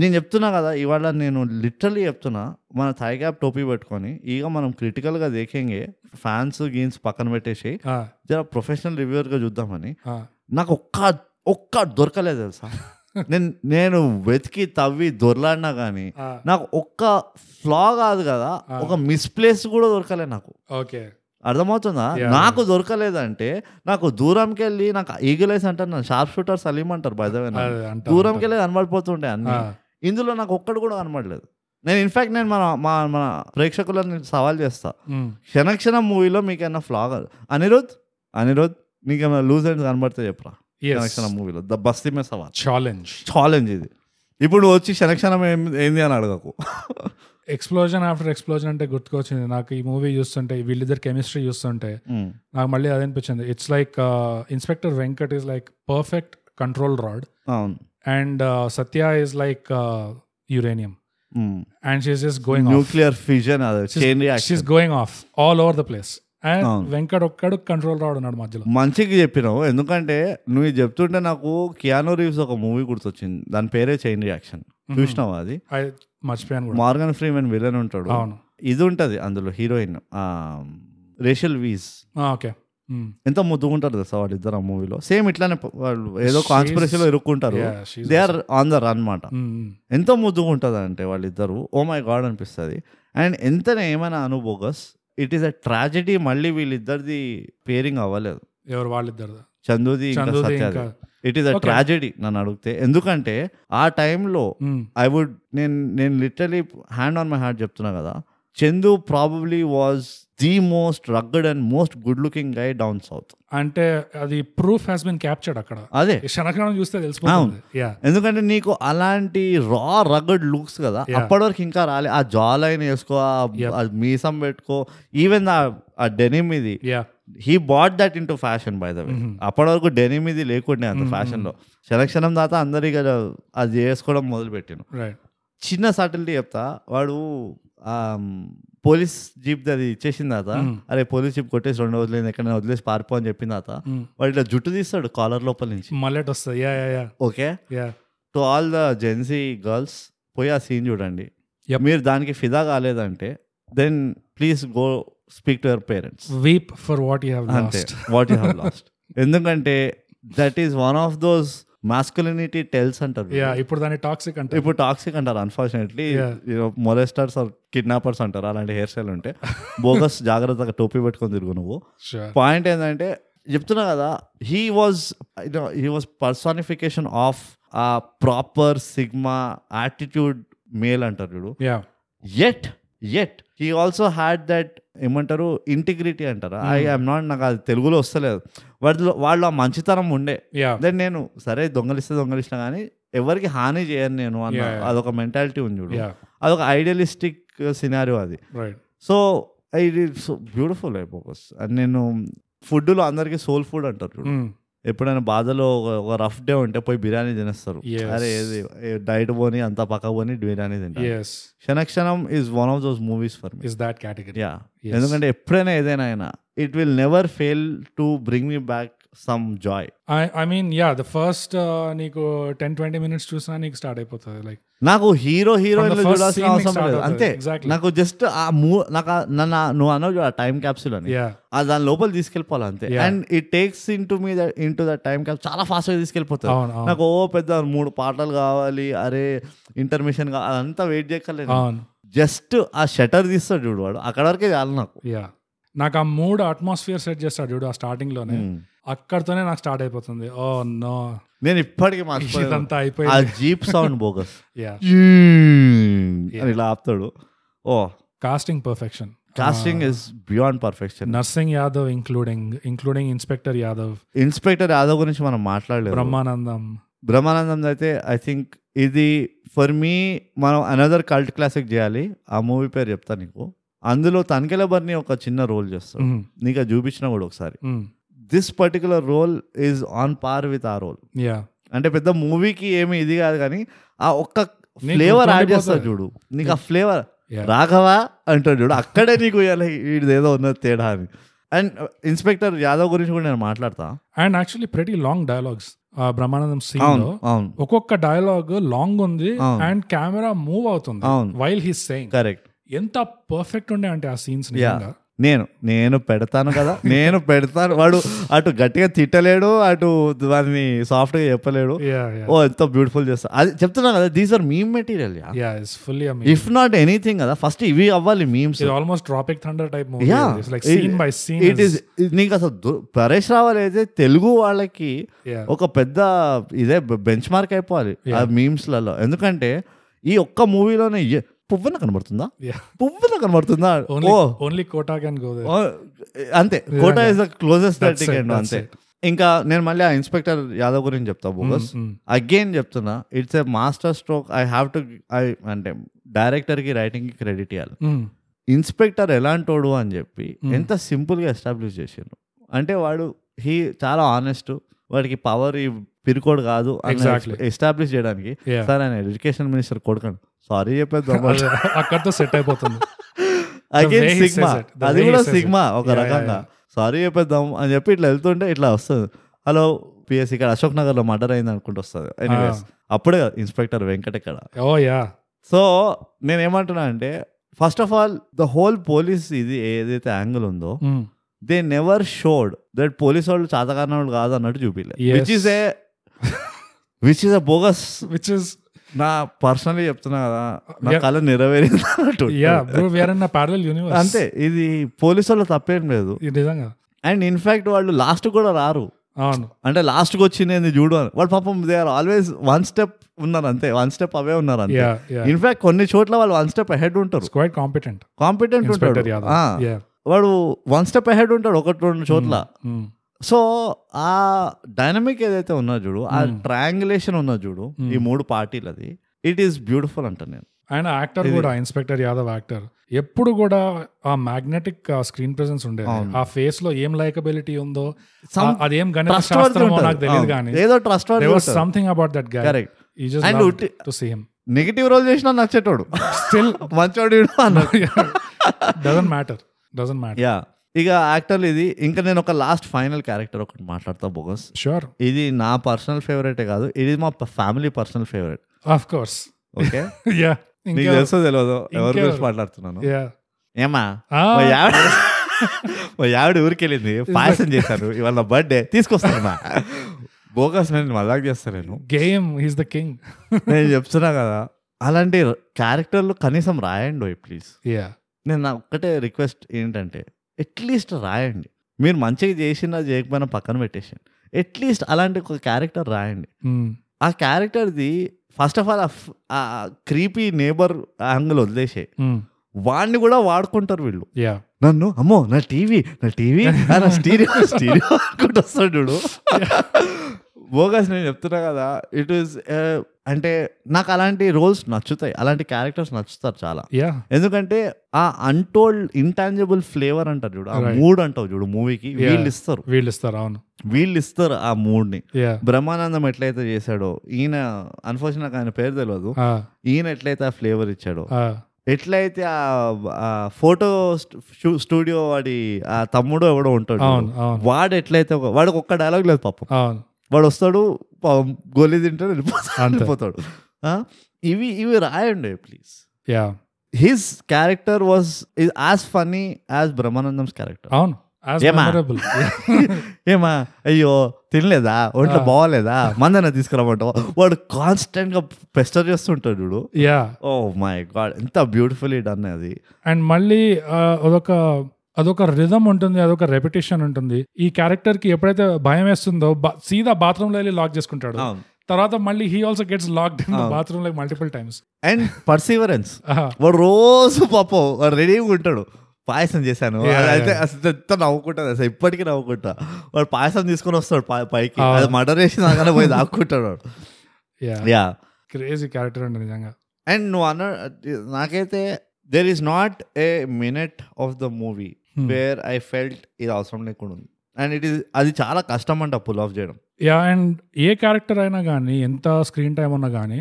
S2: నేను చెప్తున్నా కదా ఇవాళ నేను లిటరలీ చెప్తున్నా మన థై గ్యాప్ టోపీ పెట్టుకొని ఇక మనం క్రిటికల్గా దేఖంగే ఫ్యాన్స్ గీన్స్ పక్కన పెట్టేసి జర ప్రొఫెషనల్ రివ్యూవర్గా చూద్దామని నాకు ఒక్క ఒక్క దొరకలేదు తెలుసా నేను నేను వెతికి తవ్వి దొరలాడినా కానీ నాకు ఒక్క ఫ్లా కాదు కదా ఒక మిస్ప్లేస్ కూడా దొరకలేదు నాకు
S1: ఓకే
S2: అర్థమవుతుందా
S1: Yeah.
S2: నాకు దొరకలేదంటే నాకు దూరంకి వెళ్ళి నాకు ఈగలేసి అంటారు నన్ను షార్ప్ షూటర్ సలీం అంటారు బై
S1: అంట
S2: దూరంకి వెళ్ళి కనబడిపోతుండే అన్ని ఇందులో నాకు ఒక్కడు కూడా కనబడలేదు నేను ఇన్ఫాక్ట్ నేను మన మా మన ప్రేక్షకులను నేను సవాల్ చేస్తా క్షణక్షణం మూవీలో మీకైనా ఫ్లాగ్ అనిరుద్ అనిరుద్ నీకేమైనా లూజ్ అండ్ కనబడితే చెప్పరా క్షణక్షణం మూవీలో ద బస్తీ మే సవాల్
S1: ఛాలెంజ్
S2: ఛాలెంజ్ ఇది ఇప్పుడు నువ్వు వచ్చి క్షణక్షణం ఏం ఏంది అని అడగకు
S1: ఎక్స్ప్లోజన్ ఆఫ్టర్ ఎక్స్ప్లోజన్ అంటే గుర్తుకొచ్చింది నాకు ఈ మూవీ చూస్తుంటే వీళ్ళిద్దరు కెమిస్ట్రీ చూస్తుంటే
S2: Mm.
S1: నాకు మళ్ళీ అది అనిపించింది uh, it's like inspector Venkat is like perfect control rod
S2: అవును
S1: and Satya is like uranium uh, and she's just going off.
S2: Nuclear fission Hmm. అది chain
S1: She's
S2: reaction
S1: going off all over the place. And
S2: అవును. Hmm.
S1: Venkat ఒక్కడు control రాడు ఉన్నాడు మధ్యలో
S2: మంచిగా చెప్పినావు ఎందుకంటే నువ్వు ఇది చెప్తుంటే నాకు కియానో రీవ్స్ ఒక మూవీ గుర్తొచ్చింది దాని పేరే చైన్ రియాక్షన్ చూసినావా అది
S1: Hmm. I మర్చిపోయాను కూడా
S2: మార్గన్ ఫ్రీమెన్ విలన్ ఉంటాడు
S1: అవును
S2: ఇది ఉంటది అందులో heroine Rachel Weisz
S1: okay Hmm.
S2: ఎంత ముద్దుకుంటారు తెలుసా వాళ్ళు ఇద్దరు ఆ మూవీలో సేమ్ ఇట్లానే ప- వాళ్ళు ఏదో కాన్స్పిరసీలో ఇరుక్కుంటారు
S1: Yeah, she's Hmm.
S2: They are on the run అనమాట ఎంత Oh ముద్దుగా ఉంటుంది అంటే వాళ్ళిద్దరు ఓ మై గాడ్ అనిపిస్తుంది అండ్ ఎంతనే ఏమైనా అను bogus it is a tragedy మళ్ళీ వీళ్ళిద్దరిది పేరింగ్ అవ్వలేదు
S1: ఎవరు వాళ్ళిద్దరు
S2: చందుది ఇంకా
S1: చందుది
S2: సత్యాది
S1: ఇంకా
S2: it is a
S1: Okay.
S2: Tragedy నన్ను అడిగితే ఎందుకంటే ఆ టైంలో
S1: Mm.
S2: ఐ వుడ్ నేను నేను literally hand on my heart చెప్తున్నా కదా Chandu probably was the most rugged and most good looking guy down south
S1: అంటే అది ప్రూఫ్ హ్యాస్ బీన్ క్యాప్చర్డ్ అక్కడ
S2: అదే
S1: క్షణకాలం చూస్తే తెలిసిపోతుంది యా
S2: ఎందుకంటే నీకు అలాంటి రా రగడ్ లుక్స్ కదా
S1: Yeah.
S2: అప్పటి వరకు ఇంకా రాలే ఆ జా లైన్ వేసుకో ఆ
S1: Yep.
S2: ఆ మీసం పెట్టుకో ఈవెన్ ఆ డెనిమ్ ఇది
S1: yeah
S2: he bought that into fashion by the way అప్పటి వరకు డెనిమ్ ఇది లేకుండే అంత fashion లో సెలక్షనం దాత అందరి అది చేసుకోవడం మొదలు పెట్టాను
S1: రైట్
S2: చిన్న సాటిల్టీ చెప్తా వాడు ఆ, పోలీస్ జీప్ అది ఇచ్చేసిన తాత అరే పోలీస్ జీప్ కొట్టేసి రెండు రోజులు ఎక్కడ వదిలేసి పారిపో అని చెప్పిన తాత
S1: Mm.
S2: వాడు ఇట్లా జుట్టు తీస్తాడు కాలర్ లోపల నుంచి
S1: మల్లెట్ వస్తుంది yeah yeah yeah
S2: okay
S1: yeah
S2: to all the Gen Z girls పోయి ఆ సీన్ చూడండి
S1: Yep.
S2: మీరు దానికి ఫిదా కాలేదంటే then please go speak to your parents
S1: weep for what you have
S2: అంతే
S1: lost
S2: what you have lost ఎందుకంటే that is one of those masculinity tells అంటారు
S1: యా ఇప్పుడు దాని టాక్సిక్ అంటే
S2: ఇప్పుడు టాక్సిక్ అంటారు unfortunately
S1: Yeah.
S2: Molesters or kidnappers అంటారు అలాంటి హెయిర్ స్టైల్ ఉంటే బోగస్ జాగ్రత్తగా టోపీ పెట్టుకొని తిరుగు నువ్వు పాయింట్ ఏంటంటే చెప్తున్నా కదా he was he was personification of a proper sigma attitude male అంటారు చూడు
S1: yeah
S2: at at he also had that ఏమంటారు ఇంటిగ్రిటీ అంటారు
S1: Hmm.
S2: ఐ ఐఎమ్ నాట్ నాకు అది తెలుగులో వస్తలేదు వాళ్ళు వాళ్ళు ఆ మంచితనం ఉండే
S1: యా
S2: దెన్ నేను సరే దొంగలిస్తే దొంగలిస్తా కానీ ఎవరికి హాని చేయను నేను అన్న
S1: Yeah, yeah.
S2: అదొక మెంటాలిటీ ఉంది చూడు
S1: యా
S2: అదొక ఐడియలిస్టిక్ సినారియో అది
S1: రైట్
S2: సో ఇది బ్యూటిఫుల్ అయిపోకస్ అండ్ నేను ఫుడ్లో అందరికీ సోల్ ఫుడ్ అంటారు చూడు
S1: Mm.
S2: ఎప్పుడైనా బాధలో ఒక- ఒక రఫ్ డే ఉంటే పోయి బిర్యానీ తినేస్తారు
S1: Yes.
S2: అరే ఏది డైట్ పోని అంతా పక్క పోని బిర్యానీ తింటారు
S1: yes
S2: క్షణక్షణం is one of those movies for me
S1: is that category
S2: yeah ఎందుకంటే ఎప్పుడైనా ఏదైనా అయినా it will never fail to bring me back some joy
S1: I I mean yeah the first uh, నీకు టెన్ ట్వంటీ మినిట్స్ చూసినా నీకు start అయిపోతుంది like
S2: నాకు hero heroine
S1: From the first
S2: చూడాల్సిన
S1: scene నీకు
S2: అవసరం
S1: start
S2: లేదు
S1: అవుతుంది.
S2: అంతే
S1: Exactly.
S2: నాకు జస్ట్ ఆ మూ నాకు ఆ- నన్ను ఆ- నువ్వు అన్నావు చూడు ఆ టైం క్యాప్సూల్ అని
S1: యా
S2: ఆ దాని లోపల తీసుకెళ్ళిపోవాలి అంతే
S1: Yeah.
S2: And it takes into me into the time cap చాలా fast గా తీసుకెళ్ళిపోతుంది
S1: అవును అవును
S2: నాకు ఓ పెద్ద మూడు పాటలు కావాలి అరే ఇంటర్మిషన్ కావాలి అదంతా వెయిట్ చేయక్కర్లేదు
S1: అవును
S2: జస్ట్ ఆ షటర్ తీస్తాడు చూడు వాడు అక్కడ వరకే చాలు నాకు
S1: యా నాకు ఆ మూడు అట్మాస్ఫియర్ సెట్ చేస్తాడు చూడు ఆ స్టార్టింగ్ లోనే
S2: Hmm.
S1: అక్కడితోనే నాకు స్టార్ట్ అయిపోతుంది ఓ నో
S2: నేను ఇప్పటికీ మర్చిపోయాను
S1: ఇదంతా
S2: ఆ
S1: అయిపోయింది
S2: జీప్ సౌండ్ బోగస్
S1: యా
S2: అని ఇలా ఆపుతాడు ఓ
S1: casting perfection
S2: casting
S1: Ah.
S2: Is beyond perfection
S1: Narsing Yadav including including inspector Yadav
S2: inspector Yadav గురించి మనం మాట్లాడలేదు
S1: బ్రహ్మానందం
S2: బ్రహ్మానందం అయితే ఐ థింక్ ఇది ఫర్ మీ మనం అనదర్ కల్ట్ క్లాసిక్ చేయాలి ఆ మూవీ పేరు చెప్తా నీకు అందులో తనకెలబర్ని ఒక చిన్న రోల్
S1: Hmm.
S2: చేస్తాడు నీకు అది చూపించిన కూడా ఒకసారి this particular role is on par with ఆ రోల్
S1: యా
S2: అంటే పెద్ద మూవీకి ఏమి ఇది కాదు కానీ ఆ ఒక్క
S1: నీకు
S2: ఫ్లేవర్ యాడ్ చేస్తాడు
S1: గుర్తుండిపోతుంది.
S2: చూడు నీకు ఆ ఫ్లేవర్
S1: Yeah.
S2: రాఘవా అంటాడు చూడు అక్కడే నీకు ఇవాళ వీడిదేదో ఉన్నది తేడా అని అండ్ ఇన్స్పెక్టర్ యాదవ్ గురించి కూడా నేను మాట్లాడతా
S1: and actually pretty long dialogues Brahmanandam scene
S2: అవును
S1: లో
S2: అవును
S1: ఒక్కొక్క డైలాగ్ లాంగ్ ఉంది
S2: అవును.
S1: అండ్ కెమెరా మూవ్ అవుతుంది
S2: అవును.
S1: వైల్ హీ సెయింగ్
S2: కరెక్ట్
S1: ఎంత పర్ఫెక్ట్ ఉండే అంటే ఆ సీన్స్
S2: యా నేను నేను పెడతాను కదా నేను పెడతాను వాడు అటు గట్టిగా తిట్టలేడు అటు దాన్ని సాఫ్ట్ గా చెప్పలేడు ఓ ఎంతో బ్యూటిఫుల్ చేస్తా అది చెప్తున్నా కదా these are meme material yeah
S1: yeah is fully
S2: if not anything కదా ఫస్ట్ ఇవి అవ్వాలి మీమ్స్
S1: ఇది almost Tropic Thunder type movie
S2: yeah
S1: like scene by scene
S2: it is నీకు అసలు దు- పరేష్ రావాలి అయితే తెలుగు వాళ్ళకి
S1: Yeah.
S2: ఒక పెద్ద ఇదే బెంచ్ మార్క్ అయిపోవాలి ఆ మీమ్స్లలో ఎందుకంటే ఈ ఒక్క మూవీలోనే పువ్వున కనబడుతుందా
S1: Yeah.
S2: పువ్వున కనబడుతుందా
S1: only
S2: oh
S1: only Kota can go
S2: oh, అంతే Kota is the closest
S1: That's it, Hmm.
S2: Ticket
S1: that's
S2: అంతే ఇంకా నేను మళ్ళీ ఆ ఇన్స్పెక్టర్ యాదవ్ గురించి చెప్తా బోగస్
S1: Mm,
S2: అగైన్ చెప్తున్నా it's a master stroke I have to I అంటే డైరెక్టర్ కి రైటింగ్ కి క్రెడిట్ ఇవ్వాలి
S1: mm,
S2: ఇన్స్పెక్టర్ ఎలాంటోడు అని చెప్పి ఎంత సింపుల్ గా ఎస్టాబ్లిష్ చేసిండు అంటే వాడు హీ చాలా ఆనెస్ట్ వాడికి పవర్ ఈ పిరికోడ్ కాదు
S1: Exactly.
S2: ఎస్టాబ్లిష్ చేయడానికి
S1: Yeah.
S2: సార్ ఆయన ఎడ్యుకేషన్ మినిస్టర్ కొడకండి సారీ చెప్పేద్దాం
S1: అదే, అక్కడితో సెట్ అయిపోతుంది
S2: again
S1: way he
S2: sigma
S1: says it. The
S2: అది
S1: way he
S2: కూడా
S1: says it.
S2: సిగ్మా ఒక
S1: Yeah, yeah,
S2: రకంగా సారీ చెప్పేద్దాం అని చెప్పి ఇట్లా వెళ్తుంటే ఇట్లా వస్తుంది హలో పిఎస్ ఇక్కడ అశోక్ నగర్ లో మర్డర్ అయింది అనుకుంటూ వస్తుంది ఎనీవేస్
S1: Ah.
S2: అప్పుడే ఇన్స్పెక్టర్ వెంకట్ ఇక్కడ
S1: ఓ యా
S2: సో నేనేమంటున్నా అంటే first of all the whole police ఇది ఏదైతే యాంగిల్ ఉందో they never showed that police వాళ్ళు చాతకారణ వాళ్ళు కాదు అన్నట్టు చూపిలే
S1: Yes.
S2: Which is a which is a bogus
S1: which is
S2: నా పర్సనలీ చెప్తున్నా కదా నా
S1: Yeah.
S2: కళ నెరవేరింది అన్నట్టు
S1: yeah bro we are in parallel universe
S2: అంతే ఇది పోలీసు వాళ్ళు తప్పేం లేదు
S1: నిజంగా
S2: అండ్ ఇన్ఫాక్ట్ వాళ్ళు లాస్ట్ కూడా రారు
S1: అవును
S2: అంటే లాస్ట్కి వచ్చింది చూడు అని వాళ్ళు పాపం they are always one step ఉన్నారు అంతే వన్ స్టెప్ అవే ఉన్నారు అంతే
S1: యా యా
S2: ఇన్ఫాక్ట్ కొన్ని చోట్ల వాళ్ళు వన్ స్టెప్ అహెడ్ ఉంటారు
S1: క్వైట్ కాంపిటెంట్
S2: కాంపిటెంట్ ఉంటాడు
S1: ఇన్స్పెక్టర్ యాదవ్
S2: ఆ,
S1: యా
S2: Ah, వాడు వన్ స్టెప్ అహెడ్ ఉంటాడు ఒకటి రెండు చోట్ల
S1: Mm. Hmm.
S2: సో ఆ డైనమిక్ ఏదైతే ఉన్నా చూడు ఆ
S1: Hmm.
S2: ట్రయాంగులేషన్ ఉన్నా చూడు ఈ మూడు పార్టీలది ఇట్ ఈస్ బ్యూటిఫుల్ అంట నేను
S1: ఆయన యాక్టర్ కూడా ఇన్స్పెక్టర్ యాదవ్ యాక్టర్ ఎప్పుడు కూడా ఆ మ్యాగ్నెటిక్ స్క్రీన్ ప్రెసెన్స్ ఉండేది ఆ ఫేస్ లో ఏం లైకబిలిటీ ఉందో
S2: Some
S1: ఆ- అదేం గణిత
S2: ట్రస్ట్
S1: శాస్త్రమో నాకు తెలియదు కానీ
S2: ఏదో trust
S1: there was something about that guy
S2: correct
S1: you just
S2: And
S1: loved
S2: uti-
S1: to see him
S2: negative role చేసినా నచ్చేటోడు
S1: still
S2: మంచోడు వీడు అన్నాడు
S1: doesn't matter doesn't matter
S2: yeah ఇక యాక్టర్లు ఇది ఇంకా నేను ఒక లాస్ట్ ఫైనల్ క్యారెక్టర్ ఒకటి మాట్లాడతా బోగస్
S1: sure
S2: ఇది నా పర్సనల్ ఫేవరెటే కాదు ఇది మా family personal favourite
S1: of course
S2: okay
S1: yeah
S2: నీకు
S1: ఇంకా-
S2: తెలుసో తెలియదు ఎవరి గురించి
S1: ఇంకెవరు?
S2: మాట్లాడుతున్నాను
S1: yeah
S2: ఏమా
S1: Ah.
S2: మా యావిడ మా యావిడ ఊరికి వెళ్ళింది పాయసం చేశాను ఇవాళ నా బర్త్డే తీసుకొస్తాను బోగస్ నేను మజాక్ చేస్తాను నేను
S1: game he's the king
S2: నేను చెప్తున్నా కదా అలాంటి క్యారెక్టర్లు కనీసం రాయండి ప్లీజ్
S1: yeah
S2: నేను నా ఒక్కటే రిక్వెస్ట్ ఏంటంటే అట్లీస్ట్ రాయండి మీరు మంచిగా చేసినా చేయకపోయినా పక్కన పెట్టేసండి అట్లీస్ట్ అలాంటి ఒక క్యారెక్టర్ రాయండి
S1: Mm.
S2: ఆ క్యారెక్టర్ది ఫస్ట్ ఆఫ్ ఆల్ ఆ క్రీపీ నేబర్ యాంగిల్ వదిలేసే
S1: Mm.
S2: వాడిని కూడా వాడుకుంటారు వీళ్ళు
S1: yeah
S2: నన్ను అమ్మో నా టీవీ నా టీవీ ఆ, నా స్టీరియో స్టీరియో అనుకుంటూ వస్తాడు చూడు బోగస్ నేను చెప్తున్నా కదా ఇట్ ఈస్ అంటే నాకు అలాంటి రోల్స్ నచ్చుతాయి అలాంటి క్యారెక్టర్స్ నచ్చుతారు చాలా
S1: yeah
S2: ఎందుకంటే ఆ అన్టోల్డ్ ఇంటాంజిబుల్ ఫ్లేవర్ అంటారు చూడు ఆ
S1: Right.
S2: మూడ్ అంటావు చూడు మూవీకి
S1: Yeah.
S2: వీళ్ళు ఇస్తారు
S1: వీళ్ళు ఇస్తారు అవును
S2: వీళ్ళు ఇస్తారు ఆ మూడ్ని
S1: yeah
S2: బ్రహ్మానందం ఎట్లయితే చేశాడో ఈయన అన్ఫార్చునేట్ నాకు ఆయన పేరు తెలియదు
S1: Ah,
S2: ఈయన ఎట్లయితే ఆ ఫ్లేవర్ ఇచ్చాడో
S1: ah.
S2: ఎట్లయితే ఆ ఆ ఫోటో స్టు- స్టూడియో వాడి ఆ తమ్ముడు ఎవడో ఉంటాడు
S1: అవును
S2: చూడు.
S1: అవును
S2: వాడు ఎట్లయితే ఒక- వాడికి ఒక్క డైలాగ్ లేదు పాపం
S1: అవును
S2: వాడు వస్తాడు పాపం గోలీ తింటాడు వెళ్ళిపోతాడు
S1: అంతే.
S2: వెళ్ళిపోతాడు ఆ? ఇవి ఇవి రాయండి please
S1: yeah
S2: his character was as funny as Brahmanandam's character
S1: అవును as
S2: ఏమా?
S1: memorable
S2: ఏమా అయ్యో తినలేదా ఒంట్లో
S1: Ah.
S2: బాగోలేదా మందన తీసుకురామంటావు వాడు కాన్స్టెంట్ గా పెస్టర్ చేస్తుంటాడు చూడు
S1: యా
S2: ఓ మై గాడ్ ఎంత బ్యూటిఫుల్లీ డన్ అది
S1: అండ్ మళ్ళీ ఆ, అదొక అదొక రిధమ్ ఉంటుంది అదొక రెపిటేషన్ ఉంటుంది ఈ క్యారెక్టర్ కి ఎప్పుడైతే భయం వేస్తుందో బా- సీదా బాత్రూమ్ లో వెళ్ళి లాక్ చేసుకుంటాడు తర్వాత మళ్ళీ he also gets locked in
S2: అవును.
S1: Bathroom like multiple times
S2: and perseverance
S1: Ah,
S2: వాడు రోజు పాపం వాడు రెడీగా ఉంటాడు పాయసం చేశాను
S1: Yeah,
S2: అది అయితే
S1: yeah.
S2: అసలు ఎంత నవ్వుకుంటాను అసలు ఇప్పటికీ నవ్వుకుంటా వాడు పాయసం తీసుకొని వస్తాడు పై- పైకి
S1: Ah.
S2: అది మర్డర్ చేసి నాగానే పోయి దాక్కుంటాడు వాడు యా
S1: క్రేజీ క్యారెక్టర్ అండి నిజంగా
S2: అండ్ నువ్వు అన్న నాకైతే there is not a minute of the movie
S1: Hmm.
S2: Where I felt ఇది అవసరం లేకుండా ఉంది అండ్ ఇట్ ఈస్ అది చాలా కష్టం అంట పుల్ ఆఫ్ చేయడం
S1: యా అండ్ ఏ క్యారెక్టర్ అయినా కానీ ఎంత స్క్రీన్ టైం ఉన్నా కానీ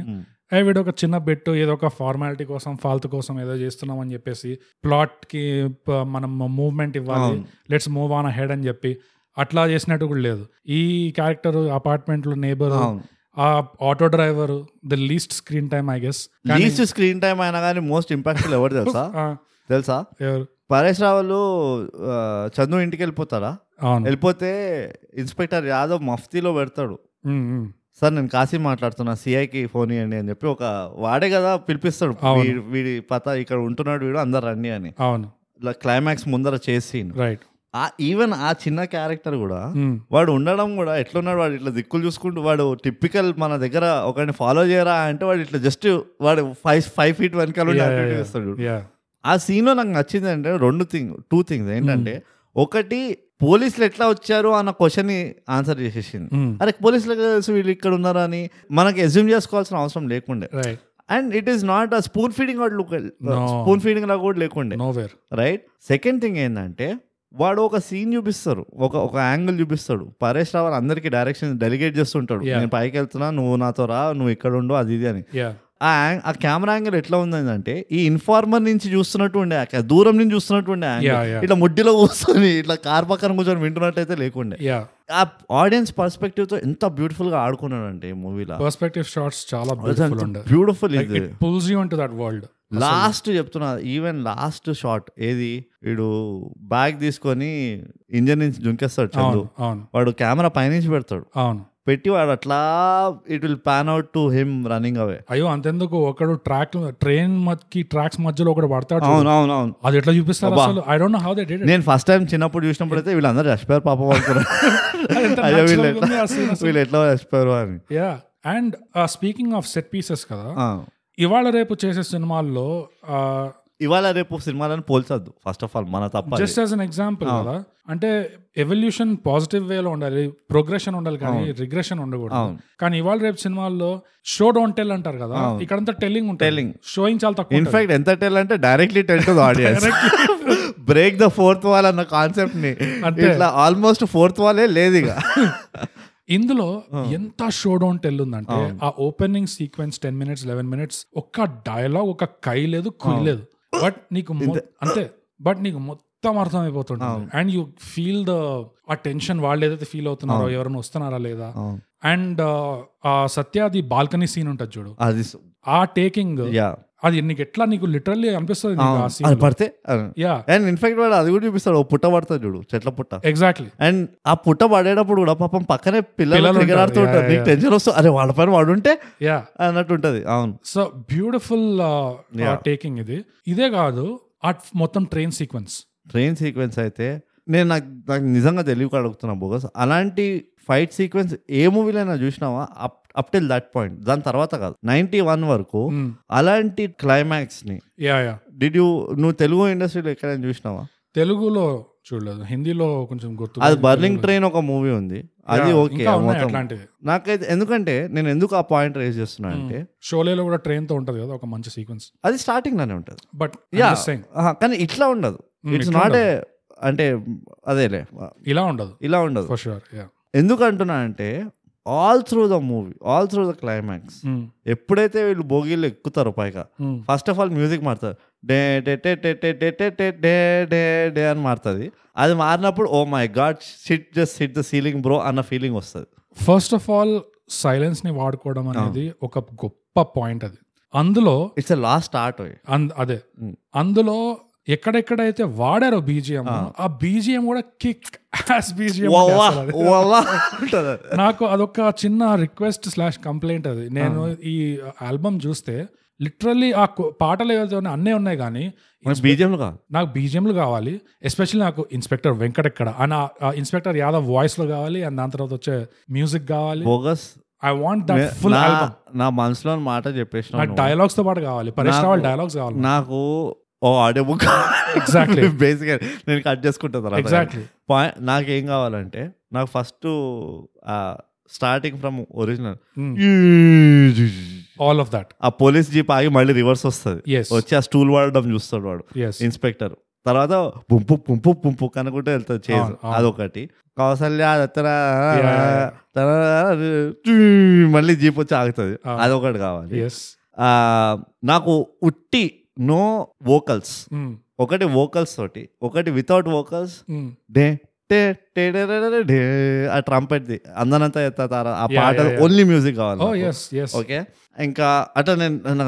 S1: ఏ వీడు ఒక చిన్న బెట్ ఏదో ఒక ఫార్మాలిటీ కోసం ఫాల్తు కోసం ఏదో చేస్తున్నాం అని చెప్పేసి ప్లాట్ కి ప- మనం మూవ్మెంట్ ఇవ్వాలి
S2: అవును.
S1: లెట్స్ మూవ్ ఆన్ హెడ్ అని చెప్పి అట్లా చేసినట్టు కూడా లేదు ఈ క్యారెక్టర్ అపార్ట్మెంట్ లో నేబర్
S2: అవును.
S1: ఆ auto driver the least screen time I guess
S2: least screen time అయినా కానీ మోస్ట్ ఇంపాక్ట్ఫుల్ ఎవరు తెలుసా తెలుసా
S1: ఎవరు
S2: పరేష్ రావులు ఆ, చందు ఇంటికి వెళ్ళిపోతారా
S1: అవును
S2: వెళ్ళిపోతే ఇన్స్పెక్టర్ యాదవ్ మఫ్తీలో పెడతాడు
S1: ఉమ్, ఉమ్.
S2: సార్ నేను కాశీ మాట్లాడుతున్నా సిఐకి ఫోన్ ఇవ్వండి అని చెప్పి ఒక వాడే కదా పిలిపిస్తాడు
S1: అవును.
S2: వీడి- వీడి పత ఇక్కడ ఉంటున్నాడు వీడు అందరు రండి అని
S1: అవును
S2: క్లైమాక్స్ ముందర చేసి
S1: రైట్
S2: ఆ ఈవెన్ ఆ చిన్న క్యారెక్టర్ కూడా
S1: ఉమ్,
S2: వాడు ఉండడం కూడా ఎట్లున్నాడు వాడు ఇట్లా దిక్కులు చూసుకుంటూ వాడు టిపికల్ మన దగ్గర ఒకరిని ఫాలో చేయరా అంటే వాడు ఇట్లా జస్ట్ వాడు ఫైవ్ ఫైవ్ ఫీట్ వెనకాల ఉండి
S1: Yeah,
S2: అటు
S1: yeah,
S2: ఇటు
S1: yeah.
S2: చేస్తాడు
S1: yeah.
S2: ఆ సీన్లో నాకు నచ్చింది అంటే రెండు థింగ్ టూ థింగ్స్ ఏంటంటే ఒకటి పోలీసులు ఎట్లా వచ్చారు అన్న క్వశ్చన్ ఆన్సర్ చేసేసింది
S1: ఉమ్,
S2: అరే పోలీసులకు తెలుసు వీళ్ళు ఇక్కడ ఉన్నారా అని మనకి ఎజ్యూమ్ చేసుకోవాల్సిన అవసరం లేకుండే
S1: right
S2: and it is not a spoon feeding spoon feeding లా కూడా లేకుండే
S1: నోవేర్
S2: రైట్ సెకండ్ థింగ్ ఏంటంటే వాడు ఒక సీన్ చూపిస్తారు ఒక ఒక యాంగిల్ చూపిస్తాడు పరేష్ రావల్ అందరికి డైరెక్షన్ డెలిగేట్ చేస్తుంటాడు
S1: Yeah.
S2: నేను పైకి వెళ్తున్నా నువ్వు నాతో రా నువ్వు ఇక్కడ ఉండు అది ఇది అని
S1: యా
S2: ఆ యాంగ్- ఆ కెమెరా యాంగిల్ ఎట్లా ఉందంటే ఈ ఇన్ఫార్మర్ నుంచి చూస్తున్నట్టు ఉండే ఆ క- దూరం నుంచి చూస్తున్నట్టు ఉండే యాంగిల్.
S1: Yeah, yeah.
S2: ఇట్లా ముడ్డిలో కూర్చొని ఇట్లా కార్ పక్కన కూర్చొని వింటున్నట్టయితే లేకుండే
S1: యా
S2: ఆ ఆడియన్స్ పర్స్పెక్టివ్ తో ఎంత బ్యూటిఫుల్ గా ఆడుకున్నాడంటే ఈ మూవీలో
S1: పర్స్పెక్టివ్ షాట్స్ చాలా బ్యూటిఫుల్ ఉండే
S2: బ్యూటిఫుల్ ఇది
S1: it pulls you into that world
S2: last చెప్తున్నా ఈవెన్ లాస్ట్ షాట్ ఏది వీడు బ్యాగ్ తీసుకొని ఇంజన్ నుంచి జుంకేస్తాడు చందు
S1: అవును అవును
S2: వాడు కెమెరా పైనుంచి పెడతాడు
S1: అవును
S2: పెట్టి వాడు అట్లా it will pan out to him running away
S1: అయ్యో అంతెందుకు ఒకడు ట్రాక్ ట్రైన్ మధ్యకి ట్రాక్స్ మధ్యలో ఒకడు పడతాడు
S2: అవును అవును అవును
S1: అది ఎట్లా చూపిస్తారు అసలు I don't know how they did
S2: నేను ఫస్ట్ టైం చిన్నప్పుడు చూసినప్పుడు అయితే వీళ్ళందరూ చచ్చిపోయారు పాపం అనుకున్నాను అయ్యో వీళ్ళు ఎట్లా వీళ్ళు ఎట్లా చచ్చిపోయారు అని
S1: yeah and speaking of set pieces కదా
S2: ఆ.
S1: ఇవాళ రేపు చేసే సినిమాల్లో uh,
S2: ఇవాళ రేపు సినిమాలను పోల్చొద్దు ఫస్ట్ ఆఫ్ ఆల్ మన తప్ప
S1: జస్ట్ యాజ్ అన్ ఎగ్జాంపుల్ కదా అంటే ఎవల్యూషన్ పాజిటివ్ వేలో ఉండాలి ప్రోగ్రెషన్ ఉండాలి కానీ రిగ్రెషన్ ఉండకూడదు
S2: అవును.
S1: కానీ ఇవాళ రేపు సినిమాల్లో షో డోంట్ టెల్ అంటారు కదా ఇక్కడంతా టెల్లింగ్ ఉంటుంది
S2: Telling.
S1: షోయింగ్ చాలా తక్కువ ఉంటుంది.
S2: ఇన్ఫాక్ట్ ఎంత టెల్ అంటే directly tell to audience break the fourth wall అన్న కాన్సెప్ట్ ని
S1: అంతే.
S2: ఇట్లా ఆల్మోస్ట్ ఫోర్త్ వాలే లేదు ఇక
S1: ఇందులో ఎంత షో డౌన్ టెల్ ఉందంటే ఆ opening sequence ten minutes eleven minutes ఒక్క డైలాగ్ ఒక కై లేదు కుయ్ లేదు బట్ నీకు మొ- అంతే బట్ నీకు మొత్తం అర్థమైపోతుంటుంది and you feel the uh tension వాళ్ళు ఏదైతే ఫీల్ అవుతున్నారో ఎవరైనా వస్తున్నారా లేదా అండ్ ఆ సత్యాది బాల్కనీ సీన్ ఉంటుంది చూడు
S2: అది
S1: ఆ టేకింగ్
S2: యా
S1: అది నీకు ఎట్లా నీకు లిటరల్లీ అనిపిస్తుంది నీకు ఆ
S2: అది
S1: సీన్
S2: పడితే
S1: యా
S2: అండ్ ఇన్ఫాక్ట్ వాడు అది కూడా చూపిస్తాడు ఓ పుట్ట పడతాడు చూడు చెట్ల పుట్ట
S1: ఎగ్జాక్ట్లీ
S2: అండ్ ఆ పుట్ట పడేటప్పుడు కూడా పాపం పక్కనే పిల్లలు
S1: పిల్లలు
S2: క్రికెట్
S1: ఉంటారు.
S2: ఆడుతూ
S1: Yeah,
S2: ఉంటారు నీకు
S1: yeah.
S2: టెన్షన్ వస్తుంది అరే వాడి పైన వాడు ఉంటే
S1: యా
S2: అన్నట్టు ఉంటది అవును
S1: సో బ్యూటిఫుల్
S2: Yeah.
S1: టేకింగ్ ఇది ఇదే కాదు ఆ మొత్తం ట్రైన్ సీక్వెన్స్
S2: ట్రైన్ సీక్వెన్స్ అయితే నేను నాకు నాకు నిజంగా తెలియక అడుగుతున్నా బోగస్ అలాంటి ఫైట్ సీక్వెన్స్ ఏ మూవీలైనా చూసినావా up up till that point దాని తర్వాత కాదు నైన్టీ వన్ వరకు అలాంటి క్లైమాక్స్ ని
S1: యా యా
S2: డిడ్ యూ నువ్వు తెలుగు ఇండస్ట్రీలో ఎక్కడైనా చూసినావా
S1: తెలుగులో చూడలేదు హిందీలో కొంచెం గుర్తు
S2: అది బర్లింగ్ ట్రైన్ ఒక మూవీ ఉంది అది
S1: Yeah,
S2: ఓకే
S1: ఇంకా ఉన్నాయి
S2: మొత్తం
S1: అట్లాంటివి
S2: నాకైతే ఎందుకంటే నేను ఎందుకు ఆ పాయింట్ రేజ్ చేస్తున్నా అంటే
S1: షోలేలో కూడా ట్రైన్ తో ఉంటది కదా ఒక మంచి సీక్వెన్స్
S2: అది స్టార్టింగ్ లోనే ఉంటుంది
S1: బట్
S2: యా కానీ ఇట్లా ఉండదు
S1: Hmm,
S2: ఇట్స్
S1: ఇట్లా
S2: నాట్ ఏ అంటే అదేలే
S1: ఇలా ఉండదు
S2: ఇలా ఉండదు
S1: ఫర్ షూర్ యా
S2: ఎందుకు అంటున్నా అంటే all through the movie all through the climax ఎప్పుడైతే వీళ్ళు బోగీలు ఎక్కుతారో పైగా ఫస్ట్ ఆఫ్ ఆల్ మ్యూజిక్ మారుతారు డే డే టే టే టే టే టే టే డే డే డే అని మారుతుంది అది మారినప్పుడు oh oh my God sit just sit the ceiling bro అన్న ఫీలింగ్ వస్తుంది
S1: ఫస్ట్ ఆఫ్ ఆల్ సైలెన్స్ ని వాడుకోవడం అనేది ఒక గొప్ప పాయింట్ అది అందులో
S2: ఇట్స్ ఎ లాస్ట్ ఆర్ట్
S1: అంద- అదే
S2: Mm.
S1: అందులో ఎక్కడెక్కడైతే వాడారో బీజిఎం ఆ బీజిఎం కూడా కిక్ యాస్ బీజిఎం నాకు అదొక చిన్న రిక్వెస్ట్ స్లాష్ కంప్లైంట్ అది నేను ఈ ఆల్బమ్ చూస్తే లిటరల్లీ ఆ కు- పాటలు ఏవైతే ఉన్నాయో అన్నీ ఉన్నాయి కానీ
S2: బీజియంలు కాదు
S1: నాకు బీజిఎంలు కావాలి ఎస్పెషల్లీ నాకు ఇన్స్పెక్టర్ వెంకట్ ఎక్కడ అండ్ ఇన్స్పెక్టర్ యాదవ్ వాయిస్ లో కావాలి అండ్ దాని తర్వాత వచ్చే మ్యూజిక్ కావాలి
S2: bogus
S1: I want that full
S2: నా-
S1: ఆల్బమ్
S2: నా మనసులో మాట చెప్పేసిన
S1: నాకు డైలాగ్స్ తో పాటు కావాలి పరేష్
S2: నాకు-
S1: రావల్ డైలాగ్స్ కావాలి
S2: నాకు oh, oh audio book
S1: Exactly.
S2: Basic నేను కట్ చేసుకుంటా తర్వాత
S1: ఎగ్జాక్ట్లీ
S2: పాయింట్ నాకేం కావాలంటే నాకు first starting from original
S1: Hmm. All of that
S2: ఆ పోలీస్ జీప్ ఆగి మళ్ళీ రివర్స్ వస్తుంది
S1: ఎస్
S2: వచ్చి ఆ స్టూల్ వాడడం చూస్తాడు వాడు
S1: ఎస్
S2: ఇన్స్పెక్టర్ తర్వాత పుంపు పుంపు పుంపు కనుకుంటే వెళ్తాడు చేజ్
S1: అవును, అవును.
S2: అదొకటి కౌసల్య తరా,
S1: Yeah.
S2: తరా, చూ, మళ్ళీ జీప్ వచ్చి ఆగుతుంది
S1: అవును.
S2: అదొకటి కావాలి
S1: ఎస్
S2: ఆ, నాకు ఉట్టి నో వోకల్స్
S1: Hmm.
S2: ఒకటి వోకల్స్ తోటి ఒకటి వితౌట్ వోకల్స్ డే టే టే డే డే డే డే డే ఆ ట్రంపెట్ది అందనంతా ఎత్తారా ఆ
S1: Yeah,
S2: పాట
S1: yeah, Oh, yeah.
S2: Only music కావాలి
S1: ఓ
S2: నాకు.
S1: ఎస్ ఎస్
S2: ఓకే ఇంకా అట్లా నేను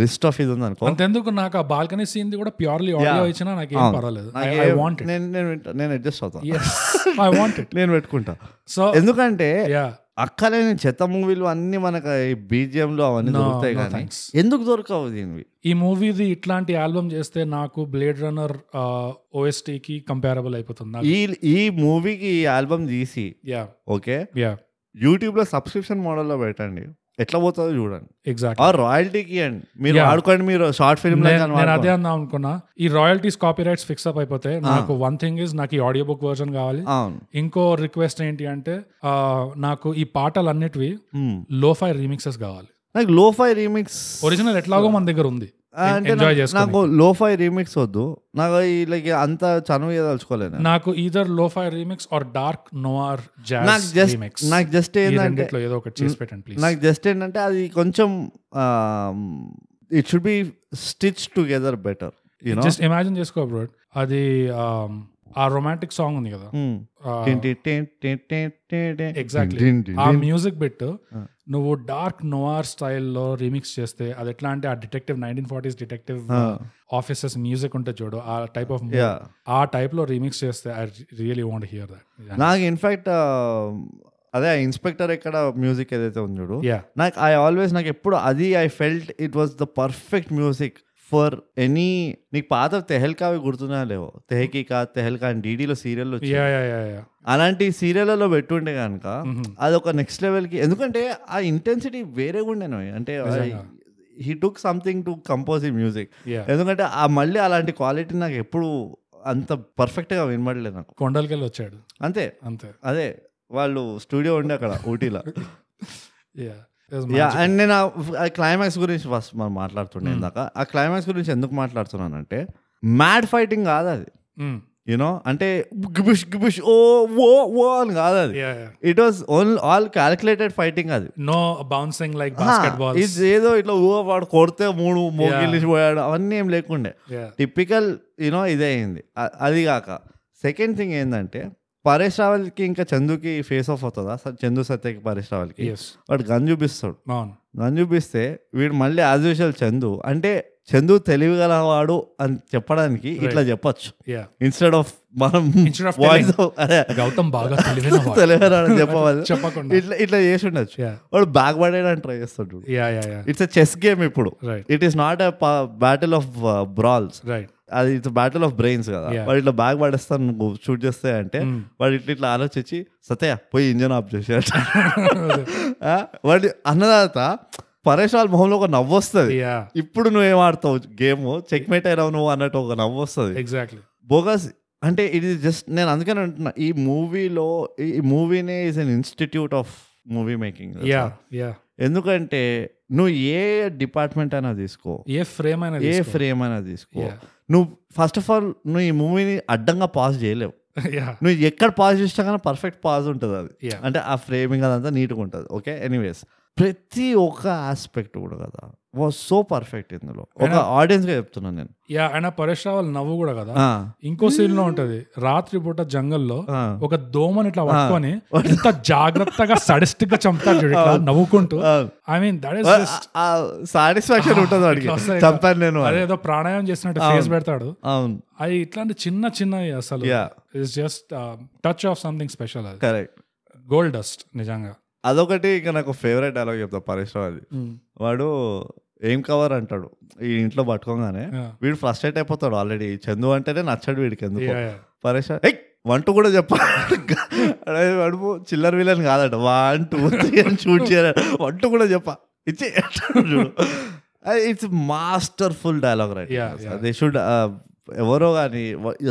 S2: లిస్ట్ ఆఫ్ ఇది ఉంది అనుకో
S1: అంతెందుకు నాకు ఆ బాల్కనీ సీన్ ది కూడా ప్యూర్లీ ఆడియో
S2: Yeah.
S1: ఇచ్చినా నాకు ఏం
S2: అవును.
S1: పర్వాలేదు
S2: నాకు
S1: ఐ
S2: ఏ-
S1: వాంట్ ఇట్
S2: నేను నేను వింటా- నేను అడ్జస్ట్ అవుతా
S1: ఎస్ ఐ వాంట్ ఇట్
S2: నేను పెట్టుకుంటా
S1: సో
S2: ఎందుకంటే
S1: యా
S2: అక్కలేని చెత్త మూవీలు అన్ని మనకి ఈ బీజిఎంలు అవన్నీ
S1: No,
S2: దొరుకుతాయి
S1: no,
S2: కానీ
S1: thanks.
S2: ఎందుకు దొరకవు దీనివి
S1: ఈ మూవీది ఇట్లాంటి ఆల్బమ్ చేస్తే నాకు uh, బ్లేడ్ రన్నర్ ఓఎస్టీ కి కంపారబుల్ అయిపోతుంది నాకు
S2: ఈ ఈ మూవీకి ఈ ఆల్బమ్ తీసి
S1: యా
S2: ఓకే
S1: యా
S2: యూట్యూబ్లో సబ్స్క్రిప్షన్ మోడల్లో పెట్టండి ఎట్లా పోతుందో చూడండి
S1: ఎగ్జాక్ట్
S2: ఆ రాయల్టీకి అండి మీరు
S1: Yeah.
S2: ఆడుకోండి మీరు షార్ట్ ఫిల్మ్
S1: నేను అదే అందాం అనుకున్నా ఈ royalties copyrights fix up అయిపోతే నాకు వన్ థింగ్ ఇస్ నాకు ఈ ఆడియో బుక్ వర్జన్ కావాలి
S2: అవును
S1: ఇంకో రిక్వెస్ట్ ఏంటి అంటే ఆ, నాకు ఈ పాటలు అన్నిటివి
S2: Hmm.
S1: లోఫై రీమిక్సెస్ కావాలి
S2: నాకు లోఫై రీమిక్స్
S1: ఒరిజినల్ ఎట్లాగో మన దగ్గర ఉంది
S2: అంటే
S1: Enjoy
S2: నాకు-
S1: చేసుకుని.
S2: నాకు లోఫై రీమిక్స్ వద్దు నాకు ఈ లైక్ అంత చనువు చేయదలుచుకోలేదు నేను.
S1: నాకు either lofi remix or dark noir
S2: నాకు
S1: జాజ్
S2: జస్ట్
S1: రీమిక్స్
S2: నాకు జస్ట్
S1: ఈ
S2: ఏంటంటే
S1: రెండిట్లో ఏదో ఒకటి చేసి పెట్టండి ప్లీజ్
S2: నాకు జస్ట్ ఏంటంటే అది కొంచెం it should be stitch together better you know
S1: just imagine చేసుకో బ్రో అది um, ఆ రొమాంటిక్ సాంగ్ ఉంది కదా ఎగ్జాక్ట్లీ ఆ మ్యూజిక్ బిట్ నువ్వు డార్క్ నోఆర్ స్టైల్లో రీమిక్స్ చేస్తే అది ఎట్లా అంటే ఆ detective nineteen forties detective officers music ఉంటే చూడు ఆ టైప్ ఆఫ్
S2: యా
S1: ఆ టైప్ లో రీమిక్స్ చేస్తే I really want hear that
S2: నాకు ఇన్ఫాక్ట్ అదే ఇన్స్పెక్టర్ ఎక్కడ మ్యూజిక్ ఏదైతే ఉంది చూడు
S1: యా
S2: నాకు ఐ ఆల్వేస్ నాకు ఎప్పుడు అది I felt it was the perfect music for any నీకు పాత తెహల్కావి గుర్తున్నా లేవు తెహకీకా తెహల్కా అని డీడీలో సీరియల్ వచ్చి
S1: యా యా యా
S2: అలాంటి సీరియల్లలో పెట్టుంటే కనుక
S1: Mm-hmm.
S2: అది ఒక నెక్స్ట్ లెవెల్కి ఎందుకంటే ఆ ఇంటెన్సిటీ వేరేగా ఉండేను అంటే he took something to compose ఈ మ్యూజిక్
S1: Yeah.
S2: ఎందుకంటే ఆ మళ్ళీ అలాంటి క్వాలిటీ నాకు ఎప్పుడు అంత పర్ఫెక్ట్గా వినబడలేదు నాకు
S1: కొండలకెళ్ళి వచ్చాడు
S2: అంతే
S1: అంతే
S2: అదే వాళ్ళు స్టూడియో ఉండే అక్కడ ఊటీలో
S1: యా
S2: యా అండ్ నేను ఆ క్లైమాక్స్ గురించి ఫస్ట్ మనం మాట్లాడుతుండే ఇందాక ఆ క్లైమాక్స్ గురించి ఎందుకు మాట్లాడుతున్నానంటే మ్యాడ్ ఫైటింగ్ కాదు అది
S1: Mm.
S2: యూనో అంటే గిబిష్ గిబిష్ ఓ ఓ ఓ అని కాదు అది
S1: yeah yeah
S2: it was only all calculated fighting అది
S1: no bouncing like
S2: Ah,
S1: basketball
S2: ఇది ఏదో ఇట్లా ఊహ వాడు కొడితే మూడు మోగిలిసి పోయాడు అవన్నీ ఏం లేకుండే
S1: యా
S2: టిపికల్ యూనో ఇదే అయింది అ- అది కాక సెకండ్ థింగ్ ఏంటంటే పరేష్ రావల్కి ఇంకా చందుకి ఫేస్ ఆఫ్ అవుతుందా స- చందు సత్యకి పరేష్ రావల్కి
S1: ఎస్
S2: వాడు గన్ చూపిస్తాడు
S1: అవును
S2: గన్ చూపిస్తే వీడు మళ్ళీ యాజ్ యూజువల్ చందు అంటే చందు తెలివిగలవాడు అని చెప్పడానికి ఇట్లా చెప్పొచ్చు
S1: యా
S2: ఇన్స్టెడ్ ఆఫ్ మనం
S1: Instead of
S2: వాయిస్ అదే
S1: గౌతమ్ బాగా తెలివైన వాడు.
S2: తెలివిగలవాడు చెప్పవాలి
S1: చెప్పకుండా
S2: ఇట్లా ఇట్లా చేసి ఉండొచ్చు
S1: Yeah.
S2: వాడు బ్యాక్ పడేయడానికి ట్రై చేస్తాడు
S1: yeah yeah yeah
S2: it's a chess game ఇప్పుడు
S1: right
S2: it is not a battle of brawls
S1: right
S2: అది ఇట్స్ బ్యాటిల్ ఆఫ్ బ్రెయిన్స్ కదా
S1: Yeah.
S2: వాడు ఇట్లా బ్యాగ్ పడేస్తాను నువ్వు షూట్ చేస్తే అంటే వాడు ఇట్లా ఇట్లా ఆలోచించి సత్య పోయి ఇంజన్ ఆఫ్ చేసేట వాడు అన్న తర్వాత పరేష్ వాళ్ళ మొహంలో ఒక నవ్వు వస్తుంది
S1: యా
S2: ఇప్పుడు నువ్వేం ఆడతావు గేమ్ చెక్ మేట్ అయినావు నువ్వు అన్నట్టు ఒక నవ్వు వస్తుంది
S1: ఎగ్జాక్ట్లీ
S2: బోగస్ అంటే ఇది జస్ట్ నేను అందుకని అంటున్నా ఈ మూవీలో ఈ మూవీనే is an institute of movie making
S1: yeah yeah
S2: ఎందుకంటే నువ్వు ఏ డిపార్ట్మెంట్ అయినా తీసుకో
S1: ఏ ఫ్రేమ్ అనేది
S2: ఏ ఫ్రేమ్ అయినా తీసుకో
S1: Yeah.
S2: నువ్వు ఫస్ట్ ఆఫ్ ఆల్ నువ్వు ఈ మూవీని అడ్డంగా పాస్ చేయలేవు
S1: యా
S2: నువ్వు ఎక్కడ పాస్ చేసినా కానీ పర్ఫెక్ట్ పాస్ ఉంటుంది అది
S1: Yeah.
S2: అంటే ఆ ఫ్రేమింగ్ అదంతా నీట్గా ఉంటుంది ఓకే ఎనీవేస్ ప్రతి ఒక్క ఆస్పెక్ట్ కూడా కదా వాజ్ సో పర్ఫెక్ట్ ఇందులో ఒక ఆడియన్స్గా చెప్తున్నాను నేను Ah.
S1: యా అయినా పరేష్ రావల్ నవ్వు కూడా కదా
S2: ఆ,
S1: ఇంకో సీన్ లో ఉంటది రాత్రి పూట జంగల్లో
S2: ఆ.
S1: ఒక దోమని ఇట్లా పట్టుకొని ఎంత జాగ్రత్తగా సడిస్ట్ గా చంపుతాడు చూడు ఇట్లా నవ్వుకుంటూ
S2: ఆ.
S1: I mean that
S2: Ah,
S1: is
S2: a satisfaction
S1: Ah,
S2: ఉంటుంది వాడికి చంపాను నేను అని.
S1: అదేదో ప్రాణాయామం చేసినట్టు ఫేస్ పెడతాడు
S2: అవును
S1: అది ఇట్లాంటి చిన్న చిన్నవి అసలు um,
S2: Yeah.
S1: It's just touch of something special అది
S2: కరెక్ట్
S1: గోల్డ్ డస్ట్ నిజంగా
S2: అదొకటి ఇక నాకు ఫేవరెట్ డైలాగ్ చెప్తా పరేష్ రావు అది వాడు ఏం కవర్ అంటాడు ఈ ఇంట్లో పట్టుకోగానే
S1: Yeah.
S2: వీడు ఫ్రస్ట్రేట్ అయిపోతాడు ఆల్రెడీ చందు అంటేనే నచ్చాడు వీడికి ఎందుకు
S1: Yeah, yeah.
S2: పరేష్ రావు, "ఏయ్, వన్ టూ కూడా చెప్పాడు వాడు చిల్లర విలన్ కాదట వన్ టూ త్రీ అని షూట్ చేయరా వన్ టూ కూడా చెప్పా ఇచ్చి అంటాడు చూడు it's masterful dialogue right
S1: Yeah, yeah.
S2: They should uh, ఎవరో కానీ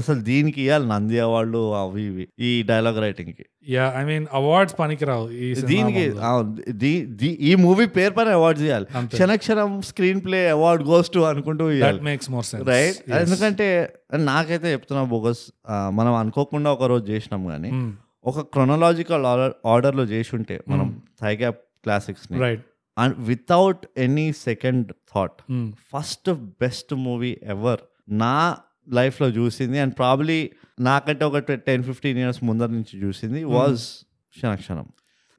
S2: అసలు దీనికి ఇవ్వాలి నంది అవార్డు అవి ఇవి ఈ డైలాగ్ రైటింగ్కి
S1: యా ఐ మీన్ అవార్డ్స్ పనికిరావు ఈ
S2: దీనికి అవును, దీ- దీ- ఈ మూవీ పేరు పైన అవార్డు చేయాలి
S1: అంతే.
S2: Kshana Kshanam screenplay award goes to అనుకుంటూ
S1: that makes more sense
S2: right ఎందుకంటే నాకైతే చెప్తున్నా బోగస్ ఆ, మనం అనుకోకుండా ఒక రోజు చేసినాం కానీ
S1: Mm,
S2: ఒక క్రొనలాజికల్ ఆర్డర్ లో చేసి ఉంటే మనం థైగ్యాప్ క్లాసిక్స్ ని
S1: right
S2: and without any second thought
S1: Mm,
S2: first best movie ever నా life లో చూసింది అండ్ ప్రాబ్లీ నాకంటే ఒక టెన్ ఫిఫ్టీన్ ఇయర్స్ ముందర నుంచి చూసింది వాజ్ క్షణక్షణం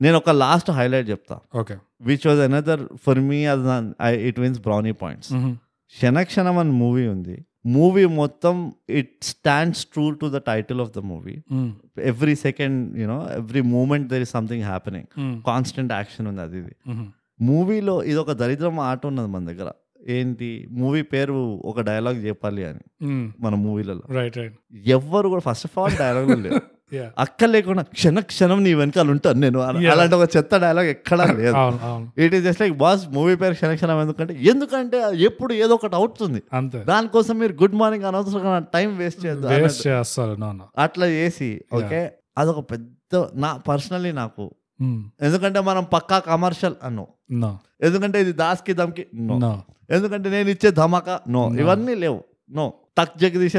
S2: నేను ఒక లాస్ట్ హైలైట్ చెప్తా
S1: okay
S2: which was another for me అది it wins brownie points
S1: Mm-hmm.
S2: Kshana Kshanam అని మూవీ ఉంది మూవీ మొత్తం it stands true to the title of the movie
S1: Mm,
S2: every second you know every moment there is something happening
S1: mm,
S2: constant action ఉంది అది ఇది
S1: mm-hmm.
S2: మూవీలో ఇది ఒక దరిద్రం ఆట ఉన్నది మన దగ్గర ఏంటి మూవీ పేరు ఒక డైలాగ్ చెప్పాలి అని
S1: Mm,
S2: మన మూవీలలో
S1: రైట్ రైట్
S2: ఎవ్వరు కూడా ఫస్ట్ ఆఫ్ ఆల్ డైలాగ్ లేదు
S1: యా
S2: అక్క లేకుండా క్షణ క్షణం నీ వెనకాల ఉంటాను నేను అలా-
S1: Yeah.
S2: అలాంటి ఒక చెత్త డైలాగ్ ఎక్కడా లేదు
S1: అవును అవును
S2: it is just like boss movie పేరు క్షణ క్షణం ఎందుకంటే ఎందుకంటే ఎప్పుడు ఏదో ఒకటి అవుతుంది
S1: అంతే
S2: దానికోసం మీరు గుడ్ మార్నింగ్ అనవసరంగా టైం వేస్ట్ చేయొద్దు
S1: వేస్ట్
S2: అన్నట్టు.
S1: చేస్తారు నో
S2: అట్లా చేసి ఓకే అదొక పెద్ద నా పర్సనలీ నాకు
S1: Mm,
S2: ఎందుకంటే మనం పక్కా కమర్షియల్ అన్నో
S1: నో
S2: ఎందుకంటే ఇది దాస్కి దమ్కి నో
S1: నో
S2: ఎందుకంటే నేను ఇచ్చే ధమాకా నో ఇవన్నీ లేవు నో తక్ జగదీశ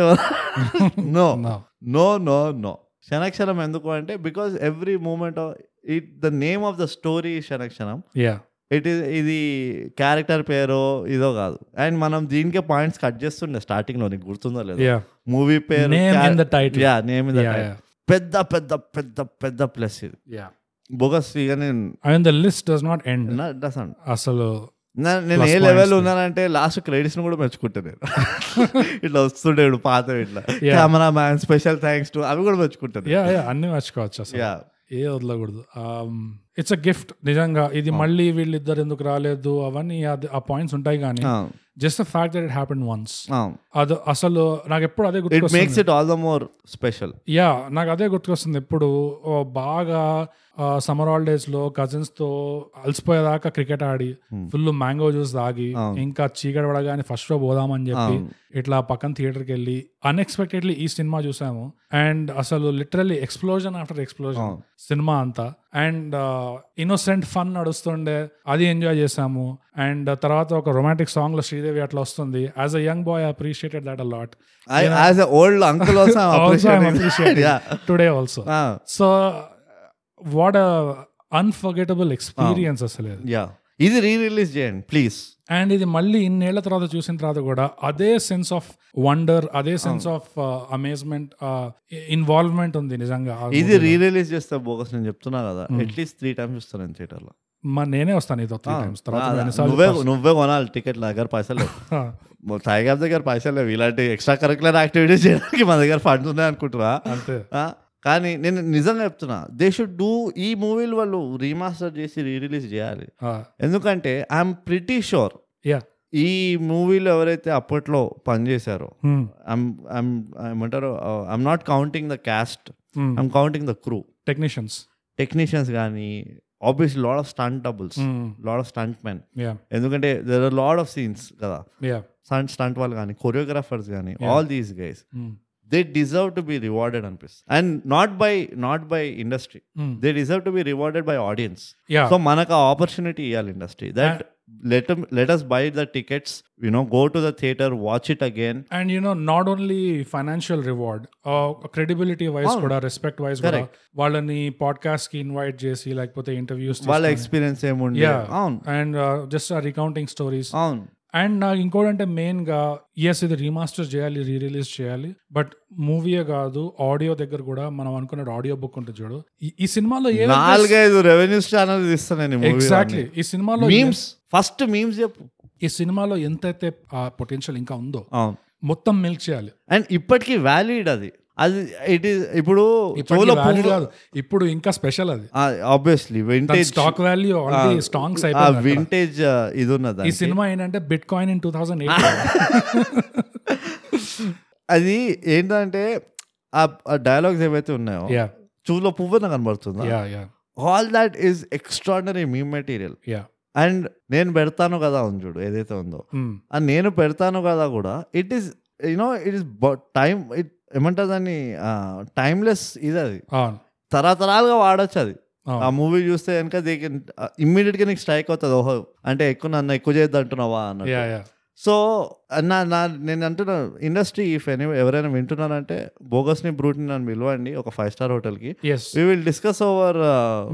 S2: no
S1: no
S2: no no no Kshana Kshanam ఎందుకు అంటే because every moment it the name of the story Kshana Kshanam
S1: yeah
S2: it is ఇది క్యారెక్టర్ పేరో ఇదో కాదు అండ్ మనం దీనికే పాయింట్స్ కట్ చేస్తుండే స్టార్టింగ్ లో నీకు గుర్తుందో లేదు
S1: యా
S2: మూవీ పేరు
S1: name in the title
S2: yeah name
S1: yeah
S2: పెద్ద పెద్ద పెద్ద పెద్ద ప్లస్ ఇది
S1: యా
S2: బోగస్ ఇక నేను
S1: and the list does not end
S2: నా- doesn't.
S1: అసలు
S2: నా- నేను
S1: Plus
S2: ఏ
S1: points.
S2: లెవెల్ ఉన్నానంటే లాస్ట్ క్రెడిట్స్ కూడా మెచ్చుకుంటా నేను ఇట్లా వస్తుండే పాత ఇట్లా camera man special thanks to అవి కూడా మెచ్చుకుంటాను
S1: యా యా అన్ని మర్చిపోవచ్చు అసలు
S2: యా
S1: ఏ వదలకూడదు ఇట్స్ అ గిఫ్ట్ నిజంగా ఇది మళ్ళీ వీళ్ళిద్దరు ఎందుకు రాలేదు అవన్నీ అది- ఆ పాయింట్స్ ఉంటాయి కానీ just the fact that it happen once అది అసలు నాకు ఎప్పుడు అదే
S2: ఇట్ మేక్స్
S1: గుర్తుకొస్తుంది
S2: it all the more special
S1: yeah నాకు అదే గుర్తుకొస్తుంది ఎప్పుడు ఓ బాగా సమ్మర్ హాలిడేస్ లో కజిన్స్ తో అలసిపోయేదాకా క్రికెట్ ఆడి ఫుల్ మ్యాంగో జ్యూస్ తాగి ఇంకా చీకటి పడగానే ఫస్ట్ షో పోదామని చెప్పి ఇట్లా పక్కన థియేటర్కి వెళ్ళి అన్ఎక్స్పెక్టెడ్లీ ఈ సినిమా చూసాము అండ్ అసలు literally explosion after explosion cinema అంతా అండ్ ఇన్నోసెంట్ ఫన్ నడుస్తుండే అది ఎంజాయ్ చేసాము అండ్ తర్వాత ఒక రొమాంటిక్ సాంగ్ లో శ్రీదేవి అట్లా వస్తుంది as a young boy appreciated that a lot
S2: as old uncle
S1: today also
S2: Ah,
S1: so what unforgettable experience అసలు ఇది.
S2: యా ఇది రీ రిలీజ్ చేయండి ప్లీజ్
S1: అండ్ ఇది మళ్ళీ ఇన్నేళ్ల తర్వాత చూసిన తర్వాత కూడా అదే సెన్స్ ఆఫ్ వండర్ అదే uh, sense of amazement involvement uh, ఉంది నిజంగా ఆ
S2: ఇది
S1: movie
S2: రీ
S1: లో.
S2: రిలీజ్ చేస్తే బోగస్ నేను చెప్తున్నా కదా
S1: Hmm.
S2: అట్లీస్ట్ త్రీ టైమ్స్ చూస్తాను నేను థియేటర్ లో
S1: మా నేనే వస్తాను ఇది త్రీ టైమ్స్ తర్వాత
S2: ఆ,
S1: ఎన్నిసార్లు
S2: నువ్వే నువ్వే కొనాలి టికెట్ నా దగ్గర పైసలు లేవు
S1: ఆ,
S2: మా సాయి గారి దగ్గర పైసలు లేవు ఇలాంటి ఎక్స్ట్రా కరికులర్ యాక్టివిటీస్ చేయడానికి మా దగ్గర ఫండ్స్ ఉన్నాయి అనుకుంటున్నా
S1: అంతే
S2: ఆ, కానీ నేను నిజంగా చెప్తున్నా దే షుడ్ డూ ఈ మూవీలు వాళ్ళు రీమాస్టర్ చేసి రీ రిలీజ్ చేయాలి ఎందుకంటే ఐఎమ్ ప్రిటీ షూర్
S1: యా
S2: ఈ మూవీలో ఎవరైతే అప్పట్లో పనిచేశారో ఐమ్ ఐమ్ ఏమంటారు uh, I'm not counting the cast I'm counting the crew
S1: technicians
S2: technicians కానీ obvious lot of stunt doubles
S1: Hmm.
S2: Lot of stunt men
S1: yeah
S2: ఎందుకంటే there are lot of scenes కదా
S1: yeah
S2: stunt stunt వాళ్ళు కానీ choreographers కానీ all these guys
S1: hmm,
S2: they deserve to be rewarded అనిపిస్తుంది and not by not by industry
S1: hmm.
S2: They deserve to be rewarded by audience
S1: yeah
S2: so మనకు ఆ opportunity ఇవ్వాలి industry that let let us buy the tickets you know go to the theatre watch it again
S1: and you know not only financial reward credibility wise uh, కూడా respect wise కూడా వాళ్ళని podcast కి invite చేసి లేకపోతే interviews
S2: వాళ్ళ experience ఏముండే
S1: Yeah.
S2: అవును
S1: and uh, just recounting stories
S2: అవును
S1: అండ్ నాకు ఇంకోటంటే మెయిన్ గా ఎస్ ఇది రీమాస్టర్ చేయాలి రీ రిలీజ్ చేయాలి బట్ మూవీయే కాదు ఆడియో దగ్గర కూడా మనం అనుకున్న ఆడియో బుక్ ఉంటుంది చూడు ఈ- ఈ సినిమాలో ఏ
S2: నాలుగైదు రెవెన్యూ ఛానల్ ఇస్తాను
S1: ఎగ్జాక్ట్లీ ఈ సినిమాలో
S2: మీమ్స్ ఫస్ట్ మీమ్స్ చెప్పు
S1: ఈ సినిమాలో ఎంతైతే ఆ పొటెన్షియల్ ఇంకా ఉందో
S2: అవును
S1: మొత్తం మిల్క్ చేయాలి
S2: అండ్ ఇప్పటికీ వ్యాలిడ్ అది అది ఇట్ ఈస్ ఇప్పుడు
S1: ఇప్పటికీ valid కాదు ఇప్పుడు ఇంకా స్పెషల్ అది
S2: obviously vintage
S1: stock value already
S2: Ah,
S1: స్ట్రాంగ్స్ అయిపోయింది అక్కడ.
S2: వింటేజ్ ఇది ఉన్నది
S1: ఈ సినిమా ఏంటంటే bitcoin in two thousand eight
S2: అది ఏంటంటే ఆ డైలాగ్స్ ఏవైతే ఉన్నాయో
S1: యా
S2: చూలో పువ్వున కనబడుతుంది
S1: yeah yeah
S2: all that is extraordinary meme material
S1: yeah
S2: and నేను పెడతాను కదా ఉంది చూడు ఏదైతే ఉందో
S1: Hmm.
S2: ఆ నేను పెడతాను కదా కూడా it is you know it is time it ఏమంటారు దాన్ని టైమ్లెస్ ఇది అది
S1: అవును
S2: తరతరాలుగా వాడచ్చు అది ఆ
S1: అవును.
S2: మూవీ చూస్తే కనుక దే ఇమ్మీడియట్ గా నీకు స్ట్రైక్ అవుతుంది ఓహో అంటే ఎక్కువ నన్ను ఎక్కువ చేద్దాం అంటున్నావా అన్నట్టు
S1: యా యా
S2: సో నా నా నేను అంటున్నా ఇండస్ట్రీ ఇఫ్ ఎనీ ఎవరైనా వింటున్నారంటే బోగస్ని బ్రూట్ని నన్ను పిలవండి ఒక ఫైవ్ స్టార్ హోటల్కి
S1: yes
S2: we will discuss over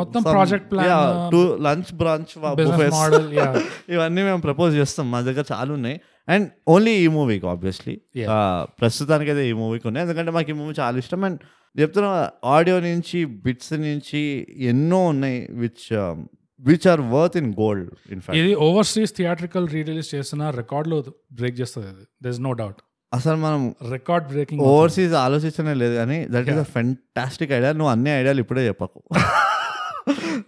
S1: మొత్తం project plan, uh,
S2: to lunch brunch
S1: business model yeah
S2: uh, ఇవన్నీ మేము ప్రపోజ్ చేస్తాం మా దగ్గర చాలా ఉన్నాయి అండ్ ఓన్లీ ఈ మూవీకి ఆబ్వియస్లీ
S1: Yeah.
S2: ప్రస్తుతానికి అయితే Uh, ఈ మూవీకి ఉన్నాయి ఎందుకంటే మాకు ఈ మూవీ చాలా ఇష్టం అండ్ చెప్తున్నా ఆడియో నుంచి బిట్స్ నుంచి ఎన్నో ఉన్నాయి um, which which are worth in gold in fact
S1: ఇది ఓవర్సీస్ థియేట్రికల్ రిలీజ్ చేసిన రికార్డ్ లో బ్రేక్ చేస్తుంది అది దర్ నో డౌట్
S2: అసలు మనం
S1: రికార్డ్ బ్రేకింగ్
S2: ఓవర్సీస్ ఆలోచించనే లేదు కానీ that is a fantastic idea నువ్వు అన్ని ఐడియాలు ఇప్పుడే చెప్పకు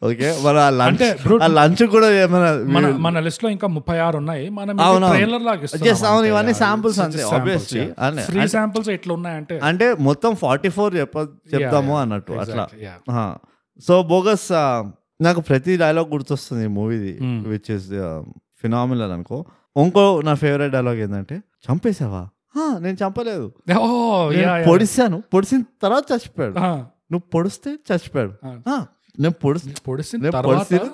S2: ఓకే మరి ఆ లంచ్
S1: అంటే brute-
S2: ఆ లంచ్ కూడా ఏమైనా
S1: మన మన లిస్ట్ లో ఇంకా ముప్పై ఆరు ఉన్నాయి మనం
S2: అవును, అవును.
S1: ట్రైలర్ లాగా
S2: Just అవును, ఇవన్నీ samples అంతే, obviously. అనే.
S1: ఫ్రీ శాంపుల్స్ ఎట్లా ఉన్నాయంటే
S2: అంటే మొత్తం ఫార్టీ ఫోర్ చెప్ప చెప్తాము
S1: yeah.
S2: అన్నట్టు అట్లా
S1: Exactly, yeah.
S2: So bogus uh, నాకు ప్రతి డైలాగ్ గుర్తొస్తుంది ఈ మూవీది
S1: Hmm.
S2: విచ్ ఇస్ ఫినామినల్ అనుకో ఇంకో నా ఫేవరెట్ డైలాగ్ ఏంటంటే చంపేశావా "హా, నేను చంపలేదు
S1: Oh,
S2: నేను
S1: yeah, yeah.
S2: పొడిచాను పొడిసిన తర్వాత చచ్చిపోయాడు
S1: ఆ,
S2: నువ్వు పొడిస్తే చచ్చిపోయాడు
S1: ఆ.
S2: "ఆ, నేను పొడిసి
S1: పొడిసిన
S2: నేను
S1: తర్వాత
S2: పొడిసిన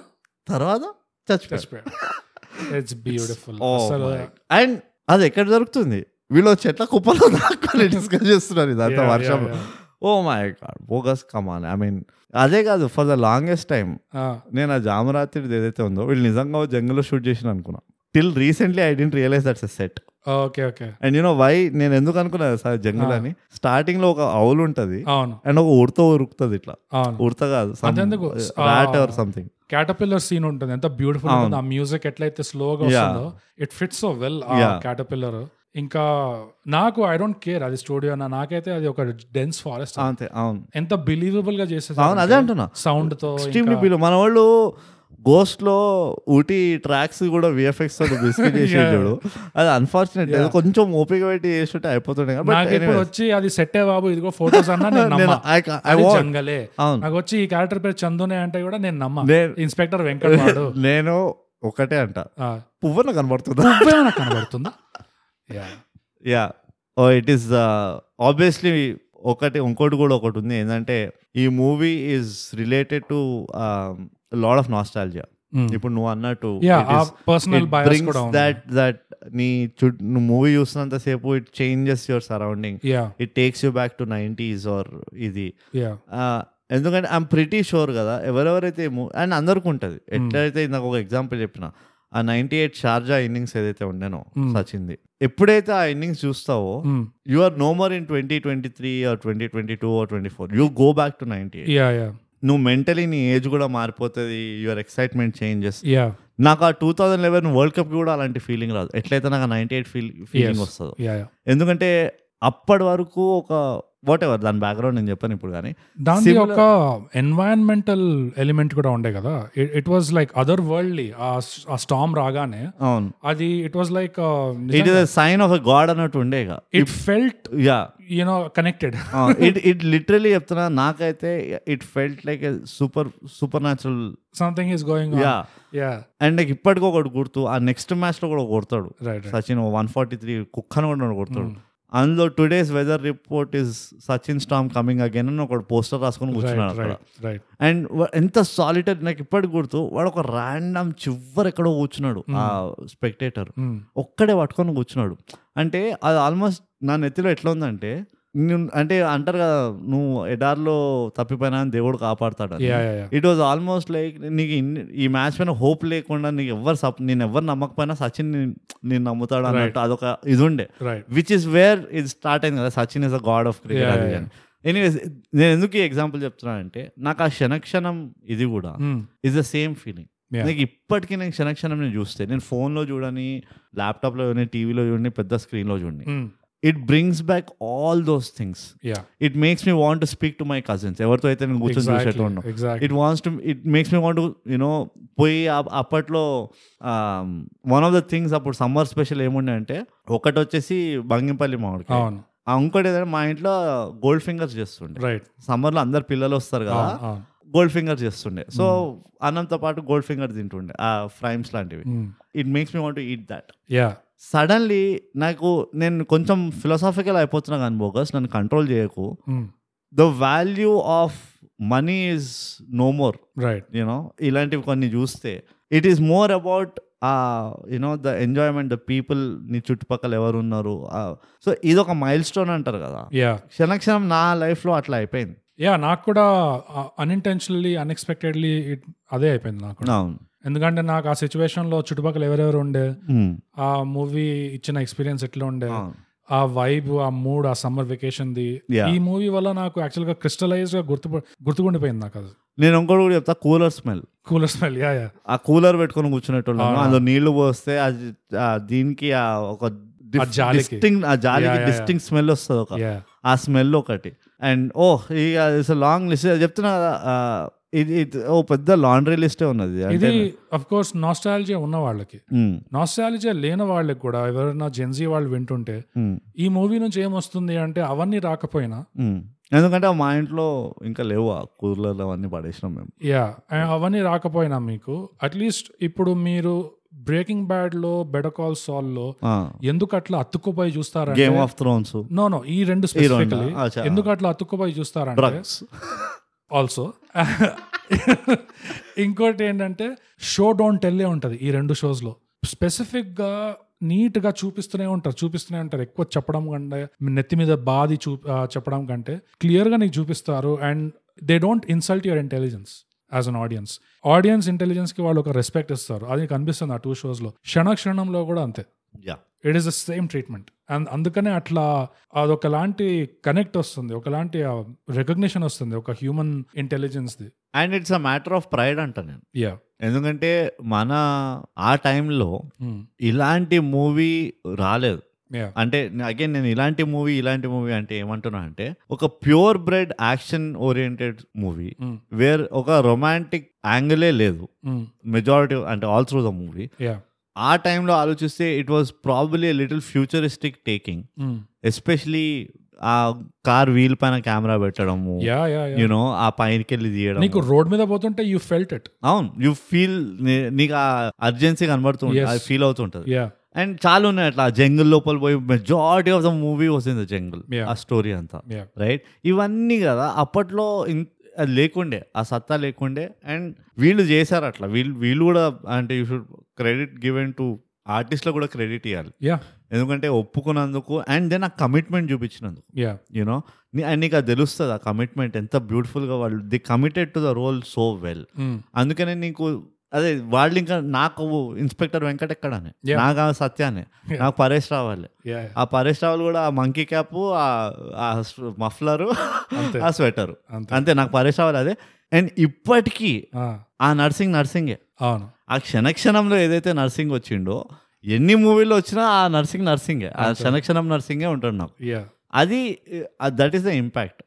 S2: తర్వాత చచ్చిపోయాడు
S1: చచ్చిపోయాడు ఇట్స్ బ్యూటిఫుల్
S2: Oh
S1: అసలు
S2: my God. అండ్ అది ఎక్కడ జరుగుతుంది వీళ్ళు చెట్ల కుప్పలో దాక్కొని డిస్కస్ చేస్తున్నారు ఇదంతా
S1: Yeah,
S2: వర్షం Oh
S1: yeah,
S2: oh my God bogus come on I mean అదే కాదు for the longest time
S1: yeah.
S2: నేను ఆ జామరాత్రిది ఏదైతే ఉందో వీళ్ళు నిజంగా జంగల్లో షూట్ చేసిన అనుకున్నా till recently I didn't realise that's a set
S1: ఆ, okay okay
S2: and you know why నేను ఎందుకు అనుకున్నా సార్ జంగల్ అని స్టార్టింగ్ లో ఒక అవులు ఉంటది
S1: అవును
S2: అండ్ ఒక ఉడత ఉరుకుతుంది ఇట్లా
S1: అవును
S2: ఉడత కాదు
S1: అదెందుకు?
S2: Rat
S1: Ah.
S2: Or something
S1: caterpillar scene ఉంటుంది ఎంత బ్యూటిఫుల్
S2: అవును.
S1: ఉంటుంది ఆ మ్యూజిక్ ఎట్లయితే స్లోగా వస్తుందో ఇట్ ఫిట్స్ సో వెల్ ఆ
S2: Yeah.
S1: క్యాటర్పిల్లర్ ఇంకా నాకు ఐ డోంట్ కేర్ అది స్టూడియో నా నాకైతే అది ఒక డెన్స్ ఫారెస్ట్
S2: అంతే అవును
S1: ఎంత బిలీవబుల్ గా
S2: అవును అదే అంటున్నా
S1: సౌండ్ తో
S2: ఎక్స్ట్రీమ్లీ బిలో మన వాళ్ళు గోస్ట్ లో ఊటీ ట్రాక్స్ కూడా విఎఫ్ఎక్స్ తో బిస్కెట్ చేసేటోడు అది అన్ఫార్చునేట్ కొంచెం ఓపిక పెట్టి చేస్తుంటే అయిపోతుండే కదా. But
S1: నాకు ఇప్పుడు
S2: anyways,
S1: వచ్చి అది సెట్ బాబు ఇదిగో ఫోటోస్ అన్నా నేను
S2: నేను
S1: నమ్మా
S2: I ca- I
S1: అది
S2: want-
S1: జంగలే
S2: అవును.
S1: నాకు వచ్చి ఈ క్యారెక్టర్ పేరు చందునే అంటే కూడా నేను నమ్మా
S2: నేను-
S1: ఇన్స్పెక్టర్ వెంకట్ వాడు
S2: నేను ఒకటే అంట
S1: ఆ,
S2: పువ్వన కనబడుతుందా
S1: ఉప్పేమన్నా కనబడుతుందా Yeah.
S2: Yeah oh it is obviously uh, ఒకటి ఇంకోటి కూడా ఒకటి ఉంది ఏంటంటే ఈ movie is related to um, lot of nostalgia
S1: Mm.
S2: ఇప్పుడు నువ్వు అన్నట్టు
S1: Yeah, ఆ personal bias కూడా ఉంది.
S2: దట్ దట్ నీ చుట్టూ నువ్వు మూవీ చూస్తున్నంత సేపు it changes your surrounding
S1: Yeah,
S2: it takes you back to nineties or ఇది
S1: yeah.
S2: ఆ, ఎందుకంటే ఐఎమ్ ప్రిటీ షూర్ కదా ఎవరెవరైతే మూవీ అండ్ అందరికి ఉంటుంది
S1: Hmm.
S2: ఎట్లయితే నాకు ఒక ఎగ్జాంపుల్ చెప్పిన ఆ నైన్టీ ఎయిట్ షార్జా ఇన్నింగ్స్ ఏదైతే ఉండేనో
S1: Hmm.
S2: సచింది ఎప్పుడైతే ఆ ఇన్నింగ్స్ చూస్తావో
S1: Mm.
S2: You are no more in twenty twenty three or twenty twenty two or twenty four you go back to ninety eight
S1: Yeah, yeah.
S2: నువ్వు mentally నీ age కూడా మారిపోతుంది యువర్ ఎక్సైట్మెంట్ చేంజెస్
S1: Yeah.
S2: నాకు ఆ two thousand eleven world cup కూడా అలాంటి feeling రాదు ఎట్లయితే నాకు ninety eight feel feeling
S1: Yes.
S2: వస్తుంది
S1: Yeah, yeah.
S2: ఎందుకంటే అప్పటి వరకు ఒక వాట్ ఎవర్ దాని బ్యాక్గ్రౌండ్ నేను చెప్పాను ఇప్పుడు కానీ
S1: దాని
S2: Similar-
S1: ఒక ఎన్వైరన్మెంటల్ ఎలిమెంట్ కూడా ఉండే కదా it was like other worldly ఆ స్టామ్ రాగానే
S2: అవును
S1: అది it was like
S2: it is sign of a god అన్నట్టు ఉండేగా
S1: it felt
S2: yeah
S1: you know connected
S2: it it literally చెప్తున్నా నాకైతే it felt like a super supernatural
S1: something is going
S2: yeah
S1: yeah
S2: and నాకు ఇప్పటికీ ఒకటి గుర్తు ఆ నెక్స్ట్ మ్యాచ్ లో కూడా కొడతాడు
S1: right
S2: Sachin one forty three కుక్కను కూడా
S1: Hmm,
S2: కొడతాడు అందులో today's weather report is Sachin storm coming again అని ఒక పోస్టర్ రాసుకొని కూర్చున్నాడు
S1: రైట్
S2: అక్కడ
S1: రైట్ రైట్
S2: అండ్ వా- ఎంత సాలిటరీ నాకు ఇప్పటికి గుర్తు వాడు ఒక ర్యాండమ్ చివరి ఎక్కడో కూర్చున్నాడు ఆ స్పెక్టేటర్
S1: Hmm,
S2: ఒక్కడే పట్టుకొని కూర్చున్నాడు అంటే అది ఆల్మోస్ట్ నా నెత్తిలో ఎట్లా ఉందంటే నేను- అంటే అంటారు కదా నువ్వు ఎడార్లో తప్పిపోయినా అని దేవుడు కాపాడతాడు అని.
S1: Yeah yeah
S2: it was almost like నీకు ఇన్ని- ఈ మ్యాచ్ పైన హోప్ లేకుండా నీకు ఎవరు సప్ నేను ఎవరు నమ్మకపోయినా సచిన్ నిన్- నేను నమ్ముతాడు అన్నట్టు అదొక ఇది ఉండే
S1: రైట్
S2: విచ్ ఇస్ వేర్ ఇది స్టార్ట్ అయింది కదా Sachin is a god of
S1: Yeah,
S2: cricket
S1: yeah.
S2: అని ఎనీవేస్ నేను ఎందుకు ఈ ఎగ్జాంపుల్ చెప్తున్నానంటే నాకు ఆ క్షణక్షణం ఇది కూడా is the same feeling
S1: Hmm. Yeah.
S2: నాకు ఇప్పటికీ నేను క్షణక్షణం నేను చూస్తే నేను ఫోన్లో చూడని ల్యాప్టాప్లో చూడని టీవీలో చూడని పెద్ద స్క్రీన్లో చూడని
S1: Hmm.
S2: It brings back all those things
S1: yeah
S2: it makes me want to speak to my cousins ఎవరితో అయితే నేను కూర్చొని చూసేట్టు ఉన్నాను
S1: exact
S2: it wants to it makes me want you know పోయి ఆ- అప్పట్లో వన్ ఆఫ్ ద థింగ్స్ అప్పుడు సమ్మర్ స్పెషల్ ఏముండే అంటే ఒకటి వచ్చేసి బంగింపల్లి మామిడికి
S1: అవును
S2: ఇంకోటి ఏదైనా మా ఇంట్లో గోల్డ్ ఫింగర్స్ చేస్తుండే
S1: రైట్
S2: సమ్మర్లో అందరు పిల్లలు వస్తారు కదా
S1: అవును
S2: గోల్డ్ ఫింగర్ చేస్తుండే సో అన్నంతో పాటు గోల్డ్ ఫింగర్ తింటుండే ఆ ఫ్రైమ్స్ లాంటివి
S1: Hmm,
S2: it makes me want eat that
S1: yeah
S2: suddenly నాకు నేను కొంచెం ఫిలాసాఫికల్ అయిపోతున్నా కానీ బోగస్ నన్ను కంట్రోల్ చేయకు
S1: hmm,
S2: the value of money is no more
S1: right
S2: you know ఇలాంటివి కొన్ని చూస్తే it is more about you know the enjoyment the people నీ చుట్టుపక్కల ఎవరు ఉన్నారు సో ఇది ఒక మైల్ స్టోన్ అంటారు కదా
S1: యా
S2: క్షణక్షణం నా లైఫ్లో అట్లా అయిపోయింది
S1: యా నాకు కూడా uh, అన్ఇంటెన్షనలీ అన్ఎక్స్పెక్టెడ్లీ అదే అయిపోయింది నాకు కూడా.
S2: అవును
S1: ఎందుకంటే నాకు ఆ సిచ్యువేషన్ లో చుట్టుపక్కల ఎవరెవరు ఉండే
S2: Hmm.
S1: ఆ మూవీ ఇచ్చిన ఎక్స్పీరియన్స్ ఎట్లా ఉండే
S2: అవును
S1: ఆ వైబ్ ఆ మూడ్ ఆ సమ్మర్ వెకేషన్ ది
S2: Yeah.
S1: ఈ మూవీ వల్ల నాకు యాక్చువల్ గా క్రిస్టలైజ్ గా గుర్తు గుర్తుకుండిపోయింది నాకు అది
S2: నేను ఇంకోటి కూడా చెప్తా cooler smell
S1: cooler smell yeah yeah
S2: ఆ కూలర్ పెట్టుకొని కూర్చునేటోళ్ళము
S1: అవునా.
S2: అందులో నీళ్లు పోస్తే అది ఆ దీనికి ఆ ఒక
S1: ఆ జాలికి.
S2: డిస్టింగ్ ఆ
S1: Yeah,
S2: జాలికి
S1: yeah, yeah.
S2: డిస్టింగ్ స్మెల్ వస్తుంది ఒక
S1: యా
S2: ఆ స్మెల్ ఒకటి oh, అండ్ ఓ ఇక ఇట్స్ లాంగ్ లిస్ట్ చెప్తున్నా కదా ఆ, ఇది ఇది ఓ పెద్ద లాండ్రీ లిస్టే ఉన్నది అంటే
S1: ఇది అఫ్ కోర్స్ నాస్టాలజీ ఉన్న వాళ్ళకి
S2: ఉమ్,
S1: నాస్టాలజీ లేని వాళ్ళకి కూడా ఎవరైనా జెన్జీ వాళ్ళు వింటుంటే
S2: ఉమ్,
S1: ఈ మూవీ నుంచి ఏమొస్తుంది అంటే అవన్నీ రాకపోయినా
S2: ఉమ్. ఎందుకంటే మా ఇంట్లో ఇంకా లేవు ఆ కూలర్లు అవన్నీ పడేసినాం మేము
S1: యా అవన్నీ రాకపోయినా మీకు అట్లీస్ట్ ఇప్పుడు మీరు బ్రేకింగ్ బ్యాడ్ లో బెటర్ కాల్ సాల్ లో ఎందుకు అట్లా అతుక్కుపోయి చూస్తారంటే
S2: Game of Thrones
S1: no no ఈ రెండు స్పెసిఫికలీ
S2: రెండా? అచ్చా.
S1: ఎందుకు అట్లా అతుక్కుపోయి చూస్తారంటే
S2: డ్రగ్స్
S1: ఆల్సో ఇంకోటి ఏంటంటే షో డోంట్ టెల్లే ఉంటుంది ఈ రెండు షోస్లో స్పెసిఫిక్గా నీట్గా చూపిస్తూనే ఉంటారు చూపిస్తూనే ఉంటారు ఎక్కువ చెప్పడం కంటే నెత్తి మీద బాధి చూ ఆ, చెప్పడం కంటే క్లియర్గా నీకు చూపిస్తారు and they don't insult your intelligence as an audience audience ఇంటెలిజెన్స్కి వాళ్ళు ఒక రెస్పెక్ట్ ఇస్తారు అది నీకు అనిపిస్తుంది ఆ టూ షోస్లో క్షణ క్షణంలో కూడా అంతే
S2: yeah
S1: it is the same treatment and అందుకనే అట్లా అది ఒకలాంటి కనెక్ట్ వస్తుంది ఒకలాంటి రికగ్నిషన్ వస్తుంది ఒక హ్యూమన్ ఇంటెలిజెన్స్ది
S2: and it's a matter of pride అంట నేను
S1: యా
S2: ఎందుకంటే మన ఆ టైంలో
S1: Hmm.
S2: ఇలాంటి మూవీ రాలేదు
S1: యా
S2: అంటే అగైన్ నేను ఇలాంటి మూవీ ఇలాంటి మూవీ అంటే ఏమంటున్నా అంటే ఒక pure bred action oriented movie where ఒక రొమాంటిక్ యాంగిలే లేదు
S1: Hmm.
S2: మెజారిటీ అంటే all through the movie
S1: yeah
S2: ఆ టైంలో ఆలోచిస్తే it was probably little futuristic taking
S1: Hmm.
S2: Especially ఆ కార్ వీల్ పైన కెమెరా పెట్టడము
S1: యా యా యా
S2: యూనో ఆ పైనకి వెళ్ళి తీయడం
S1: నీకు రోడ్ మీద పోతుంటే యూ ఫెల్ట్ ఇట్
S2: అవును యూ ఫీల్ నీకు ఆ అర్జెన్సీ కనబడుతుంది
S1: Yes.
S2: అది ఫీల్ అవుతుంటది
S1: యా
S2: అండ్ చాలా ఉన్నాయి అట్లా జంగిల్ లోపల పోయి majority of the movie was the jungle
S1: Yeah.
S2: ఆ స్టోరీ అంతా
S1: యా
S2: రైట్ ఇవన్నీ కదా అప్పట్లో ఇన్- అది లేకుండే ఆ సత్తా లేకుండే అండ్ వీళ్ళు చేశారు అట్లా వీళ్ళు వీళ్ళు కూడా అంటే you should credit given to ఆర్టిస్ట్లో కూడా క్రెడిట్ ఇవ్వాలి
S1: యా
S2: ఎందుకంటే ఒప్పుకున్నందుకు అండ్ దెన్ ఆ కమిట్మెంట్ చూపించినందుకు
S1: యా
S2: యూనో అండ్ నీకు అది తెలుస్తుంది ఆ కమిట్మెంట్ ఎంత బ్యూటిఫుల్గా వాళ్ళు the committed to the role so well
S1: Hmm.
S2: అందుకనే నీకు అదే వాళ్ళు ఇంకా నాకు ఇన్స్పెక్టర్ వెంకట్ ఎక్కడానే
S1: Yeah.
S2: నాకు ఆ సత్యానే
S1: Yeah.
S2: నాకు పరేష్ రావాలి
S1: యా
S2: ఆ పరేష్ రావులు కూడా ఆ మంకీ క్యాప్ ఆ మఫ్లరు
S1: అంతే.
S2: ఆ స్వెటర్
S1: అంతే
S2: అంతే నాకు పరేష్ రావాలి అదే అండ్ ఇప్పటికీ
S1: ఆ,
S2: ఆ నర్సింగ్ నర్సింగే
S1: అవును
S2: ఆ క్షణక్షణంలో ఏదైతే నర్సింగ్ వచ్చిండో ఎన్ని మూవీలు వచ్చినా ఆ నర్సింగ్ నర్సింగే ఆ క్షణక్షణం నర్సింగే ఉంటాడు నాకు
S1: యా
S2: అది దట్ ఈస్ ద ఇంపాక్ట్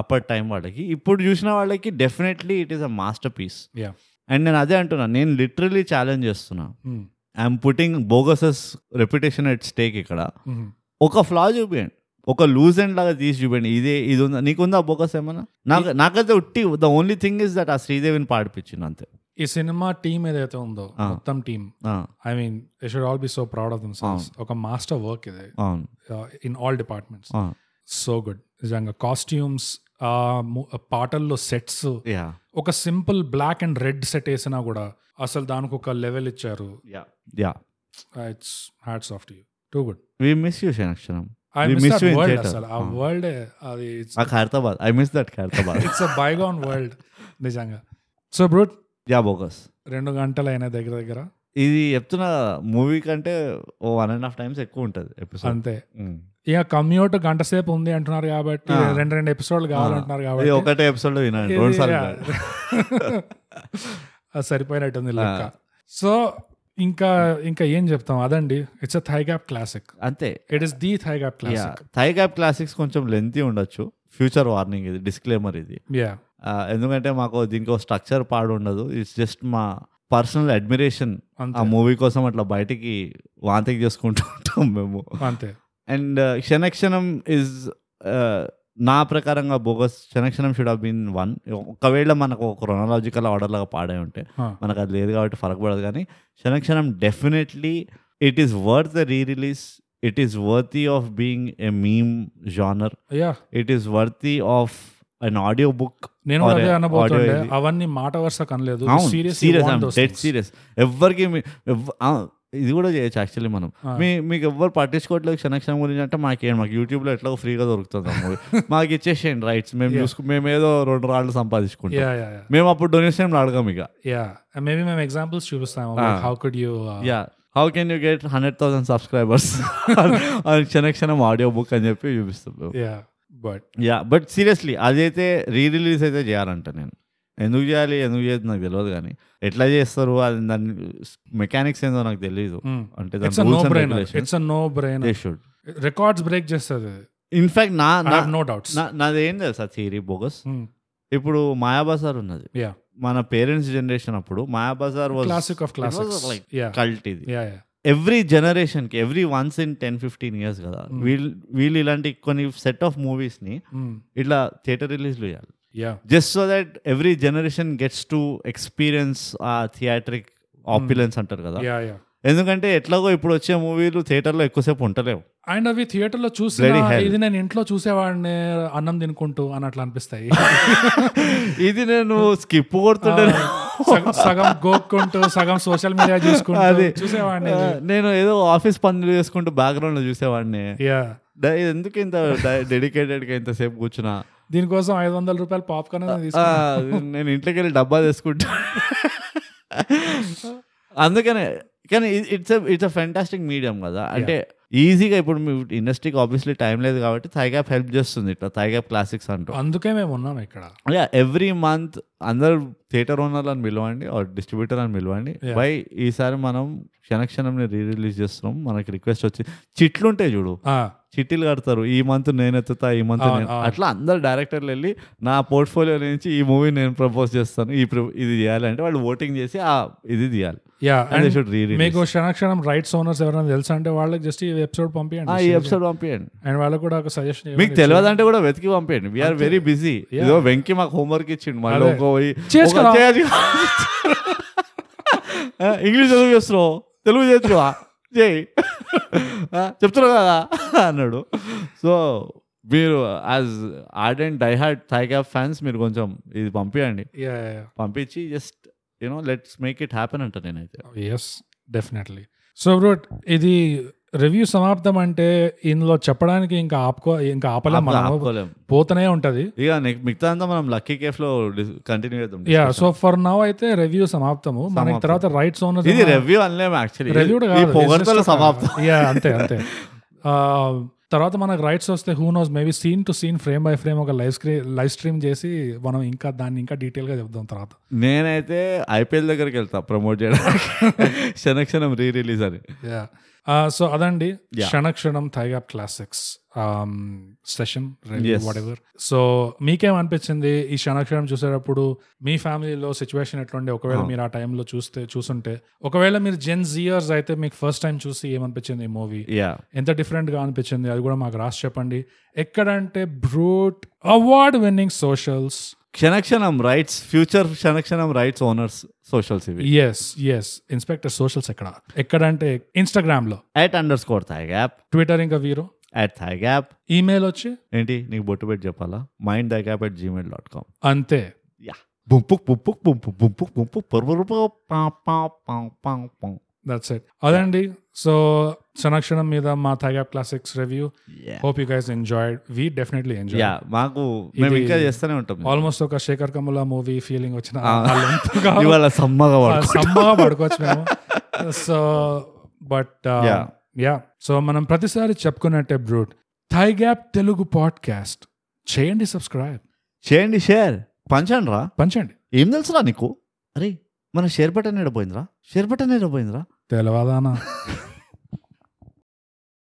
S2: అప్పటి టైం వాళ్ళకి ఇప్పుడు చూసిన వాళ్ళకి definitely it is a masterpiece
S1: yeah
S2: and నేను అదే అంటున్నా నేను లిటరలీ ఛాలెంజ్ చేస్తున్నా
S1: Hmm.
S2: I'm putting Bogus's reputation at stake ఇక్కడ
S1: Hmm.
S2: ఒక ఫ్లా చూపియండి ఒక లూజ్ అండ్ లాగా తీసి చూపండి ఇదే ఇది ఉందా నీకుందా బోగస్ ఏమన్నా నాకు నాకైతే ఉట్టి the only thing is that ఆ శ్రీదేవిని పాడిపించింది అంతే
S1: ఈ సినిమా టీం ఏదైతే ఉందో
S2: ఆ.
S1: మొత్తం టీం
S2: ఆ,
S1: I mean they should all be so proud of them ఒక మాస్టర్ వర్క్ ఇది
S2: అవును
S1: ఇన్ ఆల్ డిపార్ట్మెంట్స్
S2: ఆ,
S1: సో గుడ్ నిజంగా కాస్ట్యూమ్స్ ఆ ము- పాటల్లో సెట్స్
S2: యా
S1: ఒక simple black and red set వేసినా కూడా అసలు దానికి ఒక లెవెల్ ఇచ్చారు Uh,
S2: yeah yeah
S1: it's hats off you too good
S2: we miss you శనక్షణం
S1: I
S2: We
S1: miss
S2: miss you in
S1: world
S2: theatre.
S1: అసలు ఆ
S2: Ah.
S1: వరల్డ్ అది ఇట్స్
S2: ఆ Khairatabad I miss that Khairatabad
S1: it's a bygone world నిజంగా so brute
S2: yeah bogus
S1: రెండు గంటలు అయిన దగ్గర దగ్గర
S2: ఇది చెప్తున్న మూవీ కంటే ఓ వన్ అండ్ హాఫ్ టైమ్స్ ఎక్కువ ఉంటుంది ఎపిసోడ్
S1: అంతే ఇక కమ్యూట్ గంట సేపు ఉంది అంటున్నారు కాబట్టి
S2: Ah.
S1: రెండు రెండు ఎపిసోడ్లు కావాలంటున్నారు
S2: ఇది
S1: కాబట్టి
S2: ఒకటే ఎపిసోడ్ వినండి
S1: ఇది
S2: రెండు సార్లు
S1: ఆ-
S2: కాదు.
S1: అది సరిపోయినట్టుంది లెక్క
S2: Uh-huh.
S1: సో ఇంకా ఇంకా ఏం చెప్తాం అదండి it's a thigh gap classic
S2: అంతే
S1: it is the thigh gap classic
S2: thigh gap classics కొంచెం లెంతీ ఉండొచ్చు ఫ్యూచర్ వార్నింగ్ ఇది డిస్క్లైమర్ ఇది
S1: యా
S2: ఆ, ఎందుకంటే మాకు దీనికి స్ట్రక్చర్ పాడు ఉండదు ఇట్స్ జస్ట్ మా పర్సనల్ అడ్మిరేషన్ ఆ
S1: అంతే
S2: మూవీ కోసం అట్లా బయటికి వాంతికి చేసుకుంటూ ఉంటాం మేము
S1: అంతే
S2: అండ్ uh, క్షణక్షణం ఇస్ నా ప్రకారంగా bogus Kshana Kshanam should have been one ఒకవేళ మనకు క్రొనాలజికల్ ఆర్డర్ లాగా పాడే ఉంటే
S1: Huh.
S2: మనకు అది లేదు కాబట్టి ఫరక్ పడదు కానీ Kshana Kshanam definitely it is worth the re release it is worthy of being a meme genre
S1: yeah
S2: it is worthy of an audio book
S1: నేను
S2: Or
S1: అదే
S2: a-
S1: అనబోతుండే
S2: audio ఇది.
S1: అవన్నీ మాట వరుస కనలేదు
S2: సీరియస్ డెడ్ సీరియస్ ఎవరికి మీ- ఎవ్- ఆ, ఇది కూడా చేయొచ్చు యాక్చువల్లీ మనం
S1: Ah.
S2: మీ మీకు ఎవ్వరు పట్టించుకోవట్లేదు క్షణక్షణం గురించి అంటే మాకేం మాకు యూట్యూబ్లో ఎట్లా ఫ్రీగా దొరుకుతుంది ఆ movie. మాకు ఇచ్చేసేయండి రైట్స్ మేము
S1: Yeah.
S2: చూసుకు మేము ఏదో రెండు రాళ్ళు సంపాదించుకుంటాం
S1: యా యా యా
S2: మేము అప్పుడు డొనేషన్ అడగం ఇక
S1: యా మేబీ మేము ఎగ్జాంపుల్స్ చూపిస్తాము
S2: Ah.
S1: How could you
S2: yeah how can you get hundred thousand subscribers క్షణక్షణం audio book అని చెప్పి చూపిస్తాం
S1: yeah but
S2: yeah but seriously అదైతే రీ రిలీజ్ అయితే చేయాలంట నేను ఎందుకు చేయాలి ఎందుకు చేయదు నాకు తెలియదు కానీ ఎట్లా చేస్తారు అది దాని మెకానిక్స్ ఏందో నాకు తెలియదు
S1: hmm.
S2: అంటే దాని
S1: it's no
S2: rules and
S1: brainer
S2: regulations,
S1: it's no
S2: they
S1: brainer
S2: should.
S1: Records break చేస్తుంది
S2: In fact, నా
S1: I have
S2: in fact
S1: no doubts
S2: నా నాదేం తెలుసా థియరీ బోగస్
S1: Hmm.
S2: ఇప్పుడు మాయాబజార్ ఉన్నది
S1: యా
S2: మన పేరెంట్స్ జనరేషన్ అప్పుడు Mayabazar
S1: classic of classics
S2: like
S1: yeah
S2: cult ఇది
S1: యా యా
S2: ఎవ్రీ జనరేషన్ కి every once in ten fifteen years కదా
S1: Hmm.
S2: వీళ్ళు వీళ్ళు ఇలాంటి కొన్ని సెట్ ఆఫ్ మూవీస్ ని ఇట్లా థియేటర్ రిలీజ్లు చేయాలి
S1: yeah
S2: just so that every generation gets to experience ఆ థియేట్రిక్ ఆప్యులెన్స్ అంటారు కదా
S1: యా యా
S2: ఎందుకంటే ఎట్లాగో ఇప్పుడు వచ్చే మూవీలు థియేటర్లో ఎక్కువసేపు ఉండలేవు
S1: అండ్ అవి థియేటర్ లో చూసి
S2: Bloody hell.
S1: ఇది నేను ఇంట్లో చూసేవాడిని అన్నం తినుకుంటూ అని అట్లా అనిపిస్తాయి
S2: ఇది నేను స్కిప్ కొడుతుంటాను
S1: సగం- సగం గోక్కుంటూ సగం సోషల్ మీడియా చూసుకుంటూ
S2: అది.
S1: చూసేవాడిని
S2: నేను ఏదో ఆఫీస్ పనులు చేసుకుంటూ background లో చూసేవాడిని
S1: యా
S2: డ- ఎందుకు ఇంత డెడికేటెడ్గా ఇంతసేపు కూర్చున్నా
S1: దీనికోసం ఐదు వందల రూపాయలు పాప్కార్న్
S2: ఆ, నేను ఇంట్లోకి వెళ్ళి డబ్బా తీసుకుంటా అందుకనే కానీ it's it's a fantastic medium కదా అంటే ఈజీగా ఇప్పుడు మీ ఇండస్ట్రీకి ఆబ్వియస్లీ టైం లేదు కాబట్టి థైగ్యాప్ హెల్ప్ చేస్తుంది ఇట్లా థైగ్యాప్ క్లాసిక్స్ అంటూ
S1: అందుకే మేము ఉన్నాం ఇక్కడ
S2: యా ఎవ్రీ మంత్ అందరు థియేటర్ ఓనర్లను పిలవండి ఆర్ డిస్ట్రిబ్యూటర్ అని పిలవండి
S1: Yeah.
S2: బై ఈసారి మనం క్షణక్షణం రీ రిలీజ్ చేస్తున్నాం మనకి రిక్వెస్ట్ వచ్చి చిట్లు ఉంటాయి చూడు
S1: ఆ,
S2: చిట్టీలు కడతారు ఈ మంత్ నేను ఎత్తుతా ఈ మంత్
S1: అవును,
S2: నేను
S1: అవును.
S2: అట్లా అందరు డైరెక్టర్లు వెళ్ళి నా పోర్ట్ఫోలియో నుంచి ఈ మూవీ నేను ప్రపోజ్ చేస్తాను ఈ pro- ఇది చేయాలి అంటే వాళ్ళు ఓటింగ్ చేసి ఆ ఇది తీయాలి
S1: yeah
S2: And they
S1: and
S2: should re-release.
S1: మీకు క్షణక్షణం రైట్స్ ఓనర్స్ ఎవరైనా తెలుసా అంటే వాళ్ళకి జస్ట్ ఈ ఎపిసోడ్
S2: ఆ, ఈ
S1: పంపించండి
S2: ఎపిసోడ్ పంపించండి
S1: అండ్ వాళ్ళకి కూడా ఒక సజెషన్
S2: మీకు తెలియదంటే కూడా వెతికి పంపించండి వీఆర్ వెరీ బిజీ
S1: Yeah.
S2: ఇదో వెంకి మాకు హోంవర్క్ ఇచ్చిండు మళ్ళీ
S1: అదే.
S2: ఒక పోయి-
S1: చేసుకురా.
S2: ఒక చేయాలి. ఆ, ఇంగ్లీష్ చదువు చేస్తున్నావు తెలుగు చేస్తున్నా చేయి ఆ, చెప్తున్నావు కదా అన్నాడు సో మీరు as hard and diehard thigh gap fans మీరు కొంచెం ఇది పంపించండి పంపించి just you know let's make it happen అంట నేనైతే
S1: ఎస్ డెఫినెట్లీ సో బ్రో ఇది రివ్యూ సమాప్తం అంటే ఇందులో చెప్పడానికి ఇంకా ఆపుకో ఇంకా ఆపలేం మనం
S2: ఆపుకోలేం.
S1: పోతూనే ఉంటది
S2: ఇక నెక్- మిగతా అంతా మనం లక్కీ కేఫ్ లో కంటిన్యూ చేద్దాం
S1: యా సో ఫర్ నౌ అయితే రివ్యూ సమాప్తము మనకి
S2: సమాప్తం.
S1: తర్వాత రైట్స్ ఓనర్
S2: ఇది రెవ్యూ అనలేము
S1: రివ్యూ
S2: యాక్చువల్లీ ఈ పొగడ్తల సమాప్తం
S1: యా అంతే అంతే ఆ, తర్వాత మనకు రైట్స్ వస్తే who knows maybe scene to scene frame by frame ఒక లైవ్ స్క్రీన్ లైవ్ స్ట్రీమ్ చేసి మనం ఇంకా దాన్ని ఇంకా డీటెయిల్ గా చెప్దాం తర్వాత
S2: నేనైతే ఐపీఎల్ దగ్గరికి వెళ్తా ప్రమోట్ చేయడానికి క్షణ క్షణం రీ రిలీజ్ అని
S1: యా సో అదండి
S2: Yeah.
S1: Kshana Kshanam thigh gap classics um, session
S2: Yes.
S1: Whatever so మీకేమనిపించింది ఈ క్షణక్షణం చూసేటప్పుడు మీ ఫ్యామిలీలో సిచ్యువేషన్ ఎట్లుండే
S2: Oh.
S1: ఒకవేళ మీరు ఆ టైంలో చూస్తే చూసుంటే ఒకవేళ మీరు జెన్ జియర్స్ అయితే మీకు ఫస్ట్ టైం చూసి ఏమనిపించింది ఈ మూవీ
S2: యా
S1: ఎంత డిఫరెంట్గా అనిపించింది అది కూడా మాకు రాసి చెప్పండి ఎక్కడంటే బ్రూట్ అవార్డ్ విన్నింగ్ సోషల్స్
S2: క్షణ Kshanam rights future Kshana Kshanam rights owners socials ఇవి
S1: ఎస్ ఎస్ ఇన్స్పెక్టర్ సోషల్స్ ఎక్కడ ఎక్కడంటే ఇన్స్టాగ్రామ్ లో
S2: at under score thigh gap
S1: Twitter ఇంకా వీరు
S2: అట్ థాయ్ గ్యాప్
S1: ఈమెయిల్ వచ్చి
S2: ఏంటి నీకు బొట్టు పెట్టి చెప్పాలా mind Thai gap at Gmail dot com
S1: అంతే
S2: యా బుంపుక్ బుంపుక్ బుంపుక్ బుంపుక్ బుంపుక్ పొరుపు పా పా పా పా పా
S1: దట్స్ ఇట్ అదండి సో సనక్షణం మీద మా థైగాప్ classics review hope you guys enjoyed we definitely enjoy
S2: yeah మాకు మేము
S1: ఇది-
S2: ఇంకా చేస్తూనే ఉంటాం
S1: ఆల్మోస్ట్ ఒక శేఖర్ కమల మూవీ ఫీలింగ్ వచ్చిన
S2: ఆ.
S1: ఆ length గా
S2: ఇవాళ సమ్మగా వాడు
S1: సమ్మగా పడుకోవచ్చు మేము so but
S2: Yeah.
S1: Yeah so మనం ప్రతిసారి చెప్పుకున్నట్టే brute thigh gap Telugu podcast చేయండి సబ్స్క్రైబ్
S2: చేయండి షేర్ పంచండి రా
S1: పంచండి
S2: ఏం తెలుసురా నీకు అరే మన షేర్ బటన్ ఎడపోయిందిరా షేర్ బటన్ ఎడపోయిందిరా
S1: తెలవదానా